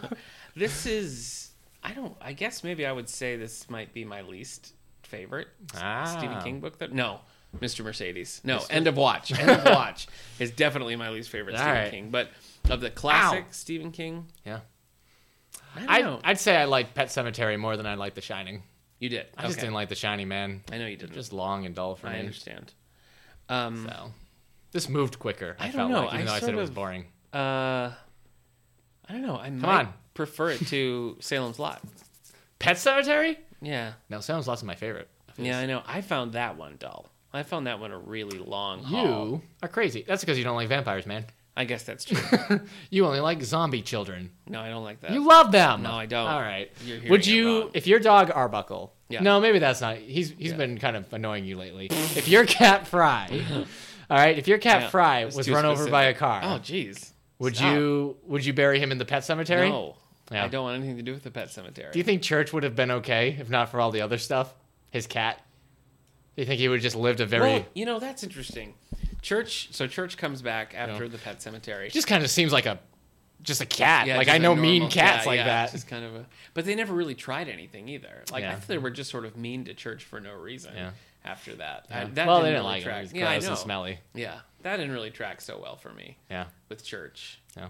Speaker 2: this is. I don't. I guess maybe I would say this might be my least favorite
Speaker 1: Ah.
Speaker 2: Stephen King book. That no, Mr. Mercedes. No, End of Watch. End of Watch is definitely my least favorite
Speaker 1: All
Speaker 2: Stephen
Speaker 1: right.
Speaker 2: King. But of the classic Stephen King,
Speaker 1: Yeah.
Speaker 2: I
Speaker 1: I
Speaker 2: don't know.
Speaker 1: I'd say I like Pet Cemetery more than I like The Shining.
Speaker 2: you did.
Speaker 1: I just
Speaker 2: Okay.
Speaker 1: didn't like The Shining, man.
Speaker 2: I know you didn't.
Speaker 1: Just long and dull for
Speaker 2: I
Speaker 1: me.
Speaker 2: understand. Um,
Speaker 1: So this moved quicker. I,
Speaker 2: I don't
Speaker 1: felt
Speaker 2: know.
Speaker 1: like, even
Speaker 2: I
Speaker 1: though I said
Speaker 2: sort
Speaker 1: it was
Speaker 2: of-
Speaker 1: boring.
Speaker 2: uh, I don't know. I Come
Speaker 1: on.
Speaker 2: prefer it to Salem's Lot.
Speaker 1: Pet Cemetery?
Speaker 2: Yeah.
Speaker 1: No, Sounds Lost is my favorite.
Speaker 2: Yeah, I know. I found that one dull. I found that one a really long haul.
Speaker 1: You are crazy. That's because you don't like vampires, man.
Speaker 2: I guess that's true.
Speaker 1: You only like zombie children.
Speaker 2: No, I don't like that.
Speaker 1: You love them.
Speaker 2: No, I don't.
Speaker 1: All right.
Speaker 2: You're hearing
Speaker 1: Would
Speaker 2: it
Speaker 1: you,
Speaker 2: wrong.
Speaker 1: if your dog Arbuckle?
Speaker 2: Yeah.
Speaker 1: No, maybe that's not. He's he's
Speaker 2: Yeah.
Speaker 1: been kind of annoying you lately. if your cat Fry, all right. If your cat
Speaker 2: Yeah,
Speaker 1: Fry
Speaker 2: that's
Speaker 1: was
Speaker 2: too
Speaker 1: run over
Speaker 2: specific.
Speaker 1: by a car,
Speaker 2: Oh, jeez.
Speaker 1: would
Speaker 2: Stop.
Speaker 1: you would you bury him in the pet cemetery?
Speaker 2: No.
Speaker 1: Yeah.
Speaker 2: I don't want anything to do with the pet cemetery.
Speaker 1: Do you think Church would have been okay if not for all the other stuff? His cat. Do you think he would have just lived a very?
Speaker 2: Well, you know, that's interesting. Church, so Church comes back after the pet cemetery.
Speaker 1: It just kind of seems like a, just a cat. like
Speaker 2: just
Speaker 1: I
Speaker 2: a
Speaker 1: know mean
Speaker 2: normal-
Speaker 1: cats
Speaker 2: yeah,
Speaker 1: like
Speaker 2: yeah,
Speaker 1: that.
Speaker 2: it's Just kind of a, but they never really tried anything either. Like I
Speaker 1: Yeah.
Speaker 2: thought they were just sort of mean to Church for no reason.
Speaker 1: Yeah.
Speaker 2: After that, I-
Speaker 1: Yeah.
Speaker 2: that
Speaker 1: well,
Speaker 2: didn't
Speaker 1: they didn't
Speaker 2: really
Speaker 1: like
Speaker 2: track.
Speaker 1: it. It was
Speaker 2: yeah,
Speaker 1: gross
Speaker 2: I know.
Speaker 1: and smelly.
Speaker 2: Yeah, that didn't really track so well for me
Speaker 1: Yeah.
Speaker 2: with Church.
Speaker 1: Yeah.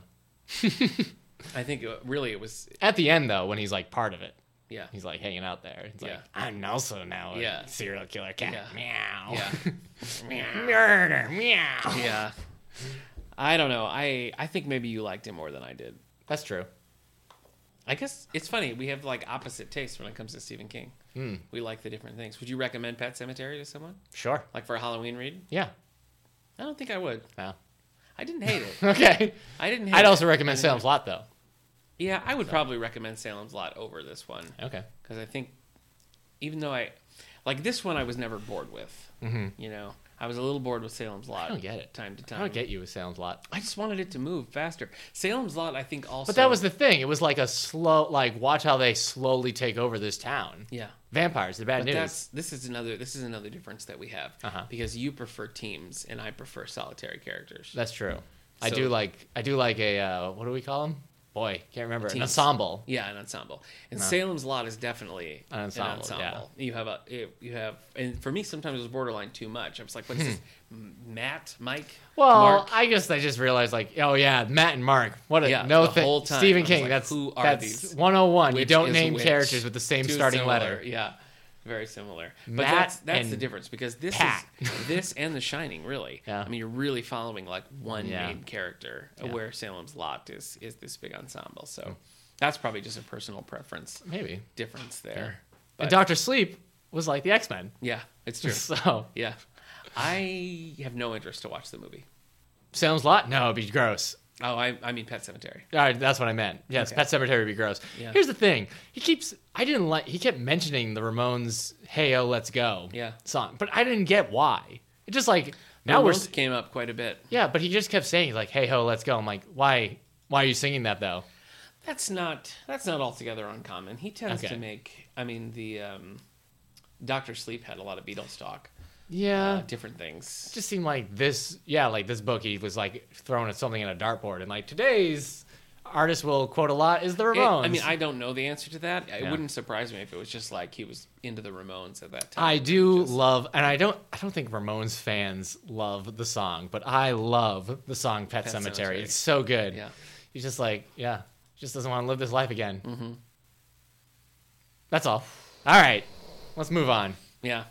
Speaker 2: I think it, really it was
Speaker 1: At the end though, when he's like part of it,
Speaker 2: yeah
Speaker 1: he's like hanging out there. It's like
Speaker 2: Yeah.
Speaker 1: I'm also now a
Speaker 2: Yeah.
Speaker 1: serial killer cat.
Speaker 2: Yeah.
Speaker 1: Meow.
Speaker 2: yeah
Speaker 1: Murder. Meow.
Speaker 2: yeah. I don't know. I I think maybe you liked it more than I did.
Speaker 1: That's true.
Speaker 2: I guess it's funny we have like opposite tastes when it comes to Stephen King.
Speaker 1: Hmm.
Speaker 2: We like the different things. Would you recommend Pet Cemetery to someone
Speaker 1: Sure.
Speaker 2: like for a Halloween read?
Speaker 1: Yeah.
Speaker 2: I don't think I would.
Speaker 1: Yeah.
Speaker 2: I didn't hate it.
Speaker 1: Okay.
Speaker 2: I didn't. Hate
Speaker 1: I'd
Speaker 2: it.
Speaker 1: also recommend
Speaker 2: I didn't
Speaker 1: Salem's Lot though.
Speaker 2: hate it. Yeah, I would probably recommend Salem's Lot over this one
Speaker 1: Okay.
Speaker 2: because I think, even though I, like this one, I was never bored with. Mm-hmm. You know, I was a little bored with Salem's Lot.
Speaker 1: don't get it.
Speaker 2: Time to time.
Speaker 1: I don't get you with Salem's Lot.
Speaker 2: I just wanted it to move faster. Salem's Lot, I think, also.
Speaker 1: But that was the thing. It was like a slow, like watch how they slowly take over this town.
Speaker 2: yeah.
Speaker 1: Vampires, the bad
Speaker 2: But
Speaker 1: news.
Speaker 2: that's this is another this is another difference that we have
Speaker 1: Uh-huh.
Speaker 2: because you prefer teams and I prefer solitary characters.
Speaker 1: That's true. I
Speaker 2: So-
Speaker 1: do like I do like a uh, what do we call them? Boy, can't remember. An
Speaker 2: Teams.
Speaker 1: ensemble.
Speaker 2: yeah, an ensemble. And Salem's Lot is definitely
Speaker 1: An ensemble, yeah.
Speaker 2: You have a you have and for me sometimes it was borderline too much. I was like, what is this? M- Matt, Mike,
Speaker 1: Hmm. Well,
Speaker 2: Mark?
Speaker 1: I guess I just realized like, oh yeah, Matt and Mark. What a
Speaker 2: Yeah,
Speaker 1: no
Speaker 2: the
Speaker 1: thing.
Speaker 2: whole time I
Speaker 1: Stephen
Speaker 2: was
Speaker 1: King.
Speaker 2: like,
Speaker 1: that's
Speaker 2: who are
Speaker 1: that's
Speaker 2: these?
Speaker 1: 101. you
Speaker 2: Which
Speaker 1: don't
Speaker 2: is
Speaker 1: name
Speaker 2: which?
Speaker 1: characters with the same
Speaker 2: Too
Speaker 1: starting
Speaker 2: similar,
Speaker 1: letter.
Speaker 2: Yeah, very similar. But
Speaker 1: Matt
Speaker 2: that's that's the
Speaker 1: and
Speaker 2: difference because this
Speaker 1: Pat.
Speaker 2: is this and The Shining really.
Speaker 1: Yeah.
Speaker 2: I mean, you're really following like one
Speaker 1: Yeah.
Speaker 2: main character, where Salem's Lot is is this big ensemble.
Speaker 1: Hmm.
Speaker 2: So that's probably just a personal preference
Speaker 1: Maybe.
Speaker 2: difference there.
Speaker 1: and
Speaker 2: But-
Speaker 1: Doctor Sleep was like the X Men.
Speaker 2: Yeah, it's true.
Speaker 1: So
Speaker 2: yeah, I have no interest to watch the movie.
Speaker 1: Salem's Lot. No, it'd be gross.
Speaker 2: Oh, I I mean Pet Cemetery.
Speaker 1: All right, that's what I meant. Yes,
Speaker 2: Okay.
Speaker 1: Pet Cemetery would be gross.
Speaker 2: Yeah.
Speaker 1: Here's the thing: he keeps. I didn't like. He kept mentioning the Ramones' "Hey Oh Let's Go"
Speaker 2: Yeah.
Speaker 1: song, but I didn't get why. It just like now we're
Speaker 2: Ramones came up quite a bit.
Speaker 1: yeah, but he just kept saying like "Hey Ho Let's Go." I'm like, why? Why are you singing that though?
Speaker 2: That's not that's not altogether uncommon. He tends
Speaker 1: Okay.
Speaker 2: to make. I mean, the um, Doctor Sleep had a lot of Beatles talk,
Speaker 1: Yeah,
Speaker 2: uh,
Speaker 1: it
Speaker 2: different things.
Speaker 1: just seemed like this. Yeah, like this book, he was like throwing something at a dartboard, and like today's artist will quote a lot is the
Speaker 2: It-
Speaker 1: Ramones.
Speaker 2: I mean, I don't know the answer to that. It
Speaker 1: Yeah.
Speaker 2: wouldn't surprise me if it was just like he was into the Ramones at that time.
Speaker 1: I do
Speaker 2: Just-
Speaker 1: love, and I don't. I don't think Ramones fans love the song, but I love the song "Pet,
Speaker 2: Pet
Speaker 1: Cemetery.
Speaker 2: Sematary.
Speaker 1: It's so good.
Speaker 2: Yeah.
Speaker 1: he's just like, yeah, just doesn't want to live this life again. Mm-hmm. That's all. All right, let's move on.
Speaker 2: Yeah.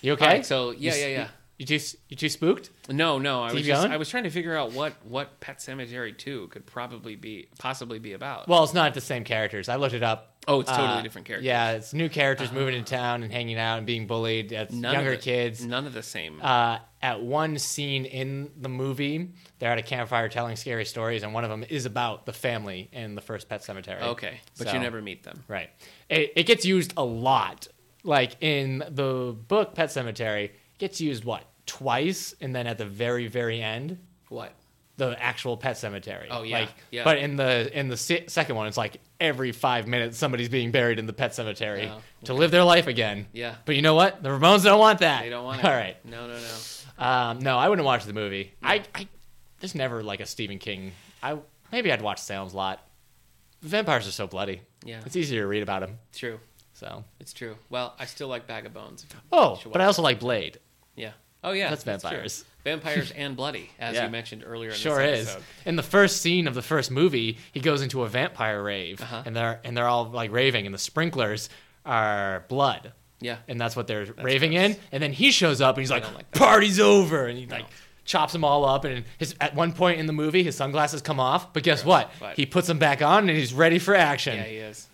Speaker 1: You okay?
Speaker 2: All right, so yeah,
Speaker 1: You
Speaker 2: yeah,
Speaker 1: s-
Speaker 2: yeah.
Speaker 1: You too? s- You too spooked?
Speaker 2: No, no. I
Speaker 1: Keep
Speaker 2: was just,
Speaker 1: going?
Speaker 2: I was trying to figure out what what Pet Cemetery Two could probably be possibly be about.
Speaker 1: Well, it's not the same characters. I looked it up. Uh,
Speaker 2: Oh, it's totally different characters.
Speaker 1: Yeah, it's new characters moving into town and hanging out and being bullied. It's younger
Speaker 2: of the,
Speaker 1: kids.
Speaker 2: None of the same.
Speaker 1: uh, at one scene in the movie, they're at a campfire telling scary stories, and one of them is about the family in the first Pet Cemetery.
Speaker 2: okay, but
Speaker 1: So-
Speaker 2: you never meet them.
Speaker 1: Right. It, it gets used a lot. Like in the book Pet Cemetery, it gets used, what, twice? And then at the very, very end,
Speaker 2: What?
Speaker 1: the actual Pet Cemetery.
Speaker 2: Oh, yeah,
Speaker 1: Like,
Speaker 2: yeah.
Speaker 1: But in the in the se- second one, it's like every five minutes somebody's being buried in the Pet Cemetery
Speaker 2: Oh,
Speaker 1: to live their life again.
Speaker 2: Yeah.
Speaker 1: But you know what? The Ramones don't want that.
Speaker 2: They don't want it.
Speaker 1: All right.
Speaker 2: No, no, no.
Speaker 1: Um, no, I wouldn't watch the movie. I, I there's never like a Stephen King. I maybe I'd watch Salem's Lot. Vampires are so bloody.
Speaker 2: Yeah.
Speaker 1: it's easier to read about them.
Speaker 2: True.
Speaker 1: So
Speaker 2: It's true. Well, I still like Bag of Bones.
Speaker 1: oh,
Speaker 2: Should
Speaker 1: but I
Speaker 2: watch.
Speaker 1: also like Blade.
Speaker 2: yeah. Oh yeah,
Speaker 1: That's
Speaker 2: true.
Speaker 1: vampires.
Speaker 2: Vampires and bloody, as
Speaker 1: Yeah.
Speaker 2: you mentioned earlier. in
Speaker 1: Sure
Speaker 2: this
Speaker 1: is.
Speaker 2: episode.
Speaker 1: In the first scene of the first movie, he goes into a vampire rave,
Speaker 2: Uh-huh.
Speaker 1: and they're and they're all like raving, and the sprinklers are blood,
Speaker 2: Yeah.
Speaker 1: and that's what they're raving
Speaker 2: gross.
Speaker 1: in. And then he shows up, and he's like,
Speaker 2: don't like that.
Speaker 1: "Party's over," and he like chops them all up. And his at one point in the movie, his sunglasses come off, but guess what?
Speaker 2: But-
Speaker 1: He puts them back on, and he's ready for action.
Speaker 2: Yeah, he is.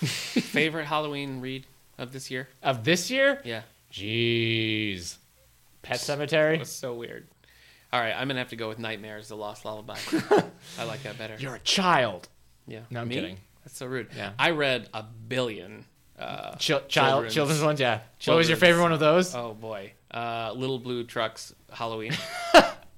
Speaker 2: Favorite Halloween read of this year?
Speaker 1: Of this year,
Speaker 2: Yeah.
Speaker 1: jeez, Pet
Speaker 2: It
Speaker 1: Cemetery.
Speaker 2: was so weird. All right, I'm gonna have to go with Nightmares, The Lost Lullaby. I like that better.
Speaker 1: You're a child.
Speaker 2: yeah.
Speaker 1: No, I'm
Speaker 2: Me?
Speaker 1: kidding.
Speaker 2: That's so rude.
Speaker 1: Yeah.
Speaker 2: I read a billion. Uh,
Speaker 1: Chil- child,
Speaker 2: Children's.
Speaker 1: children's, ones. Yeah. What was your
Speaker 2: Children's.
Speaker 1: favorite one of those?
Speaker 2: oh boy. Uh, Little Blue Trucks Halloween.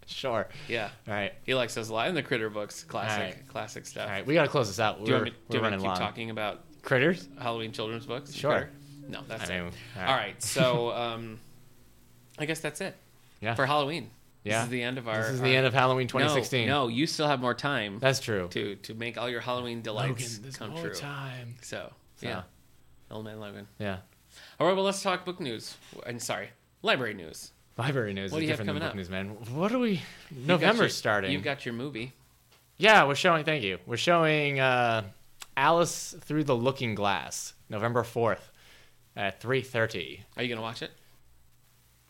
Speaker 1: Sure.
Speaker 2: yeah.
Speaker 1: All right.
Speaker 2: He likes those a lot. And the Critter books, classic,
Speaker 1: All right.
Speaker 2: classic stuff.
Speaker 1: All right, we gotta close this out. We're,
Speaker 2: Do you want me, do
Speaker 1: we're
Speaker 2: you want me
Speaker 1: running
Speaker 2: to keep
Speaker 1: long.
Speaker 2: talking about
Speaker 1: Critters.
Speaker 2: Halloween children's books?
Speaker 1: Sure.
Speaker 2: Critter? No, that's
Speaker 1: I
Speaker 2: it.
Speaker 1: mean, all
Speaker 2: all
Speaker 1: right.
Speaker 2: right. So, um, I guess that's it
Speaker 1: Yeah.
Speaker 2: for Halloween.
Speaker 1: Yeah.
Speaker 2: This is the end of our.
Speaker 1: this is
Speaker 2: our-
Speaker 1: the end of Halloween 2016.
Speaker 2: No, no, you still have more time
Speaker 1: that's true.
Speaker 2: to to make all your Halloween delights come true.
Speaker 1: time.
Speaker 2: So,
Speaker 1: So.
Speaker 2: yeah, old man Logan.
Speaker 1: Yeah.
Speaker 2: All right, well, let's talk book news. I'm sorry, library news.
Speaker 1: Library news
Speaker 2: What do
Speaker 1: is
Speaker 2: you have
Speaker 1: different than
Speaker 2: coming
Speaker 1: book
Speaker 2: up?
Speaker 1: news, man. What are we?
Speaker 2: You've got
Speaker 1: November's
Speaker 2: your-
Speaker 1: starting.
Speaker 2: You've got your movie.
Speaker 1: yeah, we're showing. Thank you. We're showing uh, Alice Through the Looking Glass, November 4th at 3:30.
Speaker 2: Are you gonna watch it?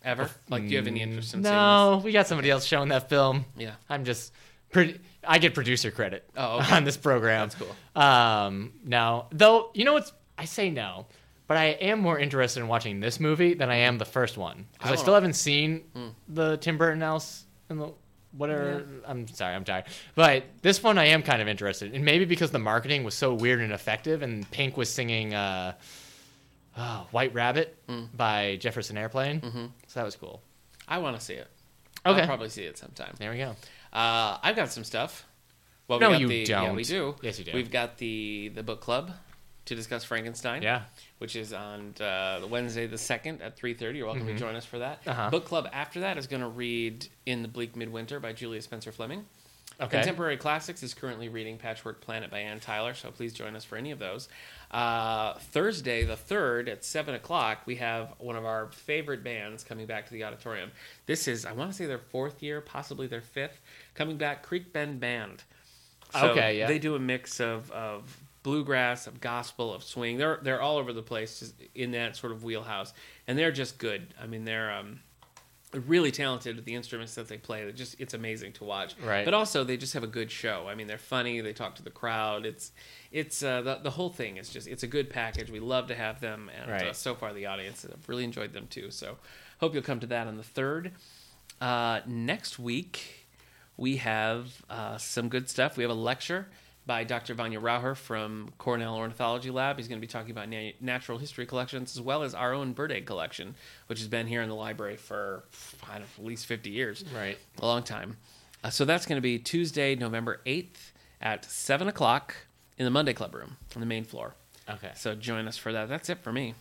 Speaker 2: Ever? Like, do you have any interest in
Speaker 1: No, we got somebody else showing that film.
Speaker 2: seeing this?
Speaker 1: I'm just pretty. I get producer credit
Speaker 2: Oh, okay.
Speaker 1: on this program.
Speaker 2: That's cool.
Speaker 1: Um, no, though you know what's I say no, but I am more interested in watching this movie than I am the first one because
Speaker 2: I
Speaker 1: I,
Speaker 2: don't-
Speaker 1: still haven't seen
Speaker 2: Hmm.
Speaker 1: the Tim Burton else and the whatever. I'm sorry, I'm tired, but this one I am kind of interested, and maybe because the marketing was so weird and effective, and Pink was singing. Uh, uh, White Rabbit
Speaker 2: Hmm.
Speaker 1: by Jefferson Airplane. Mm-hmm. So that was cool.
Speaker 2: Yeah, I want to see it.
Speaker 1: Okay.
Speaker 2: I'll probably see it sometime.
Speaker 1: There we go.
Speaker 2: Uh, I've got some stuff. Well,
Speaker 1: No,
Speaker 2: got
Speaker 1: you
Speaker 2: the, Yeah, we
Speaker 1: don't.
Speaker 2: do.
Speaker 1: Yes, you do.
Speaker 2: We've got the the book club to discuss Frankenstein.
Speaker 1: Yeah.
Speaker 2: which is on uh, Wednesday the second at three thirty. You're welcome to join us for that.
Speaker 1: Uh-huh.
Speaker 2: Book club after that is going to read In the Bleak Midwinter by Julia Spencer Fleming.
Speaker 1: Okay.
Speaker 2: Contemporary Classics is currently reading Patchwork Planet by Ann Tyler, so please join us for any of those. Uh, Thursday, the 3rd at 7 o'clock, we have one of our favorite bands coming back to the auditorium. This is, I want to say, their fourth year, possibly their fifth, coming back, Creek Bend Band.
Speaker 1: Okay, yeah.
Speaker 2: They do a mix of, of bluegrass, of gospel, of swing. They're, they're all over the place just in that sort of wheelhouse, and they're just good. I mean, they're. Um, really talented at the instruments that they play. They just it's amazing to watch.
Speaker 1: Right.
Speaker 2: But also they just have a good show. I mean, they're funny. They talk to the crowd. It's it's uh, the the whole thing is just it's a good package. We love to have them, and uh,
Speaker 1: Right.
Speaker 2: so far the audience have really enjoyed them too. So hope you'll come to that on the third. Uh, next week we have uh, some good stuff. We have a lecture. By Dr. Vanya Rauher from Cornell Ornithology Lab. He's going to be talking about na- natural history collections as well as our own bird egg collection, which has been here in the library for, I don't know, at least 50 years
Speaker 1: Right.
Speaker 2: a long time. Uh, so that's going to be Tuesday, November 8th at 7 o'clock in the Monday Club room on the main floor.
Speaker 1: Okay.
Speaker 2: So join us for that. That's it for me.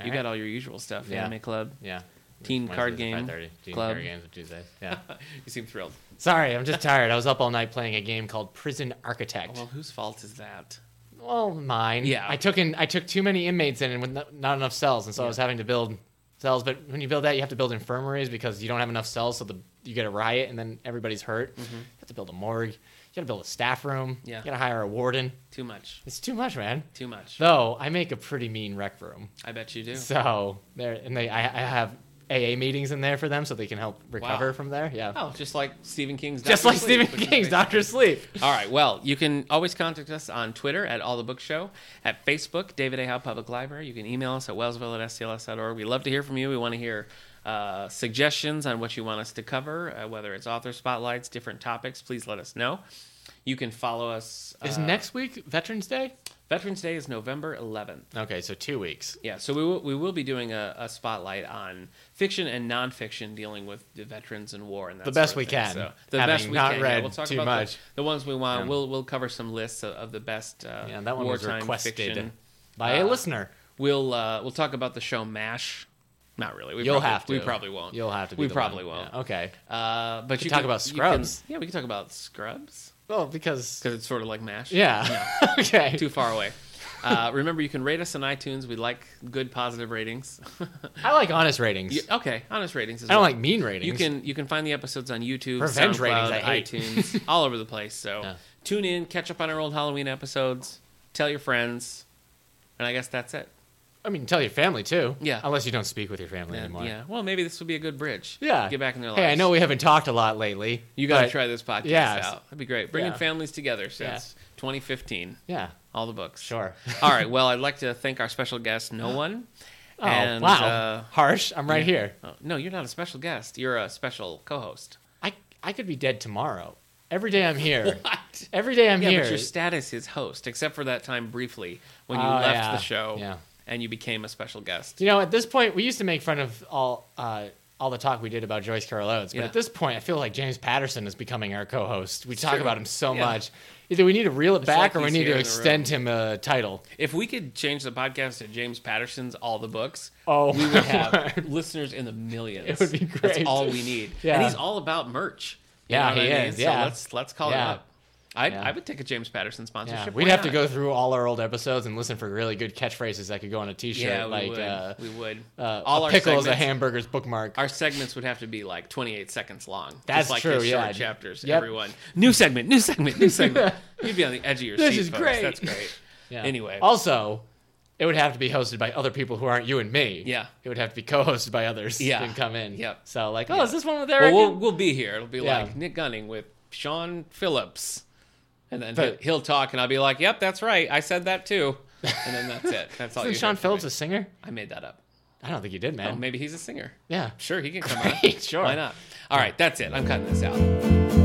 Speaker 1: All
Speaker 2: you
Speaker 1: right.
Speaker 2: got all your usual stuff
Speaker 1: Yeah.
Speaker 2: Anime Club.
Speaker 1: Yeah.
Speaker 2: Teen
Speaker 1: Wednesdays
Speaker 2: card
Speaker 1: at
Speaker 2: game
Speaker 1: 5:30. Teen
Speaker 2: club.
Speaker 1: card games on Tuesdays. Yeah.
Speaker 2: You seem thrilled.
Speaker 1: Sorry, I'm just tired. I was up all night playing a game called Prison Architect.
Speaker 2: Well, whose fault is that?
Speaker 1: Well, mine.
Speaker 2: Oh, Yeah.
Speaker 1: I took in. I took too many inmates in, and with no- not enough cells, and so I was having to build cells. But when you build that, you have to build infirmaries because you don't have enough cells, so the you get a riot, and then everybody's hurt. You have to build a morgue. You got to build a staff room.
Speaker 2: Mm-hmm. Yeah.
Speaker 1: You got to hire a warden.
Speaker 2: Too much.
Speaker 1: It's too much, man.
Speaker 2: Too much.
Speaker 1: Though I make a pretty mean rec room.
Speaker 2: I bet you do.
Speaker 1: So there, and they, I, I have AA meetings in there for them, so they can help recover from there. Yeah,
Speaker 2: Oh, just like Stephen King's.
Speaker 1: just
Speaker 2: Dr.
Speaker 1: like
Speaker 2: Sleep,
Speaker 1: Stephen
Speaker 2: which is
Speaker 1: King's
Speaker 2: basically-
Speaker 1: Doctor Sleep.
Speaker 2: All right. Well, you can always contact us on Twitter at All the Book Show, at Facebook, David A. Howe Public Library. You can email us at wellsville at stls.org. We love to hear from you. We want to hear uh, suggestions on what you want us to cover, uh, whether it's author spotlights, different topics. Please let us know. You can follow us.
Speaker 1: Is
Speaker 2: uh,
Speaker 1: next week Veterans Day?
Speaker 2: Veterans Day is November 11th.
Speaker 1: Okay, so two weeks.
Speaker 2: Yeah, so we will, we will be doing a, a spotlight on fiction and nonfiction dealing with the veterans and war and that
Speaker 1: The best
Speaker 2: sort of
Speaker 1: we
Speaker 2: thing.
Speaker 1: can,
Speaker 2: So the
Speaker 1: having
Speaker 2: best we
Speaker 1: not
Speaker 2: can. yeah,
Speaker 1: read
Speaker 2: we'll talk
Speaker 1: too
Speaker 2: about
Speaker 1: much.
Speaker 2: The, the ones we want.
Speaker 1: Yeah.
Speaker 2: We'll we'll cover some lists of, of the best. Uh,
Speaker 1: Yeah, that one was
Speaker 2: wartime
Speaker 1: requested
Speaker 2: fiction.
Speaker 1: by
Speaker 2: Uh,
Speaker 1: a listener.
Speaker 2: We'll uh, we'll talk about the show Mash. Not really. We
Speaker 1: You'll
Speaker 2: probably,
Speaker 1: have to.
Speaker 2: We probably won't.
Speaker 1: You'll have to. Be
Speaker 2: we
Speaker 1: the
Speaker 2: probably
Speaker 1: one.
Speaker 2: won't.
Speaker 1: Yeah, Okay.
Speaker 2: Uh, but you
Speaker 1: talk
Speaker 2: can-
Speaker 1: about
Speaker 2: you can-
Speaker 1: Scrubs.
Speaker 2: yeah, we can talk about Scrubs
Speaker 1: Well, because
Speaker 2: because it's sort of like Mash.
Speaker 1: yeah. okay.
Speaker 2: Too far away. Uh, remember, you can rate us on iTunes. We like good positive ratings.
Speaker 1: I like honest ratings.
Speaker 2: Yeah, okay, honest ratings. As
Speaker 1: I don't
Speaker 2: well.
Speaker 1: like mean ratings.
Speaker 2: You can you can find the episodes on YouTube,
Speaker 1: Revenge
Speaker 2: SoundCloud,
Speaker 1: ratings, I hate.
Speaker 2: iTunes, all over the place. So
Speaker 1: Yeah.
Speaker 2: tune in, catch up on our old Halloween episodes, tell your friends, and I guess that's it.
Speaker 1: I mean, tell your family too.
Speaker 2: Yeah.
Speaker 1: Unless you don't speak with your family
Speaker 2: And,
Speaker 1: anymore.
Speaker 2: yeah. Well, maybe this will be a good bridge.
Speaker 1: Yeah.
Speaker 2: Get back in their lives.
Speaker 1: Hey, I know we haven't talked a lot lately.
Speaker 2: you got to
Speaker 1: but-
Speaker 2: try this podcast
Speaker 1: Yes.
Speaker 2: out. That'd be great. Bringing
Speaker 1: Yeah.
Speaker 2: families together since
Speaker 1: Yeah.
Speaker 2: 2015.
Speaker 1: Yeah.
Speaker 2: All the books.
Speaker 1: Sure.
Speaker 2: all right. Well, I'd like to thank our special guest, No One.
Speaker 1: Oh
Speaker 2: and,
Speaker 1: wow.
Speaker 2: uh,
Speaker 1: Harsh. I'm right here.
Speaker 2: Oh, no, you're not a special guest. You're a special co-host.
Speaker 1: I I could be dead tomorrow. Every day I'm here.
Speaker 2: What?
Speaker 1: Every day I'm
Speaker 2: yeah,
Speaker 1: here.
Speaker 2: but your status is host, except for that time briefly when you
Speaker 1: Oh,
Speaker 2: left
Speaker 1: yeah,
Speaker 2: the show
Speaker 1: yeah.
Speaker 2: and you became a special guest.
Speaker 1: You know, at this point, we used to make fun of all uh, all the talk we did about Joyce Carol Oates, but
Speaker 2: Yeah.
Speaker 1: at this point, I feel like James Patterson is becoming our co-host. We talk
Speaker 2: true.
Speaker 1: about him so
Speaker 2: Yeah.
Speaker 1: much. Either we need to reel it back,
Speaker 2: like
Speaker 1: or we
Speaker 2: he's
Speaker 1: need
Speaker 2: here
Speaker 1: to
Speaker 2: in the
Speaker 1: extend him a title.
Speaker 2: If we could change the podcast to James Patterson's All the Books,
Speaker 1: Oh,
Speaker 2: we
Speaker 1: my
Speaker 2: would have listeners in the millions.
Speaker 1: It would be
Speaker 2: That's
Speaker 1: great.
Speaker 2: all we need.
Speaker 1: Yeah.
Speaker 2: And he's all about merch. You
Speaker 1: Yeah,
Speaker 2: know what
Speaker 1: he
Speaker 2: I mean?
Speaker 1: is,
Speaker 2: So
Speaker 1: yeah.
Speaker 2: let's let's call
Speaker 1: Yeah.
Speaker 2: it up. I
Speaker 1: Yeah.
Speaker 2: I would take a James Patterson
Speaker 1: Yeah.
Speaker 2: sponsorship.
Speaker 1: We'd
Speaker 2: Why
Speaker 1: have to
Speaker 2: not?
Speaker 1: go through all our old episodes and listen for really good catchphrases that could go on a T-shirt,
Speaker 2: Yeah, we
Speaker 1: like
Speaker 2: would.
Speaker 1: uh,
Speaker 2: we would.
Speaker 1: uh,
Speaker 2: all
Speaker 1: a
Speaker 2: our
Speaker 1: pickle is a
Speaker 2: segments-
Speaker 1: hamburger's bookmark.
Speaker 2: our segments would have to be like 28 seconds long. Just
Speaker 1: That's
Speaker 2: like
Speaker 1: true,
Speaker 2: His
Speaker 1: yeah.
Speaker 2: Short chapters.
Speaker 1: Yep.
Speaker 2: Everyone. New segment. New segment. New segment. You'd be on the edge of your
Speaker 1: This
Speaker 2: seat.
Speaker 1: is
Speaker 2: folks.
Speaker 1: great.
Speaker 2: That's great.
Speaker 1: Yeah.
Speaker 2: Anyway.
Speaker 1: also, it would have to be hosted by other people who aren't you and me.
Speaker 2: Yeah.
Speaker 1: it would have to be co-hosted by others.
Speaker 2: Yeah.
Speaker 1: and come in.
Speaker 2: Yep.
Speaker 1: So like, oh, is this one with Eric?
Speaker 2: well, we'll
Speaker 1: and-
Speaker 2: we'll be here. It'll be
Speaker 1: Yeah.
Speaker 2: like Nick Gunning with Sean Phillips, and then
Speaker 1: But-
Speaker 2: he'll talk, and I'll be like, "Yep, that's right. I said that too." And then that's it. That's all. Oh, you
Speaker 1: Isn't
Speaker 2: hear
Speaker 1: Sean
Speaker 2: from
Speaker 1: Phillips
Speaker 2: me.
Speaker 1: a singer?
Speaker 2: I made that up.
Speaker 1: I don't think he did, man.
Speaker 2: Oh, maybe he's a singer.
Speaker 1: yeah.
Speaker 2: Sure, he can come
Speaker 1: Great,
Speaker 2: on.
Speaker 1: sure.
Speaker 2: Why not? All right, that's it. I'm cutting this out.